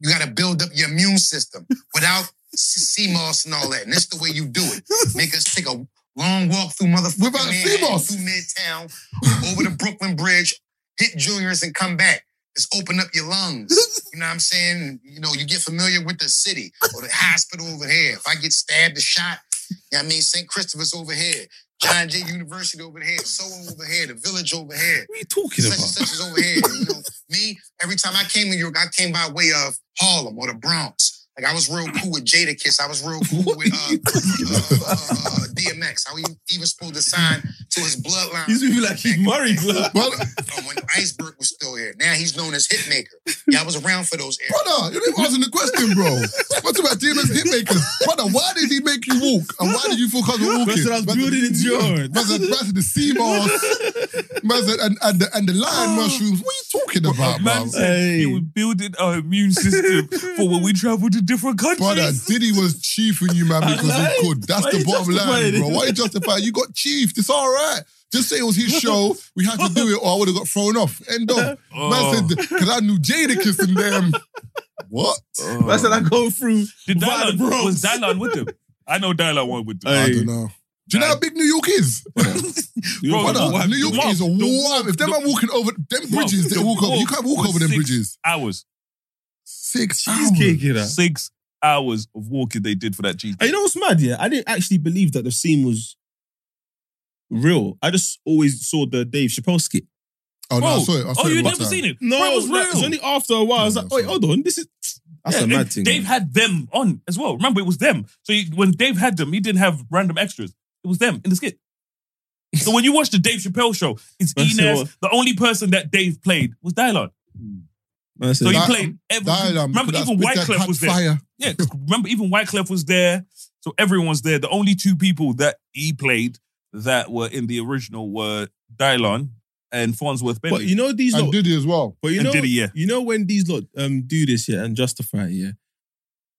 Speaker 8: You got to build up your immune system without sea moss and all that. And that's the way you do it. Make us take a long walk through motherfucking
Speaker 5: Without sea
Speaker 8: Manhattan,
Speaker 5: moss?
Speaker 8: through Midtown, over the Brooklyn Bridge, hit Juniors and come back. Just open up your lungs. You know what I'm saying? You know, you get familiar with the city or the hospital over here. If I get stabbed or shot, you know what I mean? St. Christopher's over here. John Jay University over here. So over here. The village over here.
Speaker 4: What are you talking
Speaker 8: Such and
Speaker 4: about?
Speaker 8: such is over here. You know, me, every time I came to New York, I came by way of Harlem or the Bronx. Like I was real cool with Jada Kiss. I was real cool with uh, uh, uh, uh, DMX. I was even supposed to sign to his bloodline.
Speaker 4: He's gonna be like, he's married, blood.
Speaker 5: Brother,
Speaker 8: from when Iceberg was still here. Now he's known as Hitmaker. Yeah, I was around for those eras.
Speaker 5: brother, you didn't answer the question, bro. What's about DMX hitmakers? Brother, why did he make you walk? And why did you feel comfortable walking?
Speaker 4: Man said, I was building endurance.
Speaker 5: Man said, man said the sea moss. Man said, and, and, the, and the lion mushrooms. What are you talking about,
Speaker 2: Oh. Man
Speaker 5: bro?
Speaker 2: said
Speaker 4: Hey.
Speaker 2: he was building our immune system for when we travel to different
Speaker 5: Brother,
Speaker 2: countries.
Speaker 5: Diddy was chiefing you, man, because
Speaker 4: lied.
Speaker 5: he could. That's
Speaker 4: Why
Speaker 5: the
Speaker 4: you
Speaker 5: bottom line,
Speaker 4: justifying
Speaker 5: bro.
Speaker 4: it?
Speaker 5: Why you justify? it? You got chiefed. It's all right. Just say it was his show. We had to do it, or I would have got thrown off. End of.
Speaker 2: Oh.
Speaker 5: Man said, because I knew Jada kissing them. What?
Speaker 4: Man said, I go through.
Speaker 2: oh. Did
Speaker 4: Via
Speaker 2: Dylan,
Speaker 4: the Bronx.
Speaker 2: was Dylan with them? I know Dylan one with them.
Speaker 5: I
Speaker 4: Hey.
Speaker 5: don't know. Do you know how big New York is?
Speaker 2: Bro,
Speaker 5: Brother,
Speaker 2: the-
Speaker 5: New York
Speaker 2: the
Speaker 5: is a
Speaker 2: walk- the
Speaker 5: warm. If them
Speaker 2: the-
Speaker 5: are walking over them bridges, they
Speaker 2: the
Speaker 5: walk over. You
Speaker 2: walk
Speaker 5: can't walk
Speaker 2: was
Speaker 5: over them
Speaker 2: six
Speaker 5: bridges.
Speaker 2: hours,
Speaker 5: Six
Speaker 4: Cheesecake,
Speaker 5: hours.
Speaker 4: you know.
Speaker 2: six hours of walking they did for that cheese.
Speaker 4: And you know what's mad? Yeah, I didn't actually believe that the scene was real. I just always saw the Dave Chappelle skit.
Speaker 5: Oh no, I
Speaker 2: Bro,
Speaker 5: saw it. I saw
Speaker 2: oh,
Speaker 5: it
Speaker 2: you
Speaker 5: one
Speaker 2: never
Speaker 5: time.
Speaker 2: seen it?
Speaker 4: No,
Speaker 2: Bro, it was
Speaker 4: like,
Speaker 2: real.
Speaker 4: it's only after a while. I was
Speaker 5: Yeah,
Speaker 4: like,
Speaker 5: that's
Speaker 4: wait,
Speaker 5: right.
Speaker 4: hold on, this is that's
Speaker 2: Yeah,
Speaker 4: a
Speaker 2: and
Speaker 4: mad thing.
Speaker 2: Dave
Speaker 4: man.
Speaker 2: had them on as well. Remember, it was them. So you, when Dave had them, he didn't have random extras. It was them in the skit. So when you watch the Dave Chappelle show, it's E
Speaker 4: That's it.
Speaker 2: Inez. The only person that Dave played was Dylan.
Speaker 4: Man said,
Speaker 2: So he
Speaker 5: Dy-
Speaker 2: played every.
Speaker 5: Diagram,
Speaker 2: remember,
Speaker 5: um, that
Speaker 2: even
Speaker 5: spit that
Speaker 2: Wyclef
Speaker 5: had
Speaker 2: was there.
Speaker 5: fire.
Speaker 2: Yeah, 'cause remember, even Wyclef was there. So everyone's there. The only two people that he played that were in the original were Dylan and Farnsworth Bentley.
Speaker 4: But you know these
Speaker 5: And
Speaker 4: lot.
Speaker 5: Diddy as well.
Speaker 4: but you
Speaker 2: and
Speaker 4: know,
Speaker 2: Diddy, yeah.
Speaker 4: you know when these lot um, do this yeah and justify it, yeah.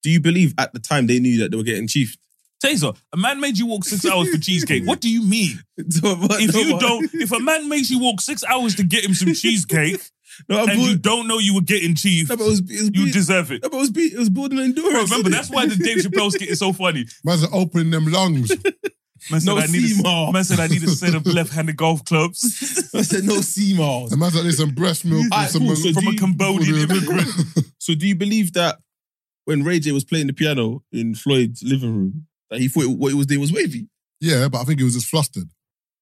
Speaker 4: Do you believe at the time they knew that they were getting chiefed?
Speaker 2: Taser, a man made you walk six hours for cheesecake. What do you mean?
Speaker 4: So, but-
Speaker 2: If
Speaker 4: Uh, no,
Speaker 2: you
Speaker 4: but-
Speaker 2: don't, if a man makes you walk six hours to get him some cheesecake
Speaker 4: no, I'm
Speaker 2: and you
Speaker 4: bull-
Speaker 2: don't know you were getting cheese,
Speaker 4: no, but it was, it was
Speaker 2: you
Speaker 4: bull-
Speaker 2: deserve it.
Speaker 4: no, but it was, be- it was building endurance.
Speaker 2: Bro, remember,
Speaker 4: innit?
Speaker 2: that's why the Dave Chappelle skit is so funny.
Speaker 5: Man's opening them lungs.
Speaker 2: Man said,
Speaker 4: No
Speaker 2: I need a,
Speaker 4: seam,
Speaker 2: man said I need a set of left-handed golf clubs
Speaker 4: I said no sea miles.
Speaker 5: The man's like, there's some breast milk
Speaker 4: Alright,
Speaker 5: and some.
Speaker 4: cool, so
Speaker 2: from a
Speaker 4: you-
Speaker 2: Cambodian immigrant.
Speaker 4: So do you believe that when Ray J was playing the piano in Floyd's living room, that he thought what he was doing was wavy?
Speaker 5: yeah, but I think he was just flustered.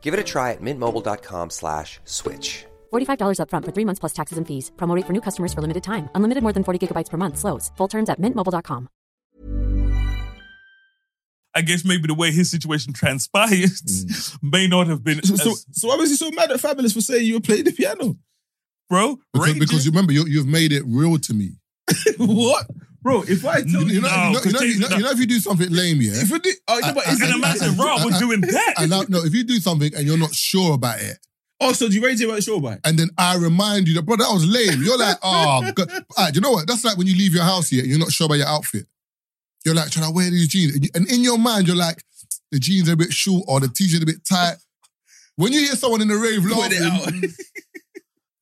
Speaker 9: Give it a try at mintmobile.com slash switch.
Speaker 10: $45 upfront for three months plus taxes and fees. Promo rate for new customers for limited time. Unlimited more than 40 gigabytes per month. Slows. Full terms at mintmobile.com.
Speaker 2: I guess maybe the way his situation transpired
Speaker 5: Mm.
Speaker 2: may not have been
Speaker 4: So, so,
Speaker 2: as-
Speaker 4: so why was he so mad at Fabulous for saying you were playing the piano?
Speaker 2: bro.
Speaker 5: Because,
Speaker 2: Ray
Speaker 5: because
Speaker 2: J-
Speaker 5: you remember, you, you've made it real to me.
Speaker 4: what, bro? If I
Speaker 5: You
Speaker 4: tell
Speaker 5: know,
Speaker 4: you,
Speaker 5: you, know, you, know, you, know, you, know, you know if you do something lame, yeah?
Speaker 4: if I did, oh, no, but is
Speaker 5: I-
Speaker 2: and
Speaker 4: it,
Speaker 5: I-
Speaker 2: imagine Rob was doing that.
Speaker 5: And now, no, if you do something and you're not sure about it,
Speaker 4: oh, so you Ray J weren't sure about it?
Speaker 5: and then I remind you that, bro, that was lame. You're like, oh, God. All right, you know what? That's like when you leave your house here and you're not sure about your outfit. You're like, trying to wear these jeans. And you- And in your mind, you're like, the jeans are a bit short or the t shirt a bit tight. When you hear someone in the rave
Speaker 2: Oh,
Speaker 4: Point it out.
Speaker 5: laughing,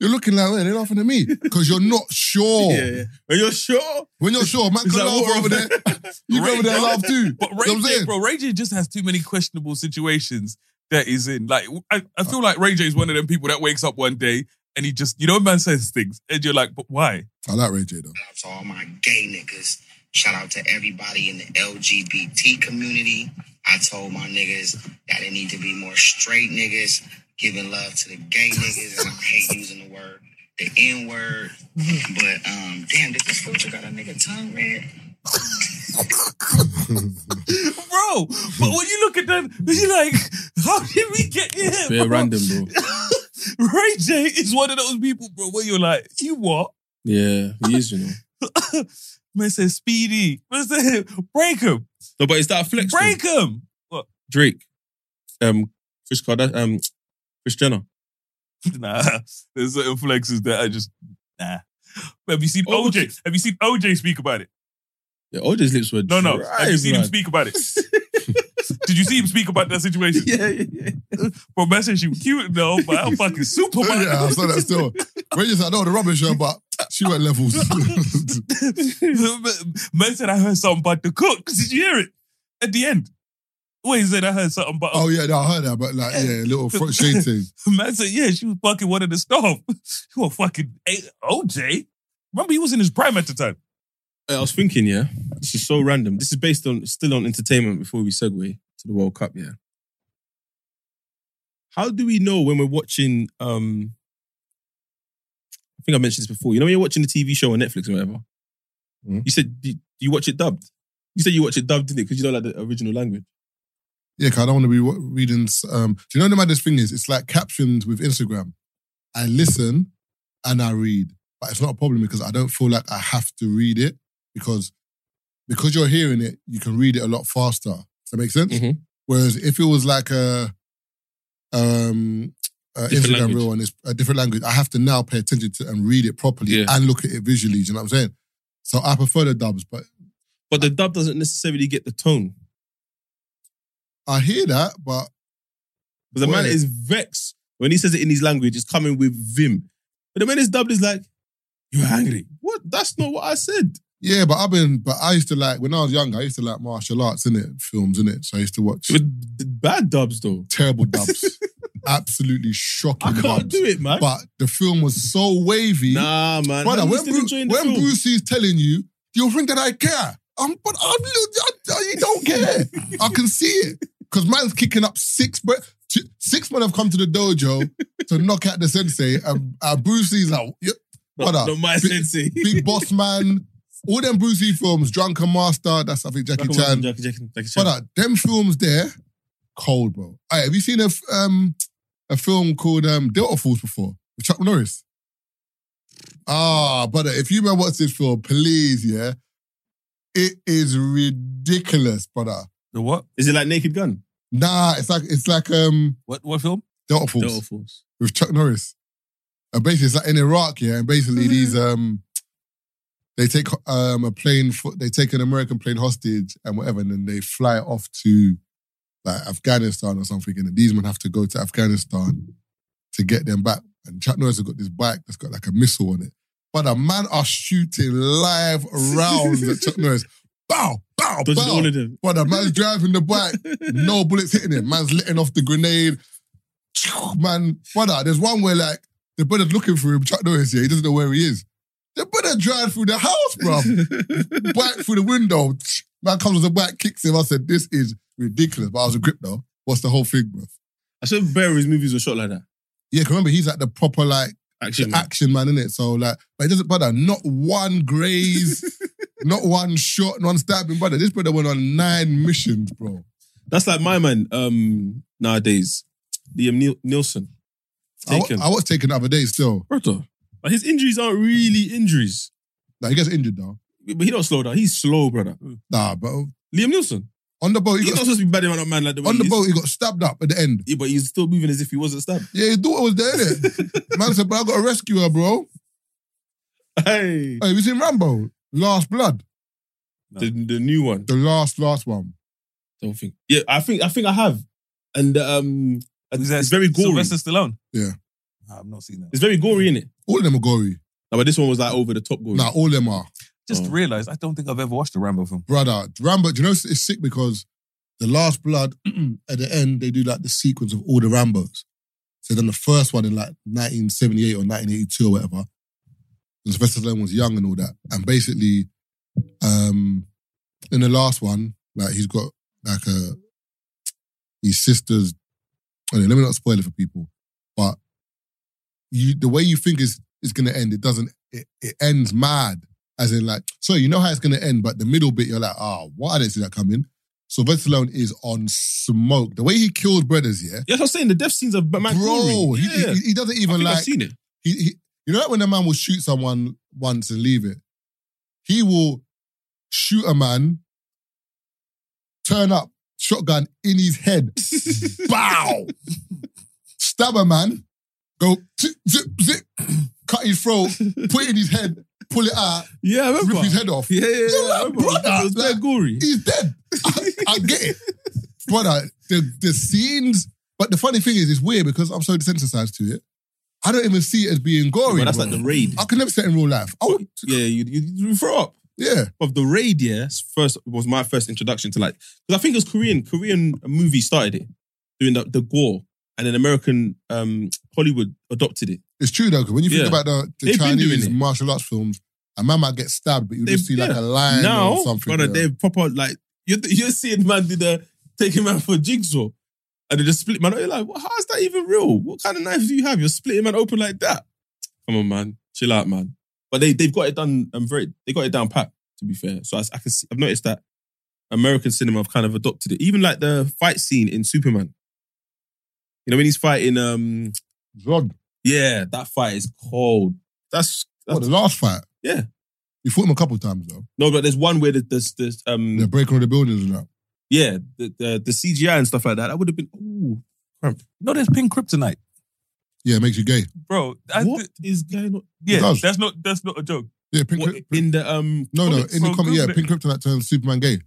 Speaker 5: you're looking like, "Well, they're laughing at me because you're not
Speaker 2: Oh.
Speaker 5: sure.
Speaker 4: Yeah, yeah. Are you sure?
Speaker 5: When you're sure, man
Speaker 4: It's
Speaker 5: can
Speaker 4: like
Speaker 5: laugh
Speaker 4: water
Speaker 5: over there. You go
Speaker 2: Right,
Speaker 5: over there and
Speaker 2: bro.
Speaker 5: laugh too.
Speaker 2: But
Speaker 5: You know what
Speaker 2: Ray
Speaker 5: I'm
Speaker 2: J,
Speaker 5: saying?
Speaker 2: bro, Ray J just has too many questionable situations that he's in. Like, I, I feel like Ray J is one of them people that wakes up one day and he just, you know, man says things and you're like, but why?
Speaker 5: I like Ray J though.
Speaker 8: Shout out to all my gay niggas. Shout out to everybody in the LGBT community. I told my niggas that it need to be more straight niggas, giving love to the gay niggas. And I hate using the word, the N word. But um, damn, did this filter got a nigga tongue red?
Speaker 2: Bro, but when you look at them, you're like, how did we get here?
Speaker 4: Very
Speaker 2: bro?
Speaker 4: random, bro.
Speaker 2: Ray J is one of those people, bro, where you're like, you what?
Speaker 4: Yeah, he is, you know.
Speaker 2: Man says, Speedy. Man says, break him.
Speaker 4: No, but is that a flex? though?
Speaker 2: Break him.
Speaker 4: Drake, um, Chris Card, um, Chris Jenner.
Speaker 2: Nah, there's certain flexes that I just, nah. Have you seen
Speaker 4: Oh,
Speaker 2: OJ? Have you seen OJ speak about it?
Speaker 4: Yeah, all these lips were
Speaker 2: No, no.
Speaker 4: dry,
Speaker 2: Have you seen him
Speaker 4: man.
Speaker 2: speak about it? Did you see him speak about that situation?
Speaker 4: Yeah, yeah, yeah.
Speaker 2: Bro, man says you cute, no, but I'm fucking supermodel.
Speaker 5: yeah, I saw that still. Ray J's like, no, the rubbish her, but she went levels.
Speaker 2: man said I heard something about the cook. Did you hear it? At the end. Wait, he said I heard something about
Speaker 5: oh yeah, no, I heard that, but like, yeah, a little front shade thing.
Speaker 2: Man said, yeah, she was fucking one of the staff. You were fucking eh, OJ. Remember, he was in his prime at the time.
Speaker 4: I was thinking, yeah, this is so random. This is based on still on entertainment before we segue to the World Cup, yeah. How do we know when we're watching um I think I mentioned this before. You know when you're watching the TV show on Netflix or whatever?
Speaker 5: Mhm.
Speaker 4: You said you, you watch it dubbed. You said you watch it dubbed, didn't it? Because you don't like the original language.
Speaker 5: Yeah, 'cause I don't want to be wa- reading. s- Um, do you know the maddest thing is? It's like captions with Instagram. I listen and I read, but it's not a problem because I don't feel like I have to read it because because you're hearing it, you can read it a lot faster. Does that make sense?
Speaker 4: Mhm.
Speaker 5: Whereas if it was like a um a
Speaker 4: Different
Speaker 5: Instagram
Speaker 4: language.
Speaker 5: reel and it's a different language, I have to now pay attention to it and read it properly
Speaker 4: Yeah.
Speaker 5: and look at it visually. Do you know what I'm saying? So I prefer the dubs, but
Speaker 4: But the dub doesn't necessarily get the tone.
Speaker 5: I hear that, but
Speaker 4: Because the man
Speaker 5: Word.
Speaker 4: is vexed when he says it in his language, it's coming with vim. But the man is dubbed is like, You're angry. What? That's not what I said.
Speaker 5: Yeah, but I've been, but I used to like, when I was younger, I used to like martial arts, innit? Films, innit? So I used to watch
Speaker 4: With b- bad dubs though.
Speaker 5: terrible dubs. Absolutely shocking
Speaker 4: I can't
Speaker 5: dubs.
Speaker 4: do it, man.
Speaker 5: But the film was so wavy.
Speaker 4: nah, man.
Speaker 5: Brother,
Speaker 4: I'm
Speaker 5: when,
Speaker 4: still
Speaker 5: Bru-
Speaker 4: enjoying the
Speaker 5: when
Speaker 4: film.
Speaker 5: Brucey is telling you, you think that I care. I'm, but I'm, I, I, you don't care. I can see it. because man's kicking up six, but six men have come to the dojo to knock out the sensei, and uh, Bruce Lee's like, "Yep, brother,
Speaker 4: No, my
Speaker 5: big-
Speaker 4: sensei.
Speaker 5: Big Boss Man, all them Bruce Lee films, Drunken Master, that's I think Jackie
Speaker 4: Jackie
Speaker 5: Chan.
Speaker 4: Jackie- Jackie- Jackie Chan.
Speaker 5: Brother, them films there, cold, bro. All right, have you seen a f- um a film called um Delta Force before with Chuck Norris? Ah, brother, if you man watch this film, please, yeah, it is ridiculous, brother.
Speaker 2: The what?
Speaker 4: Is it like Naked Gun?
Speaker 5: Nah, it's like it's like um
Speaker 2: What what film?
Speaker 5: Delta Force
Speaker 4: Delta Force.
Speaker 5: with Chuck Norris, and basically it's like in Iraq, yeah, and basically these um they take um a plane, fo- they take an American plane hostage and whatever, and then they fly it off to like Afghanistan or something, and these men have to go to Afghanistan to get them back. And Chuck Norris has got this bike that's got like a missile on it, but a man are shooting live rounds at Chuck Norris. Bow, bow,
Speaker 4: Dodging
Speaker 5: bow.
Speaker 4: all of them.
Speaker 5: But the man's driving the bike, no bullets hitting him. Man's letting off the grenade. Man, brother, there's one where like the brother's looking for him. Chuck Norris, yeah, he doesn't know where he is. The brother drive through the house, bro. bike through the window. Man comes with a bike, kicks him. I said, this is ridiculous. But I was a grip though. What's the whole thing, bro?
Speaker 4: I said Barry's movies were shot like that.
Speaker 5: Yeah, 'cause remember he's like the proper like
Speaker 4: Action.
Speaker 5: the action man, innit? So like, but it doesn't brother, not one graze, not one shot, not one stabbing, brother. This brother went on nine missions, bro.
Speaker 4: That's like my man um, nowadays, Liam Niel- Nielsen.
Speaker 5: I, wa-
Speaker 4: Taken.
Speaker 5: I was taken the other day still.
Speaker 4: Brother. Like his injuries aren't really injuries.
Speaker 5: Like he gets injured though.
Speaker 4: But he don't slow down. He's slow, brother.
Speaker 2: Hmm.
Speaker 5: Nah, but on
Speaker 4: Liam Nielsen.
Speaker 5: the boat, he
Speaker 4: He's not
Speaker 5: got,
Speaker 4: supposed to be batting on that man like the way
Speaker 5: on
Speaker 4: he
Speaker 5: the
Speaker 4: is.
Speaker 5: boat, he got stabbed up at the end.
Speaker 4: Yeah, but he's still moving as if he wasn't stabbed.
Speaker 5: Yeah, his daughter was there, innit? man said, but I got to rescue her, bro.
Speaker 4: Hey.
Speaker 5: Hey, have you seen Rambo? Last Blood.
Speaker 4: The, the new one.
Speaker 5: The last, last one.
Speaker 4: Don't think. Yeah, I think I think I have. And um
Speaker 2: Is
Speaker 4: it's
Speaker 2: that
Speaker 4: very gory.
Speaker 2: Sylvester Stallone.
Speaker 5: Yeah.
Speaker 2: Nah, I've not seen that.
Speaker 4: It's very gory, innit?
Speaker 5: All of them are gory.
Speaker 4: No, but this one was like over the top gory.
Speaker 5: Nah, all of them are.
Speaker 2: Just
Speaker 4: Oh.
Speaker 2: realized I don't think I've ever watched a Rambo film.
Speaker 5: brother. Rambo, do you know it's it's sick because the Last Blood at the end they do like the sequence of all the Rambo's. So then the first one in like 1978 or 1982 or whatever, and Sylvester Stallone was young and all that, and basically, um, in the last one, like he's got like a his sister's. Okay, let me not spoil it for people, but you the way you think is is gonna end, it doesn't. It, it ends mad. As in, like, so you know how it's going to end, but the middle bit, you're like, ah, oh, what? I didn't see that coming. So Stallone is on smoke. The way he kills brothers, yeah?
Speaker 4: Yeah, that's what I'm saying. The death scenes are man
Speaker 5: Bro,
Speaker 4: gory.
Speaker 5: he,
Speaker 4: Yeah.
Speaker 5: he, he doesn't
Speaker 4: I
Speaker 5: even
Speaker 4: think
Speaker 5: like,
Speaker 4: I've seen it.
Speaker 5: he, he, you know that when a man will shoot someone once and leave it? He will shoot a man, turn up, shotgun in his head, bow, stab a man, go zip, zip, zip, cut his throat, put it in his head, pull it out,
Speaker 4: Yeah, I remember.
Speaker 5: rip his head off.
Speaker 4: Yeah, yeah, yeah.
Speaker 5: You're
Speaker 4: I
Speaker 5: like,
Speaker 4: remember.
Speaker 5: brother,
Speaker 4: it was very
Speaker 5: like-
Speaker 4: gory.
Speaker 5: he's dead. I, I get it. Brother, the, the scenes, but the funny thing is, it's weird because I'm so desensitized to it. I don't even see it as being gory.
Speaker 4: But that's
Speaker 5: bro.
Speaker 4: like the raid.
Speaker 5: I can never see it in real life. I would,
Speaker 4: yeah, you, you, you throw up.
Speaker 5: yeah.
Speaker 4: Of the raid, yeah, first was my first introduction to like because I think it was Korean Korean movie started it doing the, the gore, and then American um Hollywood adopted it.
Speaker 5: It's true though, 'cause when you think
Speaker 4: Yeah.
Speaker 5: about the, the
Speaker 4: They've been doing
Speaker 5: Chinese
Speaker 4: it.
Speaker 5: martial arts films, a man might get stabbed, but you just see
Speaker 4: They've-
Speaker 5: like
Speaker 4: yeah.
Speaker 5: a lion
Speaker 4: now,
Speaker 5: or something.
Speaker 4: brother,
Speaker 5: yeah.
Speaker 4: they're proper like you're, you're seeing man do the taking man for jigsaw, and they just split man. You're like, well, how is that even real? What kind of knife do you have? You're splitting man open like that. Come on, man, chill out, man. But they they've got it done. I'm very they got it down pat. To be fair, so I, I can see, I've noticed that American cinema have kind of adopted it. Even like the fight scene in Superman. You know when he's fighting, um,
Speaker 5: Zod.
Speaker 4: yeah, that fight is cold. That's, that's
Speaker 5: What, the last fight?
Speaker 4: Yeah.
Speaker 5: You fought him a couple times though.
Speaker 4: no, but there's one where the, the, the um
Speaker 5: They're breaking all the buildings and that.
Speaker 4: yeah, the, the the CGI and stuff like that, that would have been ooh,
Speaker 2: No, there's Pink Kryptonite,
Speaker 5: Yeah, it makes you gay.
Speaker 2: bro. I,
Speaker 4: what is going on?
Speaker 5: It
Speaker 2: Yeah,
Speaker 5: does.
Speaker 2: that's not that's not a joke.
Speaker 5: Yeah, pink,
Speaker 4: What, in the um
Speaker 5: No, no,
Speaker 2: Comics,
Speaker 5: in the
Speaker 2: bro,
Speaker 5: comic, yeah,
Speaker 2: Google
Speaker 5: Pink
Speaker 2: it.
Speaker 5: Kryptonite turns Superman gay.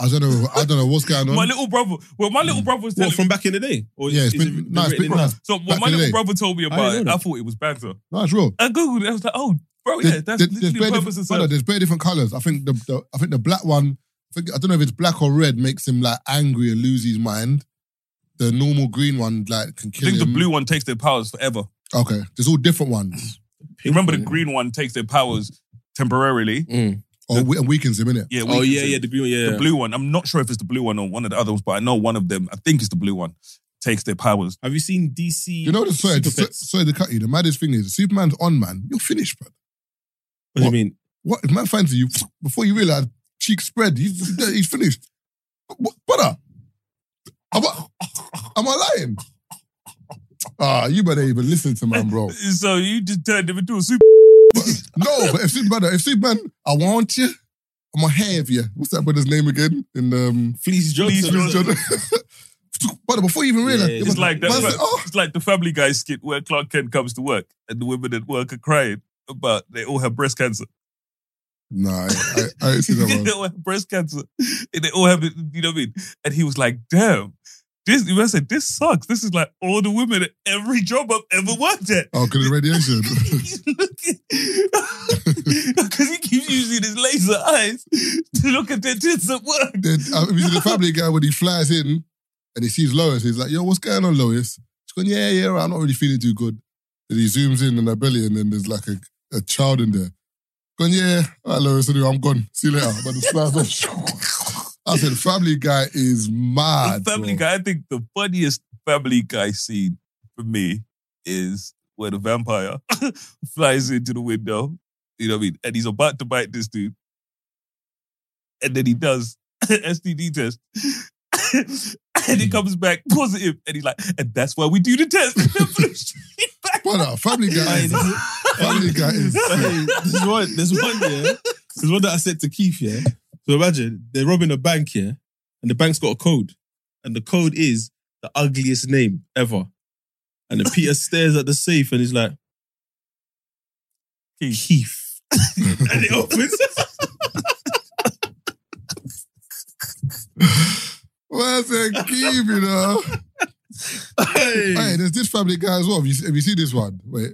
Speaker 5: I don't know. I don't know what's going on.
Speaker 2: My little brother. Well, my
Speaker 5: Mm.
Speaker 2: little brother was telling
Speaker 4: what from back in the day? Or
Speaker 5: yeah, it's
Speaker 4: is
Speaker 5: been
Speaker 4: it
Speaker 5: no, it's been
Speaker 4: written in
Speaker 5: no,
Speaker 4: that?
Speaker 5: it's-
Speaker 2: me. So when
Speaker 5: back
Speaker 2: my
Speaker 5: in the
Speaker 2: little
Speaker 5: day.
Speaker 2: brother told me about
Speaker 4: didn't
Speaker 2: it,
Speaker 4: know
Speaker 2: I
Speaker 4: that.
Speaker 2: thought it was banter.
Speaker 5: no, it's real.
Speaker 2: I googled. it. I was like, oh, bro, yeah, that's
Speaker 5: There's- there's
Speaker 2: literally the
Speaker 5: bare
Speaker 2: purpose
Speaker 5: different-
Speaker 2: of
Speaker 5: brother,
Speaker 2: search.
Speaker 5: There's very different colors. I think the, the I think the black one. I, think, I don't know if it's black or red makes him like angry and lose his mind. The normal green one like can
Speaker 2: I
Speaker 5: kill
Speaker 2: think the
Speaker 5: him.
Speaker 2: blue one takes their powers forever.
Speaker 5: Okay, there's all different ones.
Speaker 2: Remember, the green one takes their powers temporarily,
Speaker 4: Mm.
Speaker 5: Or we- and weakens him, innit?
Speaker 2: Yeah,
Speaker 4: Oh
Speaker 2: weakens
Speaker 4: yeah,
Speaker 2: him.
Speaker 4: yeah, the green one, yeah.
Speaker 2: The
Speaker 4: yeah.
Speaker 2: blue one. I'm not sure if it's the blue one or one of the other ones, but I know one of them. I think it's the blue one. Takes their powers.
Speaker 4: Have you seen DC?
Speaker 5: You know the sorry,
Speaker 4: Super
Speaker 5: sorry,
Speaker 4: Pets?
Speaker 5: sorry to cut you. The maddest thing is, Superman's on, man. You're finished, bro.
Speaker 4: What do you mean?
Speaker 5: What if man finds you before you realize cheek spread? He's, he's finished, What- brother. Am I, am I lying? Ah, you better even listen to man, bro.
Speaker 2: So you just turned him into a super.
Speaker 5: No, but if this brother, if this man, I want you. I'm gonna have you. What's that brother's name again? In um,
Speaker 4: Fleece Johnson.
Speaker 5: Jordan. brother, before you even realize,
Speaker 4: Yeah,
Speaker 5: it
Speaker 4: it's
Speaker 5: was-
Speaker 2: like that,
Speaker 5: man
Speaker 2: but-
Speaker 5: said, oh,
Speaker 2: It's like the Family Guy skit where Clark Kent comes to work and the women at work are crying, but they all have breast cancer.
Speaker 5: nah, I, I, I ain't seen that one.
Speaker 2: they all have breast cancer. And they all have, it, you know what I mean? And he was like, damn, this, I said, this sucks. This is like all the women at every job I've ever worked at.
Speaker 5: Oh, because of radiation.
Speaker 2: He's looking because he keeps using his laser eyes to look at their tits at work.
Speaker 5: Then, uh, if you see the family guy when he flies in and he sees Lois, he's like, yo, what's going on, Lois? She's going, yeah, yeah, right, I'm not really feeling too good. And he zooms in on her belly and then there's like a, a child in there. Going, yeah, all right, Lois, anyway, I'm gone. See you later. But the flies off. I said, family guy is mad.
Speaker 2: The Family
Speaker 5: bro.
Speaker 2: Guy. I think the funniest Family Guy scene for me is where the vampire flies into the window. You know what I mean? And he's about to bite this dude, and then he does STD test. and he comes back positive, and he's like, and that's why we do the test. Straight back.
Speaker 5: Brother, family guy is, family guy is sick.
Speaker 4: Hey, there's one, there's one, yeah. There's one that I said to Keith, yeah. So imagine they're robbing a bank, yeah, and the bank's got a code, and the code is the ugliest name ever. And then Peter stares at the safe and he's like,
Speaker 2: Keith.
Speaker 4: Keith. and it opens.
Speaker 5: Where's the keep, you know? Hey, there's this family guy as well. Have you, have you seen this one? Wait.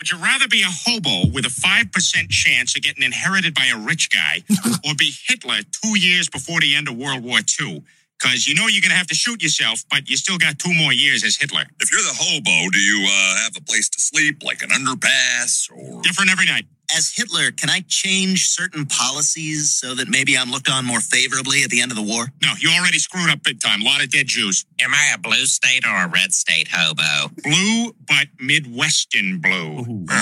Speaker 8: Would you rather be a hobo with a 5% chance of getting inherited by a rich guy or be Hitler two years before the end of World War II? Because you know you're going to have to shoot yourself, but you still got two more years as Hitler.
Speaker 7: If you're the hobo, do you uh, have a place to sleep, like an underpass or?
Speaker 8: Different every night.
Speaker 11: As Hitler, can I change certain policies so that maybe I'm looked on more favorably at the end of the war?
Speaker 8: No, you already screwed up big time. A lot of dead Jews.
Speaker 11: Am I a blue state or a red state hobo?
Speaker 8: Blue, but Midwestern blue.
Speaker 11: Oh, boy.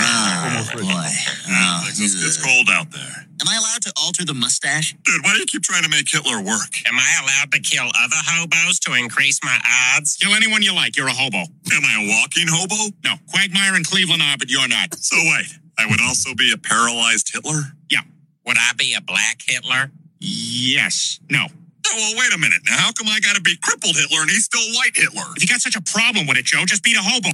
Speaker 11: Oh,
Speaker 7: It's, it's
Speaker 11: ugh.
Speaker 7: cold out there,
Speaker 11: Am I allowed to alter the mustache?
Speaker 7: dude. Why do you keep trying to make Hitler work?
Speaker 8: Am I allowed to kill other hobos to increase my odds? Kill anyone you like. You're a hobo.
Speaker 7: Am I a walking hobo?
Speaker 8: No, Quagmire and Cleveland are, but you're not.
Speaker 7: So wait, I would also be a paralyzed Hitler.
Speaker 11: Would I be a black Hitler?
Speaker 8: Yes. No.
Speaker 7: Oh, well, wait a minute. Now, how come I got to be crippled Hitler and he's still white Hitler?
Speaker 8: If you got such a problem with it, Joe, just beat a hobo.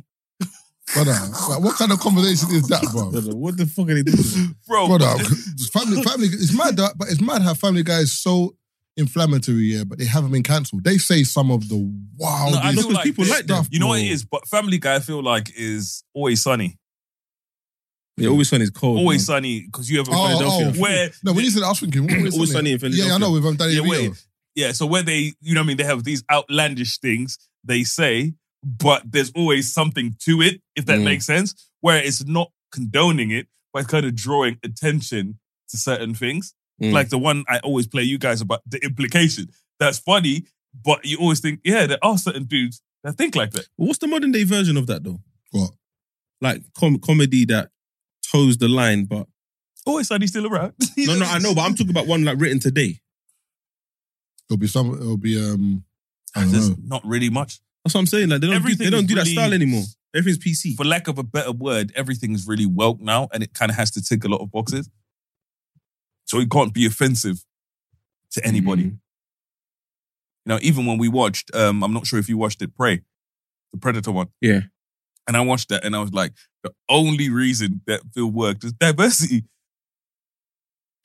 Speaker 5: Brother, like, what kind of conversation is that, bro?
Speaker 4: what the fuck are they doing?
Speaker 2: Bro,
Speaker 5: Brother, family, family, it's mad, that- but it's mad how Family Guy is so inflammatory, yeah, but they haven't been cancelled. They say some of the
Speaker 2: No, I
Speaker 5: wildest
Speaker 2: feel like
Speaker 5: people
Speaker 2: this-
Speaker 5: like stuff.
Speaker 2: you know what it
Speaker 5: bro.
Speaker 2: is? But Family Guy, I feel like, is always sunny.
Speaker 4: Oh, Yeah, always funny is cold.
Speaker 2: Always
Speaker 4: man.
Speaker 2: sunny because you have a
Speaker 5: Oh,
Speaker 2: Philadelphia
Speaker 5: oh,
Speaker 2: where
Speaker 5: No, when you said I was thinking, what was
Speaker 4: Always
Speaker 5: it?
Speaker 4: sunny in Philadelphia.
Speaker 5: Yeah, I know, with um, Danny
Speaker 2: Yeah,
Speaker 5: DeVito.
Speaker 2: wait. yeah, so where they you know what I mean they have these outlandish things they say, but there's always something to it if that
Speaker 4: Mm.
Speaker 2: makes sense. Where it's not condoning it, but kind of drawing attention to certain things.
Speaker 4: Mm.
Speaker 2: Like the one I always play you guys about the implication. That's funny, but you always think yeah there are certain dudes that think like that.
Speaker 4: What's the modern day version of that though?
Speaker 5: What?
Speaker 4: Like com- comedy that toes the line, but
Speaker 2: Always sunny still around.
Speaker 4: no, no, I know, but I'm talking about one like written today.
Speaker 5: There'll be some, it'll be, um, I don't
Speaker 2: There's
Speaker 5: know.
Speaker 2: not really much.
Speaker 4: That's what I'm saying. Like they don't, do,
Speaker 2: Everything
Speaker 4: they don't
Speaker 2: is
Speaker 4: do that
Speaker 2: really-
Speaker 4: style anymore. Everything's PC.
Speaker 2: For lack of a better word, everything's really woke now, and it kind of has to tick a lot of boxes. So it can't be offensive to anybody. You know, even when we watched, um, I'm not sure if you watched it, Prey, the Predator one.
Speaker 4: Yeah.
Speaker 2: And I watched that and I was like, the only reason that film worked is diversity.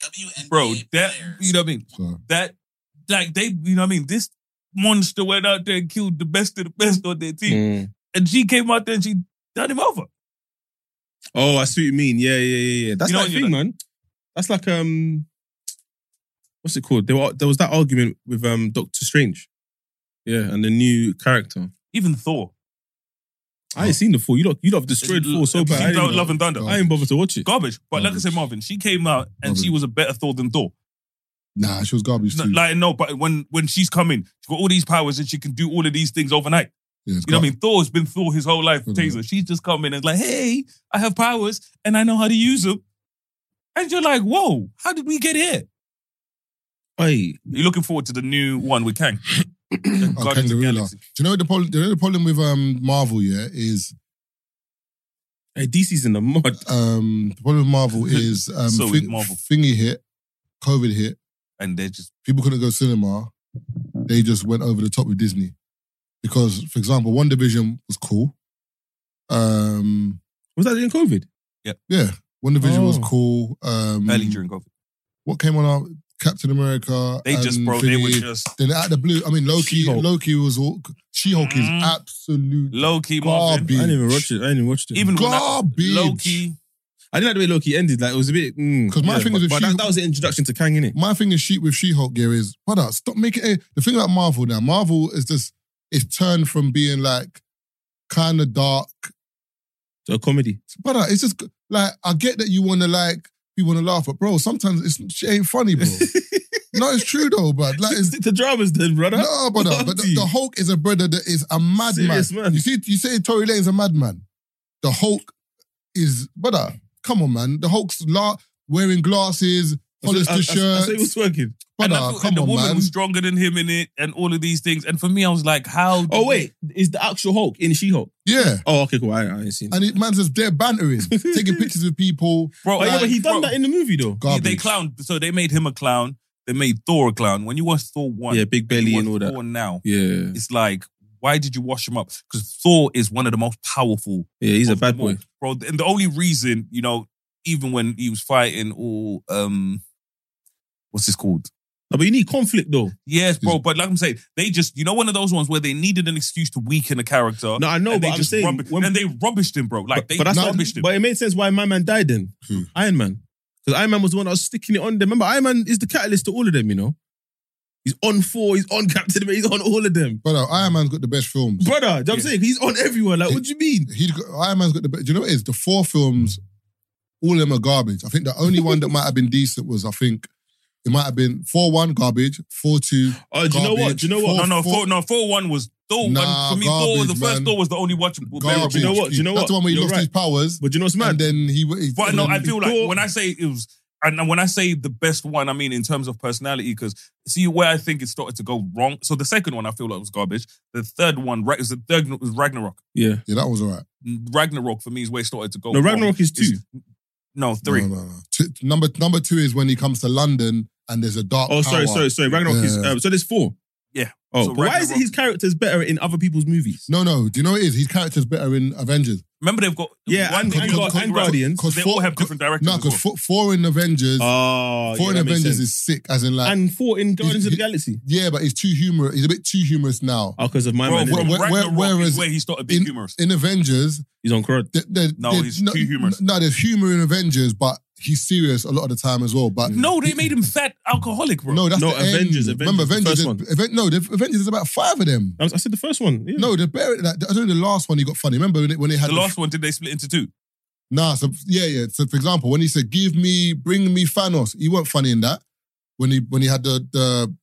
Speaker 11: WNBA
Speaker 2: Bro, that, you know what I mean?
Speaker 5: So,
Speaker 2: That, like, they, you know what I mean? This monster went out there and killed the best of the best on their team.
Speaker 4: Mm.
Speaker 2: And she came out there and she done him over.
Speaker 4: Oh, I see what you mean. Yeah, yeah, yeah, yeah. That's
Speaker 2: You know
Speaker 4: that
Speaker 2: what you
Speaker 4: thing, man. That's like um, what's it called? There, were, there was that argument with um Doctor Strange. Yeah, and the new character.
Speaker 2: Even Thor.
Speaker 4: I ain't seen the four. You lot, you lot have destroyed four so bad. I
Speaker 2: She
Speaker 4: ain't
Speaker 2: wrote
Speaker 4: even-
Speaker 2: Love and Thunder.
Speaker 4: I ain't bothered to watch it.
Speaker 2: Garbage. But like I said, Marvin, she came out and she was a better Thor than Thor.
Speaker 5: Nah, she was garbage
Speaker 2: No,
Speaker 5: too.
Speaker 2: like no, but when when she's coming, she's got all these powers and she can do all of these things overnight.
Speaker 5: Yeah, it's
Speaker 2: You know what I
Speaker 5: gar-
Speaker 2: mean? Thor's been Thor his whole life.
Speaker 4: Mm-hmm.
Speaker 2: Taser, she's just come in and like, hey, I have powers and I know how to use them. And you're like, whoa, how did we get here?
Speaker 4: Hey,
Speaker 2: You're looking forward to the new one with Kang.
Speaker 5: Oh,
Speaker 2: Guardians of the
Speaker 5: Kangaroo.
Speaker 2: Galaxy.
Speaker 5: Do you know what the problem? Do you know the problem with um, Marvel? Yeah, is
Speaker 4: hey, DC's in the mud.
Speaker 5: um, the problem with Marvel is um,
Speaker 2: So
Speaker 5: thi-
Speaker 2: is Marvel.
Speaker 5: thingy hit, COVID hit.
Speaker 2: And they're just
Speaker 5: People couldn't go to cinema. They just went over the top with Disney because, for example, One Division was cool. Um,
Speaker 4: Was that in COVID?
Speaker 5: yeah, One Division was
Speaker 4: Oh.
Speaker 5: cool. Um,
Speaker 4: Mm.
Speaker 2: early during COVID.
Speaker 5: what came on our Captain America?
Speaker 2: They just
Speaker 5: and
Speaker 2: bro, they were
Speaker 5: thingy.
Speaker 2: just
Speaker 5: Then out of the blue, I mean, Loki.
Speaker 4: She-Hulk.
Speaker 5: Loki was all. She-Hulk is
Speaker 2: Mm.
Speaker 5: absolute
Speaker 2: low key Marvin.
Speaker 5: garbage.
Speaker 4: I didn't even watch it. I didn't even watch it.
Speaker 2: Even when that
Speaker 5: Garbage.
Speaker 2: low key,
Speaker 4: I didn't like the way Loki ended. Like it was a bit. mm,
Speaker 5: 'Cause my thing
Speaker 4: but,
Speaker 5: is if
Speaker 4: but
Speaker 5: she-
Speaker 4: that, that was the introduction to Kang, innit?
Speaker 5: My thing is she with She-Hulk gear is, brother, stop making eh, the thing about Marvel now. Marvel is just it's turned from being like kind of dark,
Speaker 4: So a comedy.
Speaker 5: brother. It's just like I get that you want to like you want to laugh, but bro, sometimes it's she ain't funny, bro. no, it's true though, bro. Like it's
Speaker 4: the drama's done, brother.
Speaker 5: no, brother. But the, the Hulk is a brother that is a madman.
Speaker 4: Serious man.
Speaker 5: You see, you say Tory Lane's a madman. The Hulk is brother. Come on, man. The Hulk's la- wearing glasses,
Speaker 4: I, I,
Speaker 5: polished
Speaker 4: I,
Speaker 5: shirt.
Speaker 4: said it was working.
Speaker 2: and,
Speaker 5: Brother,
Speaker 2: I thought-
Speaker 5: come
Speaker 2: and the
Speaker 5: on,
Speaker 2: woman
Speaker 5: man.
Speaker 2: was stronger than him in it, and all of these things. And for me, I was like, how?
Speaker 4: Oh wait, is the actual Hulk in She-Hulk?
Speaker 5: Yeah.
Speaker 4: Oh okay, cool. I, I ain't seen. it.
Speaker 5: And it man's just there bantering, taking pictures with people.
Speaker 2: bro,
Speaker 4: Oh, yeah, but he done
Speaker 2: bro,
Speaker 4: that in the movie though.
Speaker 5: Garbage.
Speaker 2: They clowned. So they made him a clown. They made Thor a clown. When you watch Thor one,
Speaker 4: Yeah, big belly
Speaker 2: you
Speaker 4: and
Speaker 2: watch
Speaker 4: all that.
Speaker 2: Thor now,
Speaker 4: Yeah,
Speaker 2: it's like, why did you wash him up? Because Thor is one of the most powerful.
Speaker 4: yeah, he's a
Speaker 2: of
Speaker 4: bad
Speaker 2: them all.
Speaker 4: boy.
Speaker 2: bro. And the only reason, you know, even when he was fighting all, um, what's this called?
Speaker 4: No, but you need conflict though.
Speaker 2: Yes, bro. But like I'm saying, they just, you know, one of those ones where they needed an excuse to weaken a character.
Speaker 4: No, I know,
Speaker 2: and
Speaker 4: but
Speaker 2: they
Speaker 4: I'm
Speaker 2: just
Speaker 4: saying
Speaker 2: rubbish-
Speaker 4: when-
Speaker 2: and they rubbished him, bro. Like they
Speaker 4: but that's not.
Speaker 2: rubbished him.
Speaker 4: But it made sense why my man died then.
Speaker 5: Hmm.
Speaker 4: Iron Man, because Iron Man was the one that was sticking it on them. Remember, Iron Man is the catalyst to all of them. You know, he's on four. He's on Captain America. He's on all of them,
Speaker 5: Brother, Iron Man's got the best films.
Speaker 4: brother. Do you know what I'm saying he's on everyone. Like, what do you mean?
Speaker 5: He's got, Iron Man's got the best. Do you know what it is? The four films, all of them are garbage. I think the only one that might have been decent was, I think, it might have been 4 1 garbage, 4 2.
Speaker 4: Oh, do you know what? Do you know what?
Speaker 2: no, no,
Speaker 5: Thor-
Speaker 2: Thor, no, Thor one was Thor
Speaker 5: Nah,
Speaker 2: one for me. Thor, the
Speaker 5: garbage,
Speaker 2: first
Speaker 5: man.
Speaker 2: Thor was the only watchable.
Speaker 5: Garbage.
Speaker 4: you know what? Do you know
Speaker 5: That's
Speaker 4: what?
Speaker 5: the one where he
Speaker 4: You're
Speaker 5: lost
Speaker 4: right.
Speaker 5: his powers.
Speaker 4: But do you know what's mad?
Speaker 5: And then he. he
Speaker 2: But
Speaker 5: and
Speaker 2: no,
Speaker 5: then
Speaker 2: I feel like
Speaker 4: Thor-
Speaker 2: when I say it was, and when I say the best one, I mean in terms of personality, because see where I think it started to go wrong. So the second one I feel like was garbage. The third one, right, was the third was Ragnarok.
Speaker 4: yeah.
Speaker 5: Yeah, that was all right.
Speaker 2: Ragnarok for me is where it started to go.
Speaker 4: No,
Speaker 2: wrong.
Speaker 4: Ragnarok is two.
Speaker 2: Oh, It's- No, three.
Speaker 5: No, no, no. Two, number, number two is when he comes to London and there's a dark.
Speaker 4: Oh, sorry,
Speaker 5: power.
Speaker 4: sorry, sorry. Ragnarok is
Speaker 5: Yeah.
Speaker 4: um, so there's four.
Speaker 2: Yeah.
Speaker 4: Oh,
Speaker 2: So
Speaker 4: but why is it
Speaker 2: Ragnarok-
Speaker 4: his character's better in other people's movies?
Speaker 5: No, no. Do you know what it is? His character's better in Avengers.
Speaker 2: Remember they've got
Speaker 4: Yeah,
Speaker 2: one
Speaker 4: and-
Speaker 2: thing
Speaker 4: and
Speaker 2: you
Speaker 4: Guard-
Speaker 2: got-
Speaker 4: and Guardians.
Speaker 2: They all have different directors.
Speaker 5: No,
Speaker 2: as well.
Speaker 5: because four, four in Avengers,
Speaker 4: Oh,
Speaker 5: four
Speaker 4: yeah,
Speaker 5: in
Speaker 4: that makes
Speaker 5: Avengers
Speaker 4: sense.
Speaker 5: is sick, as in like.
Speaker 4: and four in Guardians of the
Speaker 5: he-
Speaker 4: Galaxy.
Speaker 5: Yeah, but he's too humorous. He's a bit too humorous now.
Speaker 4: Oh, because of my man.
Speaker 2: Bro,
Speaker 4: isn't
Speaker 2: from
Speaker 4: it?
Speaker 5: where- where-
Speaker 2: Ragnarok
Speaker 5: whereas
Speaker 2: is where he started being
Speaker 5: In,
Speaker 2: humorous.
Speaker 5: in Avengers,
Speaker 4: He's on crud.
Speaker 5: th- there-
Speaker 2: No,
Speaker 5: there's
Speaker 2: he's too humorous.
Speaker 5: No, there's humor in Avengers, but he's serious a lot of the time as well. But
Speaker 2: No, they made him fat alcoholic, bro.
Speaker 5: no, that's
Speaker 4: No,
Speaker 5: the end.
Speaker 4: Avengers, Avengers,
Speaker 5: Remember,
Speaker 4: the
Speaker 5: Avengers.
Speaker 4: first one.
Speaker 5: is- Aven- no, the Avengers is about five of them.
Speaker 4: I, was, I said the first one. Yeah.
Speaker 5: No, the bear, like, I don't know the last one he got funny. Remember when they, when they had
Speaker 2: the last one did they split into two?
Speaker 5: Nah, so yeah, yeah. So for example, when he said, "Give me, bring me Thanos," he weren't funny in that. When he when he had the the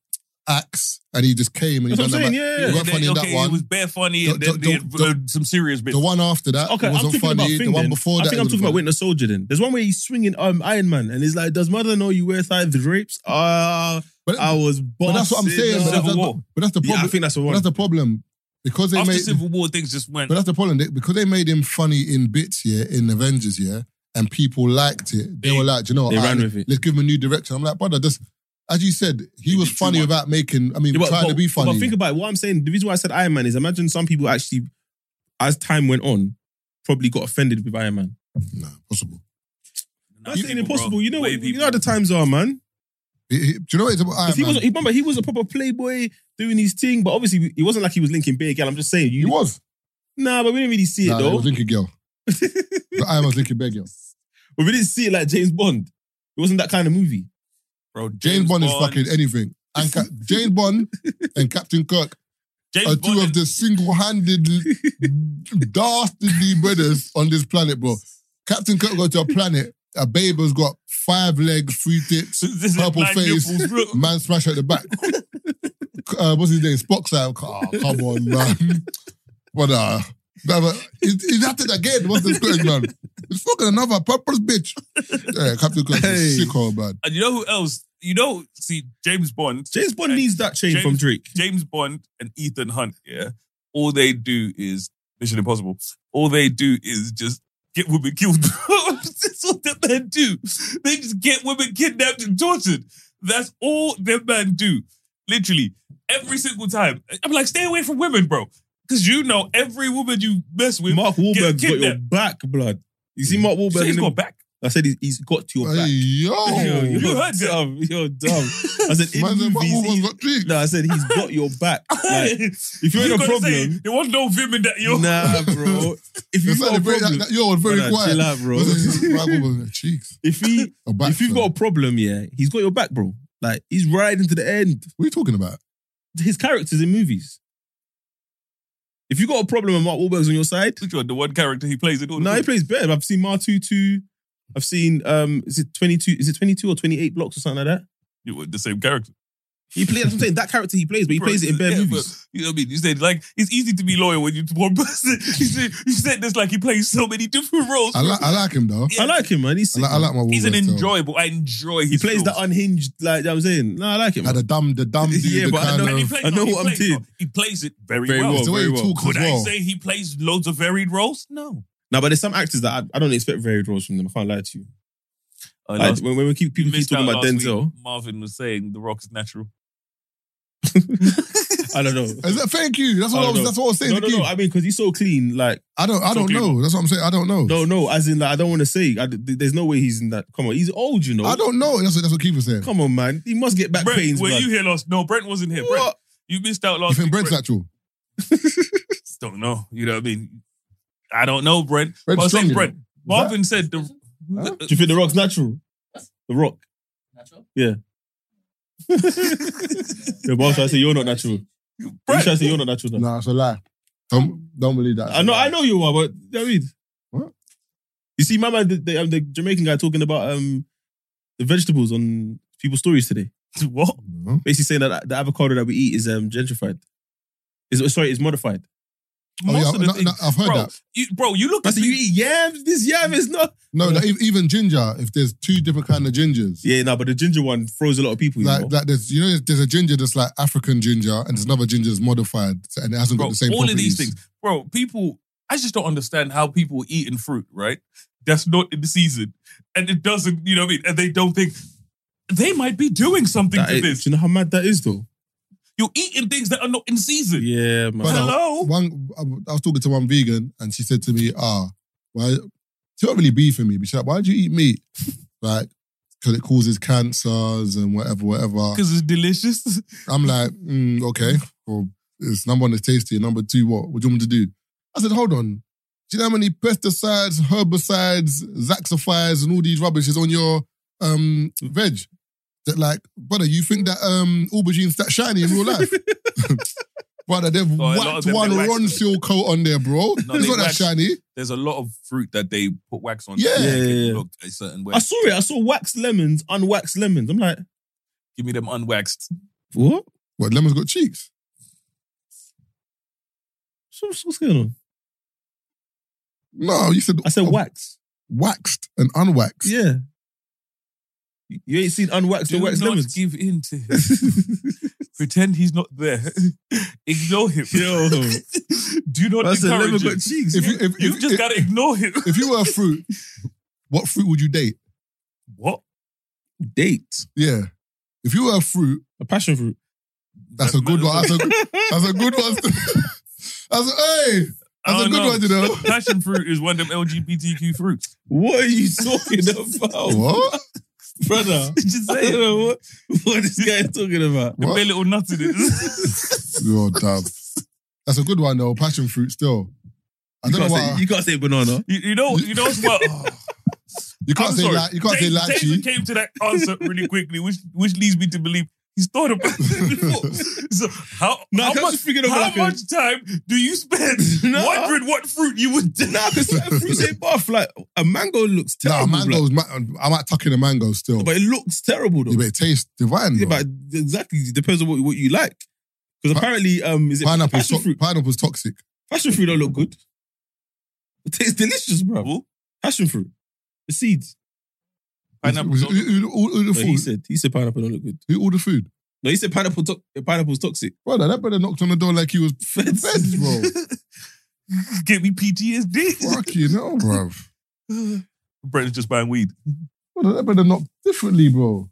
Speaker 5: axe and he just came and he
Speaker 4: That's
Speaker 5: done
Speaker 4: what I'm
Speaker 5: that.
Speaker 4: saying,
Speaker 5: back-
Speaker 4: yeah.
Speaker 5: he weren't funny in that
Speaker 2: okay,
Speaker 5: one.
Speaker 2: it was bare funny, and
Speaker 5: The-
Speaker 2: then
Speaker 5: the-
Speaker 2: they
Speaker 5: the-
Speaker 2: had, uh, some serious bits.
Speaker 5: the one after that
Speaker 4: Okay, I'm
Speaker 5: wasn't
Speaker 4: talking about
Speaker 5: funny.
Speaker 4: thing
Speaker 5: The one
Speaker 4: then.
Speaker 5: before
Speaker 4: I
Speaker 5: that,
Speaker 4: think I'm
Speaker 5: wasn't
Speaker 4: talking about
Speaker 5: funny.
Speaker 4: Winter Soldier. Then there's one where he's swinging um, Iron Man, and he's like, "Does mother know you wear side drapes?" Ah,
Speaker 5: But,
Speaker 4: I was.
Speaker 5: but that's what I'm
Speaker 4: busted
Speaker 5: saying. But
Speaker 4: up.
Speaker 5: that's,
Speaker 2: Civil
Speaker 5: that's,
Speaker 2: War.
Speaker 5: but that's the
Speaker 4: yeah, I
Speaker 5: problem.
Speaker 4: think that's the
Speaker 5: but
Speaker 4: one.
Speaker 5: that's the problem because they
Speaker 2: After
Speaker 5: made.
Speaker 2: Civil War, things just went.
Speaker 5: but that's the problem They- because they made him funny in bits, yeah, in Avengers, yeah, and people liked it. They,
Speaker 4: They-
Speaker 5: were like, "Do you know, what,
Speaker 4: they ran
Speaker 5: alright,
Speaker 4: with it.
Speaker 5: Let's give him a new direction. I'm like, brother, just as you said, he
Speaker 2: They
Speaker 5: was
Speaker 2: did too
Speaker 5: funny
Speaker 2: much.
Speaker 5: without making. I mean,
Speaker 4: Yeah, but-
Speaker 5: trying
Speaker 4: but-
Speaker 5: to be funny.
Speaker 4: But think about it. What I'm saying, the reason why I said Iron Man is imagine some people actually, as time went on, probably got offended with Iron Man.
Speaker 5: no, possible.
Speaker 2: Nah,
Speaker 4: That's
Speaker 2: people,
Speaker 4: impossible.
Speaker 2: bro.
Speaker 4: You know what?
Speaker 2: Way
Speaker 4: You
Speaker 2: people-
Speaker 4: know how the times are, man.
Speaker 5: He- he- do you know what it's about? Iron
Speaker 4: Because he
Speaker 5: Man?
Speaker 4: was, he- remember, he was a proper playboy doing his thing, but obviously it wasn't like he was linking big gal. I'm just saying,
Speaker 5: He
Speaker 4: you
Speaker 5: was.
Speaker 4: nah, but we didn't really see it
Speaker 5: Nah, it
Speaker 4: though.
Speaker 5: was Linky Girl. The Iron Man's Linky Bear Girl.
Speaker 4: but we didn't see it like James Bond. It wasn't that kind of movie.
Speaker 2: bro.
Speaker 5: James Bond is fucking anything. And Cap- James Bond and Captain Kirk are uh, two of the single-handed dastardly brothers on this planet, bro. Captain Kirk got to a planet. A babe has got five legs, three tits, purple
Speaker 2: nine
Speaker 5: face,
Speaker 2: nipples, bro.
Speaker 5: man smash at the back. uh, what's his name? Spock's out. Oh, come on, man. What uh no, but it, it happened again once it's going man. It's fucking another purpose, bitch. Yeah, Captain Kirk is sick hole, man.
Speaker 2: And you know who else? You know, see, James Bond.
Speaker 4: James Bond needs that chain
Speaker 2: James-
Speaker 4: from Drake.
Speaker 2: James Bond and Ethan Hunt, yeah, all they do is Mission Impossible. All they do is just get women killed. That's all that men do. They just get women kidnapped and tortured. That's all them men do. Literally, every single time. I'm like, stay away from women, bro. Because you know every woman you mess with.
Speaker 4: Mark Wahlberg's got your
Speaker 2: kidnapped.
Speaker 4: back, blood. You see Mark
Speaker 2: So
Speaker 4: Wahlberg?
Speaker 2: he's
Speaker 4: in the-
Speaker 2: got back.
Speaker 4: I said he's, he's got to your
Speaker 5: Hey, Oh.
Speaker 4: back. Yo,
Speaker 5: yo.
Speaker 4: you're
Speaker 2: heard that?
Speaker 4: dumb. You're dumb. I said in
Speaker 5: Man, the
Speaker 4: movies.
Speaker 5: bubble
Speaker 4: he's-
Speaker 5: got three.
Speaker 4: no, I said he's got your back. Like, if you're in a
Speaker 2: gonna Oh, say
Speaker 4: problem,
Speaker 2: there was no women that you
Speaker 4: nah, bro. If
Speaker 5: It's
Speaker 4: you've
Speaker 5: like
Speaker 4: got
Speaker 5: the
Speaker 4: a
Speaker 5: break-
Speaker 4: problem,
Speaker 5: that- that- Yo, it's very
Speaker 4: Nah, nah,
Speaker 5: quiet.
Speaker 4: chill out, bro.
Speaker 5: bro. Cheeks.
Speaker 4: if he,
Speaker 5: Or back,
Speaker 4: if you've
Speaker 5: man.
Speaker 4: got a problem, yeah, he's got your back, bro. Like he's riding to the end.
Speaker 5: What are you talking about?
Speaker 4: His characters in movies. If you got a problem and Mark Wahlberg's on your side,
Speaker 2: Which one? The one character he plays in all the
Speaker 4: No, he
Speaker 2: films?
Speaker 4: plays better. I've seen Martutu. I've seen um, is it twenty two? Is it twenty two or twenty eight blocks or something like that?
Speaker 2: You were the same character.
Speaker 4: He plays. I'm saying that character he plays, but he
Speaker 2: Bro,
Speaker 4: plays it in bare
Speaker 2: yeah,
Speaker 4: movies.
Speaker 2: but, you know what I mean? You said like it's easy to be loyal when you to one person. you, said, you said this like he plays so many different roles.
Speaker 5: I like I like him though.
Speaker 4: I like him, man. He's
Speaker 5: I like, I like my
Speaker 2: He's an
Speaker 5: Wahlberg, though.
Speaker 2: enjoyable. I enjoy. His
Speaker 4: he plays
Speaker 2: films.
Speaker 4: that unhinged. Like I'm saying, no, I like him.
Speaker 5: Like the dumb, the dumb dude.
Speaker 4: Yeah,
Speaker 5: the
Speaker 4: but I
Speaker 5: kind
Speaker 4: know-
Speaker 5: of,
Speaker 2: And he
Speaker 4: of-
Speaker 2: plays,
Speaker 4: I know
Speaker 2: he
Speaker 4: what I'm
Speaker 2: plays,
Speaker 4: doing.
Speaker 2: He plays it very,
Speaker 4: Very
Speaker 2: well.
Speaker 4: well,
Speaker 5: It's the way
Speaker 4: very
Speaker 5: he
Speaker 4: well.
Speaker 5: talks
Speaker 2: Could
Speaker 5: as well.
Speaker 2: I say he plays loads of varied roles? No.
Speaker 4: No, but there's some actors that I, I don't expect varied roles from them. I can't lie to you.
Speaker 2: Uh,
Speaker 4: Like,
Speaker 2: last-
Speaker 4: when, when we keep people keep
Speaker 2: missed
Speaker 4: talking
Speaker 2: out
Speaker 4: about
Speaker 2: last
Speaker 4: Denzel,
Speaker 2: week, Marvin was saying The Rock is natural.
Speaker 4: I don't know.
Speaker 5: Is that, thank you. That's what
Speaker 4: I
Speaker 5: I,
Speaker 4: don't
Speaker 5: was.
Speaker 4: know.
Speaker 5: That's what I was saying
Speaker 4: No,
Speaker 5: to
Speaker 4: no, no.
Speaker 5: Keith.
Speaker 4: I mean, because he's so clean. Like,
Speaker 5: I don't. I
Speaker 2: So
Speaker 5: don't
Speaker 2: clean.
Speaker 5: know. That's what I'm saying. I don't know.
Speaker 4: no, no. As in, like, I don't want to say. I, there's no way he's in that. Come on, he's old, you know.
Speaker 5: I don't know. That's what. That's what Keith was saying.
Speaker 4: Come on, man. He must get back
Speaker 2: Brent,
Speaker 4: pains.
Speaker 2: were
Speaker 4: blood.
Speaker 2: you here last? No, Brent wasn't here. uh, Brent,
Speaker 4: What?
Speaker 2: you missed out
Speaker 5: You
Speaker 2: last.
Speaker 5: think
Speaker 2: week,
Speaker 5: Brent's
Speaker 2: Brent.
Speaker 5: natural?
Speaker 2: Don't know. You know what I mean? I don't know, Brent.
Speaker 5: Brent's
Speaker 2: But I was saying,
Speaker 5: strong, you
Speaker 2: Brent.
Speaker 5: know.
Speaker 2: Marvin said the.
Speaker 5: Huh?
Speaker 4: Do you think The Rock's natural? The Rock.
Speaker 1: Natural?
Speaker 4: Yeah. yeah, but I say you're not natural. You
Speaker 2: Brent.
Speaker 4: should say you're not natural. though.
Speaker 5: Nah, it's a lie. Don't don't believe that.
Speaker 4: I know, I know you are, but you know what I mean,
Speaker 5: What?
Speaker 4: You see, my man, the, the, um, the Jamaican guy talking about um the vegetables on people's stories today,
Speaker 2: What?
Speaker 5: know.
Speaker 4: basically saying that the avocado that we eat is um gentrified. Is sorry, is modified.
Speaker 5: Oh, yeah,
Speaker 2: Most of the
Speaker 5: no,
Speaker 2: things-
Speaker 5: no, I've heard
Speaker 2: bro,
Speaker 5: that.
Speaker 2: You, bro, you look
Speaker 4: I
Speaker 2: at
Speaker 4: said, you
Speaker 2: the,
Speaker 4: eat yams. This yam is not.
Speaker 5: No, like, e- even ginger. If there's two different kind of gingers,
Speaker 4: Yeah, no, but the ginger one throws a lot of people. You
Speaker 5: like
Speaker 4: know?
Speaker 5: that. There's you know there's- there's a ginger that's like African ginger, and there's another ginger that's modified and it hasn't
Speaker 2: bro,
Speaker 5: got the same.
Speaker 2: all of these
Speaker 5: properties.
Speaker 2: things. Bro, people, I just don't understand how people eating fruit, right? That's not in the season. And it doesn't, you know what I mean? And they don't think they might be doing something
Speaker 4: That
Speaker 2: to
Speaker 4: is-
Speaker 2: this.
Speaker 4: Do you know how mad that is, though?
Speaker 2: You're eating things that are not in season.
Speaker 4: Yeah, uh, man.
Speaker 5: But-
Speaker 2: Hello?
Speaker 5: One, I was talking to one vegan, and she said to me, "Ah, why?" She not really beefing me, but she's like, "Why do you eat meat?" like, because it causes cancers and whatever, whatever.
Speaker 2: Because it's delicious.
Speaker 5: I'm like, mm, okay. Well, it's number one, it's tasty. and Number two, what? What do you want me to do? I said, hold on. Do you know how many pesticides, herbicides, zaxifies, and all these rubbish is on your um, veg? That like, brother, you think that um, aubergine's that shiny in real life? brother, they've
Speaker 2: a lot of
Speaker 5: whacked
Speaker 2: them,
Speaker 5: one
Speaker 2: they wax
Speaker 5: Ron
Speaker 2: them.
Speaker 5: Seal coat on there, bro.
Speaker 2: No,
Speaker 5: it's
Speaker 2: they
Speaker 5: not that
Speaker 2: wax-
Speaker 5: shiny.
Speaker 2: There's a lot of fruit that they put wax on.
Speaker 5: Yeah.
Speaker 2: to make
Speaker 4: Yeah, yeah,
Speaker 2: it
Speaker 4: yeah.
Speaker 2: Look a certain way.
Speaker 4: I saw it. I saw waxed lemons, unwaxed lemons. I'm like,
Speaker 2: Give me them unwaxed.
Speaker 4: what?
Speaker 5: What, lemon's got cheeks?
Speaker 4: So- What's, what's going on?
Speaker 5: No, you said uh,
Speaker 4: I
Speaker 2: Oh.
Speaker 4: said wax.
Speaker 5: waxed and unwaxed.
Speaker 4: Yeah. You- You ain't seen unwaxed
Speaker 2: Do
Speaker 4: or
Speaker 2: not
Speaker 4: waxed lemons.
Speaker 2: give in to him. Pretend he's not there. Ignore him.
Speaker 4: Yo.
Speaker 2: Do not
Speaker 4: That's a lemon
Speaker 2: encourage him.
Speaker 4: got cheeks.
Speaker 5: If you, if,
Speaker 2: You
Speaker 5: if-
Speaker 2: just
Speaker 5: if-
Speaker 2: gotta ignore him.
Speaker 5: if you were a fruit, what fruit would you date?
Speaker 2: What?
Speaker 4: Date.
Speaker 5: Yeah. If you were a fruit,
Speaker 4: A passion fruit.
Speaker 5: that's a good one. That's a, that's a good one. That's a, hey,
Speaker 2: I
Speaker 4: Oh,
Speaker 5: that's a
Speaker 2: don't
Speaker 5: good
Speaker 2: know.
Speaker 5: one, you know.
Speaker 2: Passion fruit is one of them LGBTQ fruits.
Speaker 4: What are you talking about,
Speaker 5: What?
Speaker 4: brother?
Speaker 2: Just
Speaker 4: I don't
Speaker 2: saying.
Speaker 4: know what, what this guy is talking about.
Speaker 2: The
Speaker 5: What?
Speaker 2: bare little nuts in it.
Speaker 5: You're dumb. That's a good one though. Passion fruit still. I don't
Speaker 4: You
Speaker 5: know
Speaker 4: can't,
Speaker 5: why.
Speaker 4: say, you can't say banana.
Speaker 2: you, you know, you know what's what?
Speaker 5: you can't
Speaker 2: I'm
Speaker 5: say
Speaker 2: sorry.
Speaker 5: la- you can't
Speaker 2: James-
Speaker 5: say
Speaker 2: James
Speaker 5: lychee.
Speaker 2: came to that answer really quickly, which which leads me to believe He's thought about it before. so how,
Speaker 4: Nah,
Speaker 2: how
Speaker 4: I was
Speaker 2: much,
Speaker 4: just thinking of
Speaker 2: how
Speaker 4: like a-
Speaker 2: much time do you spend
Speaker 4: Nah.
Speaker 2: wondering what fruit you would
Speaker 4: Nah, because certain fruits ain't buff. Like a mango looks
Speaker 5: Nah,
Speaker 4: terrible.
Speaker 5: mangoes.
Speaker 4: blood.
Speaker 5: ma- um, I might tuck in a mango still.
Speaker 4: but it looks terrible though.
Speaker 5: Yeah, but it tastes divine.
Speaker 4: Yeah,
Speaker 5: though.
Speaker 4: but exactly. It depends on what, what you like. Because apparently, um, is it
Speaker 5: Pineapple's,
Speaker 4: passion
Speaker 5: to-
Speaker 4: fruit?
Speaker 5: pineapple's toxic.
Speaker 4: Passion fruit don't look good. It tastes delicious, bro. Passion fruit, the seeds.
Speaker 5: Pineapple. Who, who- who- who the
Speaker 4: No, he
Speaker 5: food?
Speaker 4: said he said pineapple don't look good.
Speaker 5: Who ordered food?
Speaker 4: No, he said pineapple to- pineapple's toxic.
Speaker 5: Brother, that brother knocked on the door like he was
Speaker 4: Feds.
Speaker 5: feds, bro.
Speaker 2: get me PTSD?
Speaker 5: Fuck you know, bro.
Speaker 2: Brent's just buying weed.
Speaker 5: Brother, that brother knocked differently, bro.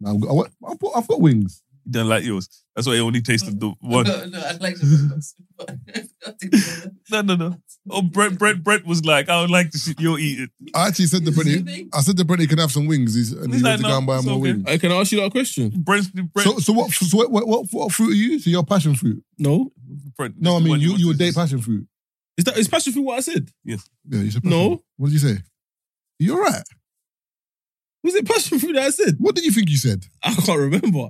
Speaker 5: Nah, I've got, I've got- I've got wings.
Speaker 2: He doesn't like yours. That's why he only tasted the one.
Speaker 1: No, no, I'd like to.
Speaker 2: No, no, no. Oh, Brent, Brent, Brent was like, I would like to see you're eating.
Speaker 5: I actually said to Brady,
Speaker 1: Really?
Speaker 5: I said to Brady, he can have some wings. He's, and he
Speaker 2: He's like,
Speaker 5: went to
Speaker 2: no,
Speaker 5: go and buy
Speaker 2: it's
Speaker 5: more
Speaker 2: okay.
Speaker 5: wings.
Speaker 4: Hey, Uh, can I ask you that question?
Speaker 2: Brent's, Brent,
Speaker 5: So, so what, so what, what, what, what fruit are you? So you're passion fruit.
Speaker 4: No,
Speaker 2: Brent,
Speaker 5: No, I
Speaker 2: the
Speaker 5: mean
Speaker 2: one
Speaker 5: you, you would
Speaker 2: wants
Speaker 5: date
Speaker 2: to-
Speaker 5: passion fruit.
Speaker 4: is that is passion fruit what I said?
Speaker 5: Yeah, you said passion
Speaker 4: No,
Speaker 5: fruit. What did you say? You're right.
Speaker 4: was it passion fruit that I said?
Speaker 5: What did you think you said?
Speaker 4: I can't remember.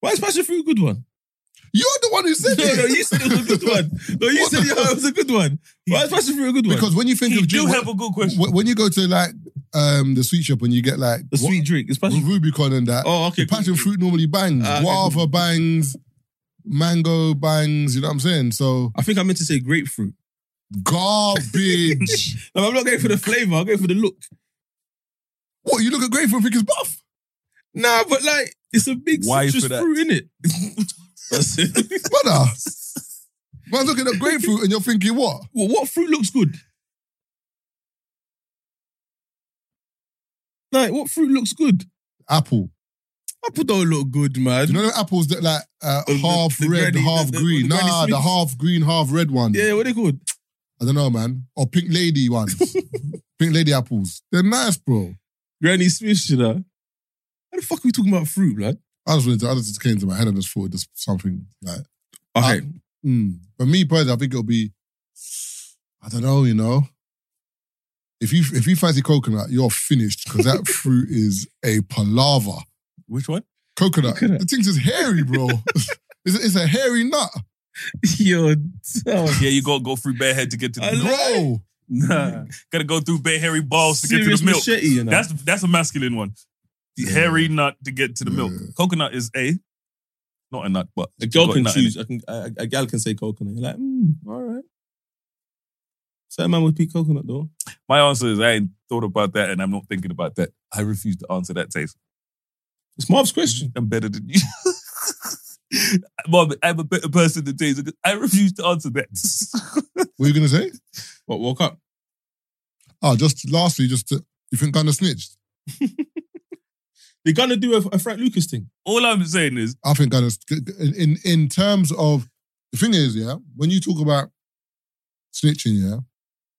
Speaker 4: Why is passion fruit a good one?
Speaker 5: You're the one who
Speaker 4: No,
Speaker 5: said it.
Speaker 4: no, you said it was a good one. No, you
Speaker 5: What
Speaker 4: said
Speaker 5: the-
Speaker 4: yeah, it was a good one. Why is passion fruit a good one?
Speaker 5: Because when you think
Speaker 2: He
Speaker 5: of
Speaker 2: do
Speaker 5: drink,
Speaker 2: have a good question.
Speaker 5: when, when you go to like um the sweet shop and you get like
Speaker 4: the
Speaker 5: what-
Speaker 4: sweet drink is passion.
Speaker 5: Rubicon and that,
Speaker 4: Oh, okay.
Speaker 5: the passion fruit normally bangs.
Speaker 4: Ah, okay,
Speaker 5: Guava bangs, mango bangs. You know what I'm saying? So
Speaker 4: I think I meant to say grapefruit.
Speaker 5: garbage.
Speaker 4: No, I'm not going for the flavor. I'm going for the look.
Speaker 5: what you look at grapefruit and think it's buff?
Speaker 4: Nah, but like it's a big
Speaker 2: Why
Speaker 4: citrus
Speaker 2: for that?
Speaker 4: fruit, innit? That's it.
Speaker 5: Brother. Man's looking at grapefruit and you're thinking what?
Speaker 4: Well, what fruit looks good? Like, what fruit looks good?
Speaker 5: Apple.
Speaker 4: Apple don't look good, man.
Speaker 5: Do you know the apples that like uh,
Speaker 4: The- the-
Speaker 5: half
Speaker 4: the
Speaker 5: red,
Speaker 4: granny-
Speaker 5: half
Speaker 4: the- the-
Speaker 5: green?
Speaker 4: the granny
Speaker 5: nah, the
Speaker 4: Smiths.
Speaker 5: half green, half red one.
Speaker 4: yeah, what they called?
Speaker 5: I don't know, man. Or pink lady ones. pink lady apples. They're nice, bro.
Speaker 4: Granny Smith, you know. How the fuck are we talking about fruit, lad?
Speaker 5: I just wanted to, I just came to my head and just thought just something like
Speaker 4: Okay,
Speaker 5: Mm. But me personally, I think it'll be, I don't know, you know. If you if you fancy coconut, you're finished because that fruit is a palaver.
Speaker 2: Which one?
Speaker 5: Coconut.
Speaker 4: Coconut.
Speaker 5: The thing's is hairy, bro. it's, it's a hairy nut,
Speaker 4: Ah, you're
Speaker 2: Yeah, you gotta go through bare head to get to the
Speaker 4: I
Speaker 2: milk.
Speaker 4: love-
Speaker 5: bro.
Speaker 2: Nah. Gotta go through bare hairy balls to get to
Speaker 4: serious
Speaker 2: the milk.
Speaker 4: machete, you know.
Speaker 2: That's that's a masculine one. The
Speaker 5: Yeah.
Speaker 2: hairy nut to get to the milk.
Speaker 5: Yeah.
Speaker 2: Coconut is a, not a nut, but
Speaker 4: a girl
Speaker 2: got
Speaker 4: can
Speaker 2: nut in
Speaker 4: choose. I can, a, a gal can say coconut. You're like, mm, all right. Certain man would pick coconut though.
Speaker 2: My answer is I ain't thought about that, and I'm not thinking about that. I refuse to answer that taste.
Speaker 4: It's Marv's question.
Speaker 2: I'm better than you. Mom, I'm a better person than Taser. 'cause I refuse to answer that.
Speaker 5: What are you gonna say?
Speaker 4: What woke up?
Speaker 5: Oh, just lastly, just to, you think Gunner snitched?
Speaker 4: They're gonna do a, a Frank Lucas thing.
Speaker 2: All I'm saying is,
Speaker 5: I think Gunner in, in in terms of the thing is, yeah, when you talk about snitching, yeah,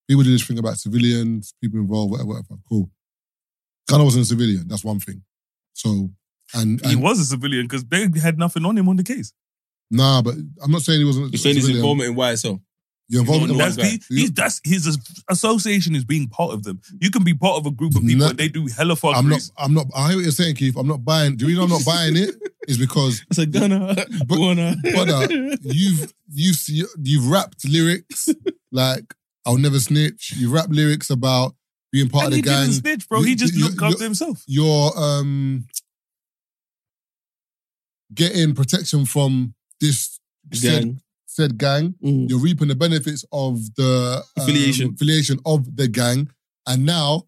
Speaker 5: people do this thing about civilians, people involved, whatever, whatever. Cool. Gunner wasn't a civilian. That's one thing. So and,
Speaker 2: he
Speaker 5: and
Speaker 2: was a civilian because they had nothing on him on the case.
Speaker 5: Nah, but I'm not saying he wasn't.
Speaker 4: You're saying his
Speaker 5: civilian.
Speaker 4: involvement in YSL.
Speaker 5: Your involvement in
Speaker 4: No,
Speaker 2: That's,
Speaker 5: what?
Speaker 4: guy.
Speaker 2: the, he, that's his as- association is being part of them. You can be part of a group of people
Speaker 5: No.
Speaker 2: and they do hella
Speaker 5: I'm not.
Speaker 2: fuckeries.
Speaker 5: I'm not. I hear what you're saying, Keith. I'm not buying. Do you know I'm not buying it? Is because
Speaker 4: I said, Ghana,
Speaker 5: But-
Speaker 2: uh,
Speaker 4: Ghana.
Speaker 5: brother, you've you've you've rapped lyrics like "I'll never snitch." You've rapped lyrics about being part
Speaker 2: And
Speaker 5: of
Speaker 2: he
Speaker 5: the gang.
Speaker 2: didn't snitch, bro.
Speaker 5: You-
Speaker 2: he just
Speaker 5: you-
Speaker 2: looked up
Speaker 5: you-
Speaker 2: to himself.
Speaker 5: Your um, getting protection from this said
Speaker 4: Gang.
Speaker 5: said gang.
Speaker 4: Mm.
Speaker 5: You're reaping the benefits of the um,
Speaker 4: Affiliation.
Speaker 5: affiliation of the gang, and now,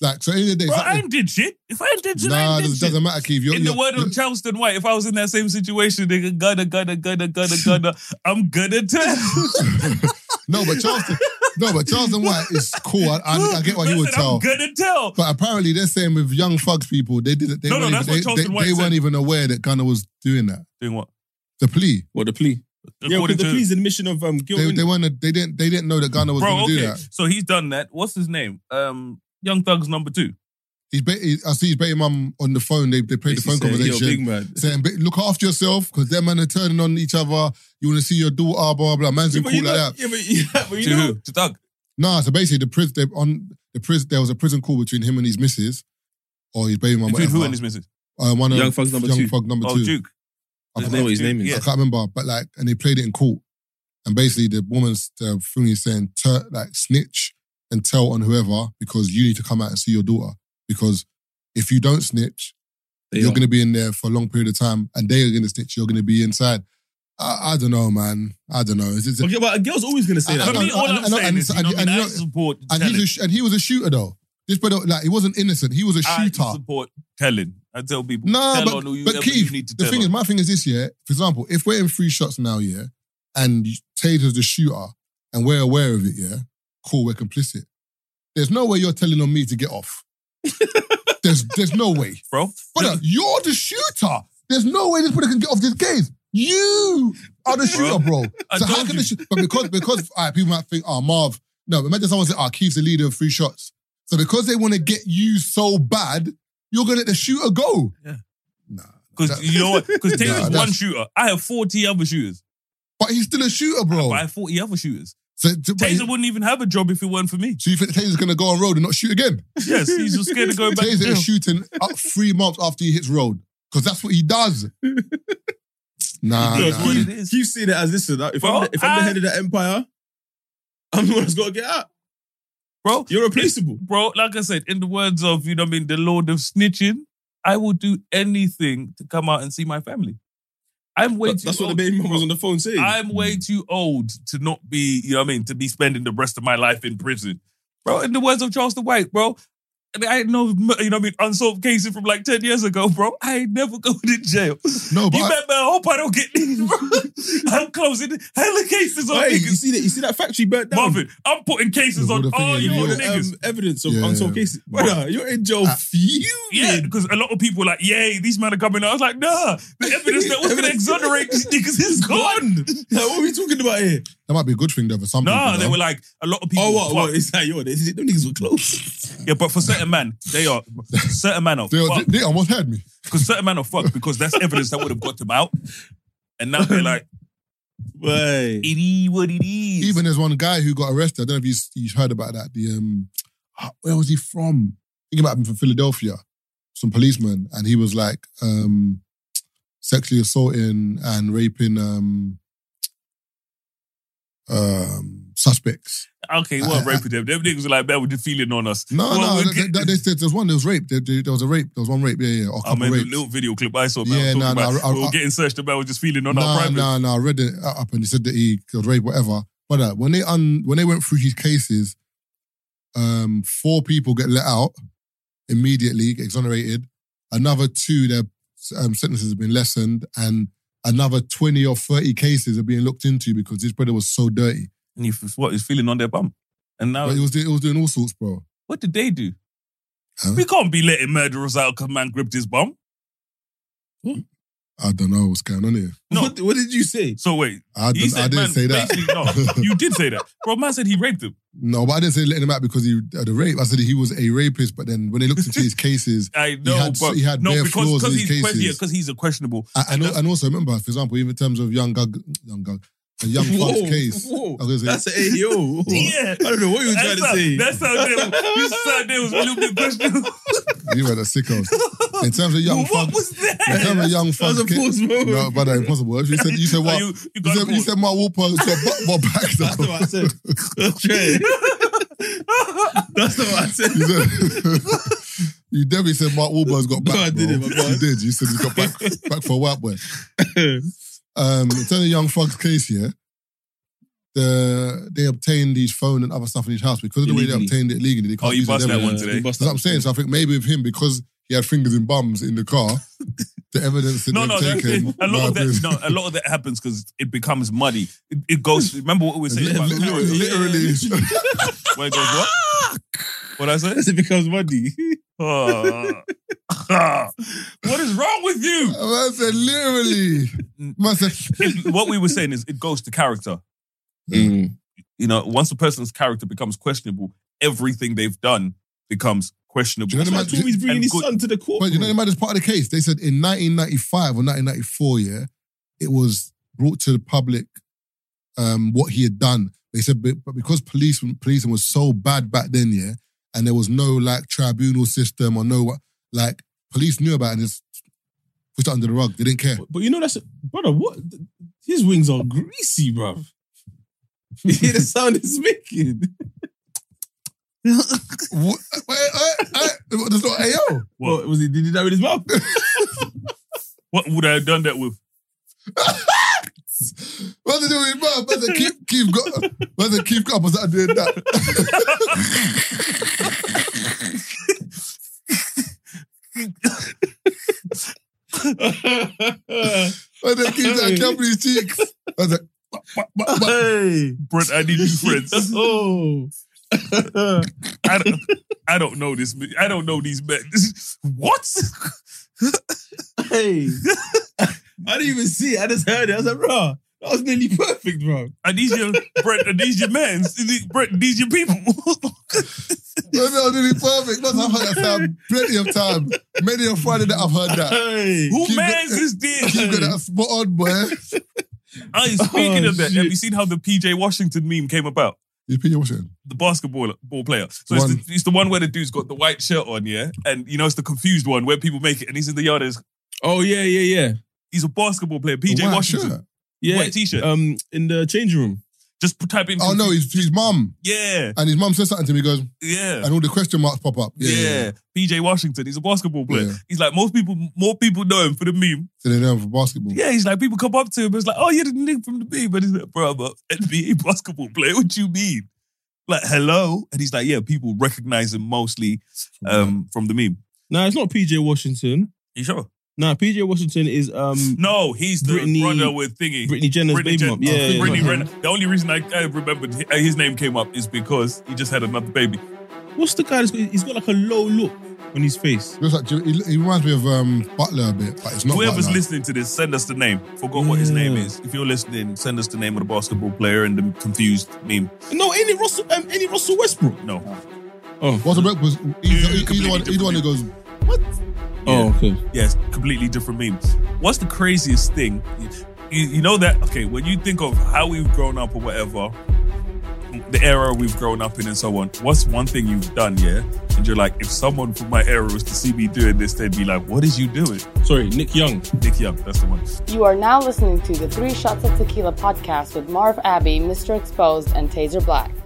Speaker 5: like, so in the day,
Speaker 2: Bro,
Speaker 5: something-
Speaker 2: I ain't did shit. If I ain't did shit, I
Speaker 5: Nah,
Speaker 2: ain't
Speaker 5: it
Speaker 2: did
Speaker 5: doesn't,
Speaker 2: shit.
Speaker 5: doesn't matter, Keith. You're,
Speaker 2: in the
Speaker 5: you're-
Speaker 2: word of Charleston White, if I was in that same situation, nigga, gonna, gonna, gonna, gonna, gonna, I'm gonna tell.
Speaker 5: no, but Charleston, no, but Charleston White is cool. I, I, I get what he would
Speaker 2: Listen,
Speaker 5: tell.
Speaker 2: I'm gonna tell.
Speaker 5: But apparently, they're saying with young thugs people, they didn't. They,
Speaker 2: No, no,
Speaker 5: weren't,
Speaker 2: that's
Speaker 5: even,
Speaker 2: what
Speaker 5: they,
Speaker 2: Charleston
Speaker 5: they,
Speaker 2: White
Speaker 5: they weren't
Speaker 2: said.
Speaker 5: even aware that Gunner was doing that.
Speaker 2: Doing what?
Speaker 5: The plea,
Speaker 4: What the plea? Yeah, because
Speaker 2: According
Speaker 4: the
Speaker 2: to-
Speaker 4: plea is admission of um, guilt.
Speaker 5: they,
Speaker 4: innit?
Speaker 5: they weren't. They didn't. They didn't know that Gunner was
Speaker 2: Bro,
Speaker 5: going to do
Speaker 2: okay.
Speaker 5: that.
Speaker 2: So he's done that. What's his name? Um, Young Thug's number two.
Speaker 5: He's. ba- he- I see his baby mum on the phone. They they played the
Speaker 4: Basically
Speaker 5: phone
Speaker 4: saying, "Yo,
Speaker 5: conversation.
Speaker 4: big man.
Speaker 5: Saying, "Ba- look after yourself because them men are turning on each other. You want to see your daughter, blah, blah, blah. Man's
Speaker 4: Yeah,
Speaker 5: in
Speaker 4: but
Speaker 5: court
Speaker 4: you
Speaker 5: like
Speaker 4: know,
Speaker 5: that.
Speaker 4: yeah, but, yeah, but you
Speaker 2: to
Speaker 4: know,
Speaker 2: who? To Thug.
Speaker 5: Nah, so basically the prison on the prison there was a prison call between him and his missus, Oh, or his baby mum.
Speaker 2: The dude who
Speaker 5: whatever.
Speaker 2: in his missus?
Speaker 5: Uh, one of
Speaker 2: Young Thug's number
Speaker 5: Young
Speaker 2: two.
Speaker 5: Thug number
Speaker 2: Oh,
Speaker 5: two.
Speaker 2: Duke.
Speaker 5: I
Speaker 2: His
Speaker 5: can't-
Speaker 2: name's Duke, yeah.
Speaker 5: I can't remember, but like, and they played it in court, and basically the woman's the thing is saying, "Tur- like, snitch and tell on whoever because you need to come out and see your daughter because if you don't snitch,
Speaker 4: They
Speaker 5: you're
Speaker 4: are.
Speaker 5: going to be in there for a long period of time, and they are going to snitch. You're going to be inside. I, I don't know, man. I don't know. It's, it's,
Speaker 4: Okay, but a girl's always gonna say
Speaker 5: I-
Speaker 4: that.
Speaker 5: I-
Speaker 2: For me, all
Speaker 5: and-
Speaker 2: I'm
Speaker 5: and-
Speaker 2: saying
Speaker 5: and-
Speaker 2: is, you
Speaker 5: and-
Speaker 2: know, what I
Speaker 5: and
Speaker 2: mean, I
Speaker 5: you know-
Speaker 2: support
Speaker 5: and he's a,
Speaker 2: telling.
Speaker 5: sh- and he was a shooter though. This brother, like, he wasn't innocent. He was a
Speaker 2: I
Speaker 5: shooter.
Speaker 2: support telling. I tell people,
Speaker 5: No,
Speaker 2: tell
Speaker 5: but,
Speaker 2: on who you,
Speaker 5: but
Speaker 2: whoever
Speaker 5: Keith,
Speaker 2: you need to
Speaker 5: the
Speaker 2: tell
Speaker 5: thing is,
Speaker 2: on.
Speaker 5: my thing is this, yeah. For example, if we're in three shots now, yeah, and Taser's the shooter and we're aware of it, yeah, cool, we're complicit. There's no way you're telling on me to get off. there's there's no way.
Speaker 2: bro.
Speaker 5: Brother, you're the shooter. There's no way this brother can get off this case. You are the shooter, bro.
Speaker 2: I
Speaker 5: So how
Speaker 2: told
Speaker 5: can
Speaker 2: you.
Speaker 5: the shoot? But because because all right, people might think, oh Marv, no, imagine someone said, oh, Keith's the leader of three shots. So because they want to get you so bad, you're gonna let the shooter go.
Speaker 2: Yeah.
Speaker 5: Nah.
Speaker 2: Because
Speaker 5: that-
Speaker 2: you know what? Because Taylor's
Speaker 5: that's-
Speaker 2: one shooter. I have 40 other shooters.
Speaker 5: But he's still a shooter, bro.
Speaker 2: But I have 40 other shooters.
Speaker 5: So, so- but he-
Speaker 2: Taser wouldn't even have a job if it weren't for me.
Speaker 5: so you think Taser's gonna go on road and not shoot again?
Speaker 2: Yes, he's just scared of going back to
Speaker 5: Taser
Speaker 2: jail.
Speaker 5: is shooting up three months after he hits road. Because that's what he does. Nah,
Speaker 2: He does
Speaker 5: nah.
Speaker 2: what it
Speaker 4: Keith,
Speaker 2: is.
Speaker 4: Keith seen it as listen. uh, If
Speaker 2: Bro,
Speaker 4: I'm the, if I'm the
Speaker 2: I-
Speaker 4: head of the empire, I'm the one that's got to get out.
Speaker 2: Bro,
Speaker 4: You're replaceable.
Speaker 2: bro, like I said, in the words of, you know what I mean, the Lord of Snitching, I will do anything to come out and see my family. I'm way
Speaker 4: That-
Speaker 2: too
Speaker 4: that's what the
Speaker 2: old.
Speaker 4: baby mum was on the phone saying.
Speaker 2: I'm way too old to not be, you know what I mean, to be spending the rest of my life in prison. Bro, in the words of Charles the White, bro, I mean, I ain't know, you know what I mean, unsolved cases from like 10 years ago, bro. I ain't never going to jail.
Speaker 5: No, but
Speaker 2: you
Speaker 5: I-
Speaker 2: better I hope I don't get these, bro. I'm closing hella cases on
Speaker 4: Hey, you
Speaker 2: niggas.
Speaker 4: see that? You see that factory burnt down?
Speaker 2: Marvin, I'm putting cases
Speaker 5: Well,
Speaker 2: on
Speaker 5: the thing
Speaker 2: all
Speaker 5: is,
Speaker 2: your
Speaker 5: you
Speaker 4: All
Speaker 5: know,
Speaker 4: the
Speaker 2: niggas.
Speaker 4: um, evidence of
Speaker 5: Yeah.
Speaker 4: unsolved cases. Brother, you're in jail.
Speaker 5: Uh,
Speaker 4: fuming.
Speaker 2: Yeah, because a lot of people were like, yay, these men are coming out. I was like, nah, the evidence that was going to exonerate these niggas is gone.
Speaker 4: Like, what are we talking about here?
Speaker 5: That might be a good thing though for some people.
Speaker 2: Nah, they
Speaker 5: though.
Speaker 2: were like, a lot of people.
Speaker 4: Oh, what?
Speaker 2: fuck.
Speaker 4: what? It's like, yo, they, them niggas were close.
Speaker 2: Yeah, but for certain man, they are certain man are
Speaker 5: They,
Speaker 2: fucked
Speaker 5: they almost had me.
Speaker 2: because certain man are fucked because that's evidence that would have got him out, and now they're like,
Speaker 4: Boy.
Speaker 2: it is what it is.
Speaker 5: Even there's one guy who got arrested. I don't know if you you heard about that. The um, ah, where was he from? I think about him from Philadelphia. Some policeman, and he was like um, sexually assaulting and raping um, um, suspects.
Speaker 2: okay, well, rape them. Them niggas were like, man, we're just feeling on us.
Speaker 5: No,
Speaker 2: Well,
Speaker 5: no,
Speaker 2: we'll
Speaker 5: th- th-
Speaker 2: get-
Speaker 5: th- they said there's one. There was rape. There, there, there was a rape. There was one rape. Yeah, yeah, or a
Speaker 2: I
Speaker 5: couple
Speaker 2: mean, the
Speaker 5: rapes.
Speaker 2: Oh, little video clip I saw, man,
Speaker 5: Yeah,
Speaker 2: was talking
Speaker 5: nah, nah,
Speaker 2: about
Speaker 5: I- I-
Speaker 2: we were getting searched, the man was just feeling on our
Speaker 5: No,
Speaker 2: private.
Speaker 5: no, no. I read it up and he said that he got raped, whatever. But uh, when they un- when they went through his cases, um, four people get let out immediately, get exonerated. Another two, their um, sentences have been lessened, and another twenty or thirty cases are being looked into because this brother was so dirty.
Speaker 2: And he was what? He's feeling on their bum. And now,
Speaker 5: But he was doing, he was doing all sorts, bro.
Speaker 2: what did they do?
Speaker 5: Huh?
Speaker 2: We can't be letting murderers out because man gripped his bum.
Speaker 5: I don't know what's going on here.
Speaker 2: No.
Speaker 4: What, what did you say?
Speaker 2: So wait,
Speaker 5: I,
Speaker 2: he
Speaker 5: don't,
Speaker 2: said,
Speaker 5: I didn't
Speaker 2: man,
Speaker 5: say that.
Speaker 2: basically- No, you did say that, bro. Man said he raped him.
Speaker 5: No, but I didn't say letting him out because he uh, the rape. I said he was a rapist, but then when they looked into his cases,
Speaker 2: I know,
Speaker 5: had-
Speaker 2: but
Speaker 5: he had
Speaker 2: no,
Speaker 5: bare
Speaker 2: because
Speaker 5: flaws in
Speaker 2: because
Speaker 5: his
Speaker 2: he's que-
Speaker 5: cases.
Speaker 2: yeah, 'cause he's a questionable.
Speaker 5: And, and, al- and also remember, for example, even in terms of young Gug, young Gug, a young Thug's case.
Speaker 4: whoa.
Speaker 5: I was gonna
Speaker 4: That's
Speaker 5: say,
Speaker 4: an AO.
Speaker 2: Yeah.
Speaker 4: I don't know what you were trying
Speaker 2: That's
Speaker 4: to
Speaker 2: how,
Speaker 4: say.
Speaker 2: that's how they this how they was a little bit questionable.
Speaker 5: you were the sicko. In terms of young
Speaker 2: what
Speaker 5: Thug,
Speaker 2: was
Speaker 5: in
Speaker 2: that?
Speaker 5: terms of young
Speaker 4: was
Speaker 5: Thug's
Speaker 4: a pause
Speaker 5: case,
Speaker 4: moment.
Speaker 5: no, but uh, impossible. You said you said
Speaker 2: Oh,
Speaker 5: what?
Speaker 2: you, you
Speaker 5: You
Speaker 2: got
Speaker 5: said, you
Speaker 2: caught.
Speaker 5: said my whoop was a butt my back.
Speaker 4: That's not what I said. Trey, That's not what I said.
Speaker 5: You said- You definitely said Mark Wahlberg's got
Speaker 4: No,
Speaker 5: back.
Speaker 4: I
Speaker 5: bro.
Speaker 4: didn't, my bad.
Speaker 5: You did. You said he's got back, back for a white boy. Um, in terms of Young Thug's case here, the, they obtained his phone and other stuff in his house because of the way they
Speaker 4: Illegally.
Speaker 5: obtained it legally. They
Speaker 2: Oh,
Speaker 5: can't
Speaker 2: you
Speaker 5: use it
Speaker 2: bust that
Speaker 5: everywhere.
Speaker 2: one today.
Speaker 5: That's what I'm saying. So I think maybe with him, because he had fingers in bums in the car, the evidence that
Speaker 2: No,
Speaker 5: they've
Speaker 2: no, that,
Speaker 5: taken.
Speaker 2: a lot
Speaker 5: might
Speaker 2: of that.
Speaker 5: have
Speaker 2: No, a lot of that happens because it becomes muddy. It, it goes. Remember what we were
Speaker 5: been-
Speaker 2: saying about
Speaker 5: li- li- literally.
Speaker 2: Where it goes what? What I say?
Speaker 4: As it becomes muddy.
Speaker 2: Oh. what is wrong with you?
Speaker 5: Man said literally. Man said,
Speaker 2: It- what we were saying is it goes to character.
Speaker 5: Mm.
Speaker 2: You know, once a person's character becomes questionable, everything they've done becomes questionable.
Speaker 5: Do you know the
Speaker 4: That's why Tommy's bringing
Speaker 2: And
Speaker 4: his
Speaker 2: good-
Speaker 4: son to the court.
Speaker 5: But you know, the maddest part of the case, they said in 1995 or 1994, yeah, it was brought to the public um, what he had done. They said, but but because police policing was so bad back then, yeah, and there was no like tribunal system or no Like police knew about it and just pushed it under the rug. They didn't care.
Speaker 4: But you know that's brother. What his wings are greasy, bruv. You hear the sound it's making.
Speaker 5: what, that's not AO.
Speaker 4: What was he? Did he do that with his mouth?
Speaker 2: What would I have done that with?
Speaker 5: What to do with mum? But the keep keep got but the keep got was that doing that. But the keep that cover his cheeks. But the but, but, but,
Speaker 4: hey,
Speaker 2: Brent, I need new friends.
Speaker 4: oh,
Speaker 2: I don't, I don't know this. mi- I don't know these men. What?
Speaker 4: hey! I didn't even see it. I just heard it. I was like, bro, that was nearly perfect, bro.
Speaker 2: Are these your Brent? Are these your men? Brent, these your people?
Speaker 5: but no, did it perfect. That's I've heard that sound plenty of time. Many a Friday that I've heard that.
Speaker 4: Hey,
Speaker 2: Who
Speaker 5: Keep
Speaker 2: man's
Speaker 5: it-
Speaker 2: is
Speaker 5: Keep got
Speaker 2: this?
Speaker 5: that spot on, boy.
Speaker 2: I speaking
Speaker 4: Oh,
Speaker 2: of that. Have
Speaker 4: shit.
Speaker 2: you seen how the PJ Washington meme came about?
Speaker 5: You pay your watching.
Speaker 2: the basketball ball player. So it's
Speaker 5: One.
Speaker 2: the, it's the one where the dude's got the white shirt on, yeah, and you know it's the confused one where people make it, and he's in the yard. As,
Speaker 4: oh yeah, yeah, yeah,
Speaker 2: he's a basketball player, PJ
Speaker 5: Wow,
Speaker 2: Washington.
Speaker 5: sure. Uh,
Speaker 4: yeah.
Speaker 2: White t-shirt.
Speaker 4: Um, in the changing room.
Speaker 2: Just type in.
Speaker 5: Oh no, his his mum.
Speaker 2: yeah,
Speaker 5: And his mum says something to me, he goes,
Speaker 2: yeah.
Speaker 5: and all the question marks pop up. Yeah.
Speaker 2: Yeah.
Speaker 5: yeah, yeah.
Speaker 2: PJ Washington, he's a basketball player.
Speaker 5: Yeah.
Speaker 2: He's like most people, more people know him for the meme.
Speaker 5: So they know for basketball.
Speaker 2: Yeah, he's like people come up to him, it's like, oh, you're the nigga from the meme, but he's like, bro, I'm an NBA basketball player. What you mean? Like, hello, and he's like, yeah, people recognize him mostly um, from the meme.
Speaker 4: Nah, it's not PJ Washington.
Speaker 2: You sure?
Speaker 4: Nah, PJ Washington is um
Speaker 2: No, he's the
Speaker 4: Brittany-
Speaker 2: brother with thingy.
Speaker 4: Brittany Jenner's
Speaker 2: Brittany
Speaker 4: baby
Speaker 2: Jen-
Speaker 4: mom. Yeah, yeah, yeah.
Speaker 2: Brittany Renner. The only reason I, I remembered hi- uh, his name came up is because he just had another baby.
Speaker 4: What's the guy? That's got, he's got like a low look on his face.
Speaker 5: He, looks like, Jimmy- he, he reminds me of um, Butler a bit, but it's not
Speaker 2: Whoever's
Speaker 5: Butler.
Speaker 2: listening to this, send us the name. Forgot what his
Speaker 4: Yeah.
Speaker 2: name is. If you're listening, send us the name of the basketball player and the confused meme.
Speaker 4: No, any Russell, um, any Russell Westbrook.
Speaker 2: No.
Speaker 4: Oh,
Speaker 5: What's the break was he's, he's, the
Speaker 2: completely
Speaker 5: one, he's the one that goes,
Speaker 4: oh, okay.
Speaker 2: Yes, completely different memes. What's the craziest thing? You, you know that, okay, when you think of how we've grown up or whatever, the era we've grown up in and so on, what's one thing you've done, yeah? And you're like, if someone from my era was to see me doing this, they'd be like, what is you doing?
Speaker 4: Sorry, Nick Young.
Speaker 2: Nick Young, that's the one.
Speaker 3: You are now listening to the Three Shots of Tequila podcast with Marv Abbey, Mr. Exposed, and Taser Black.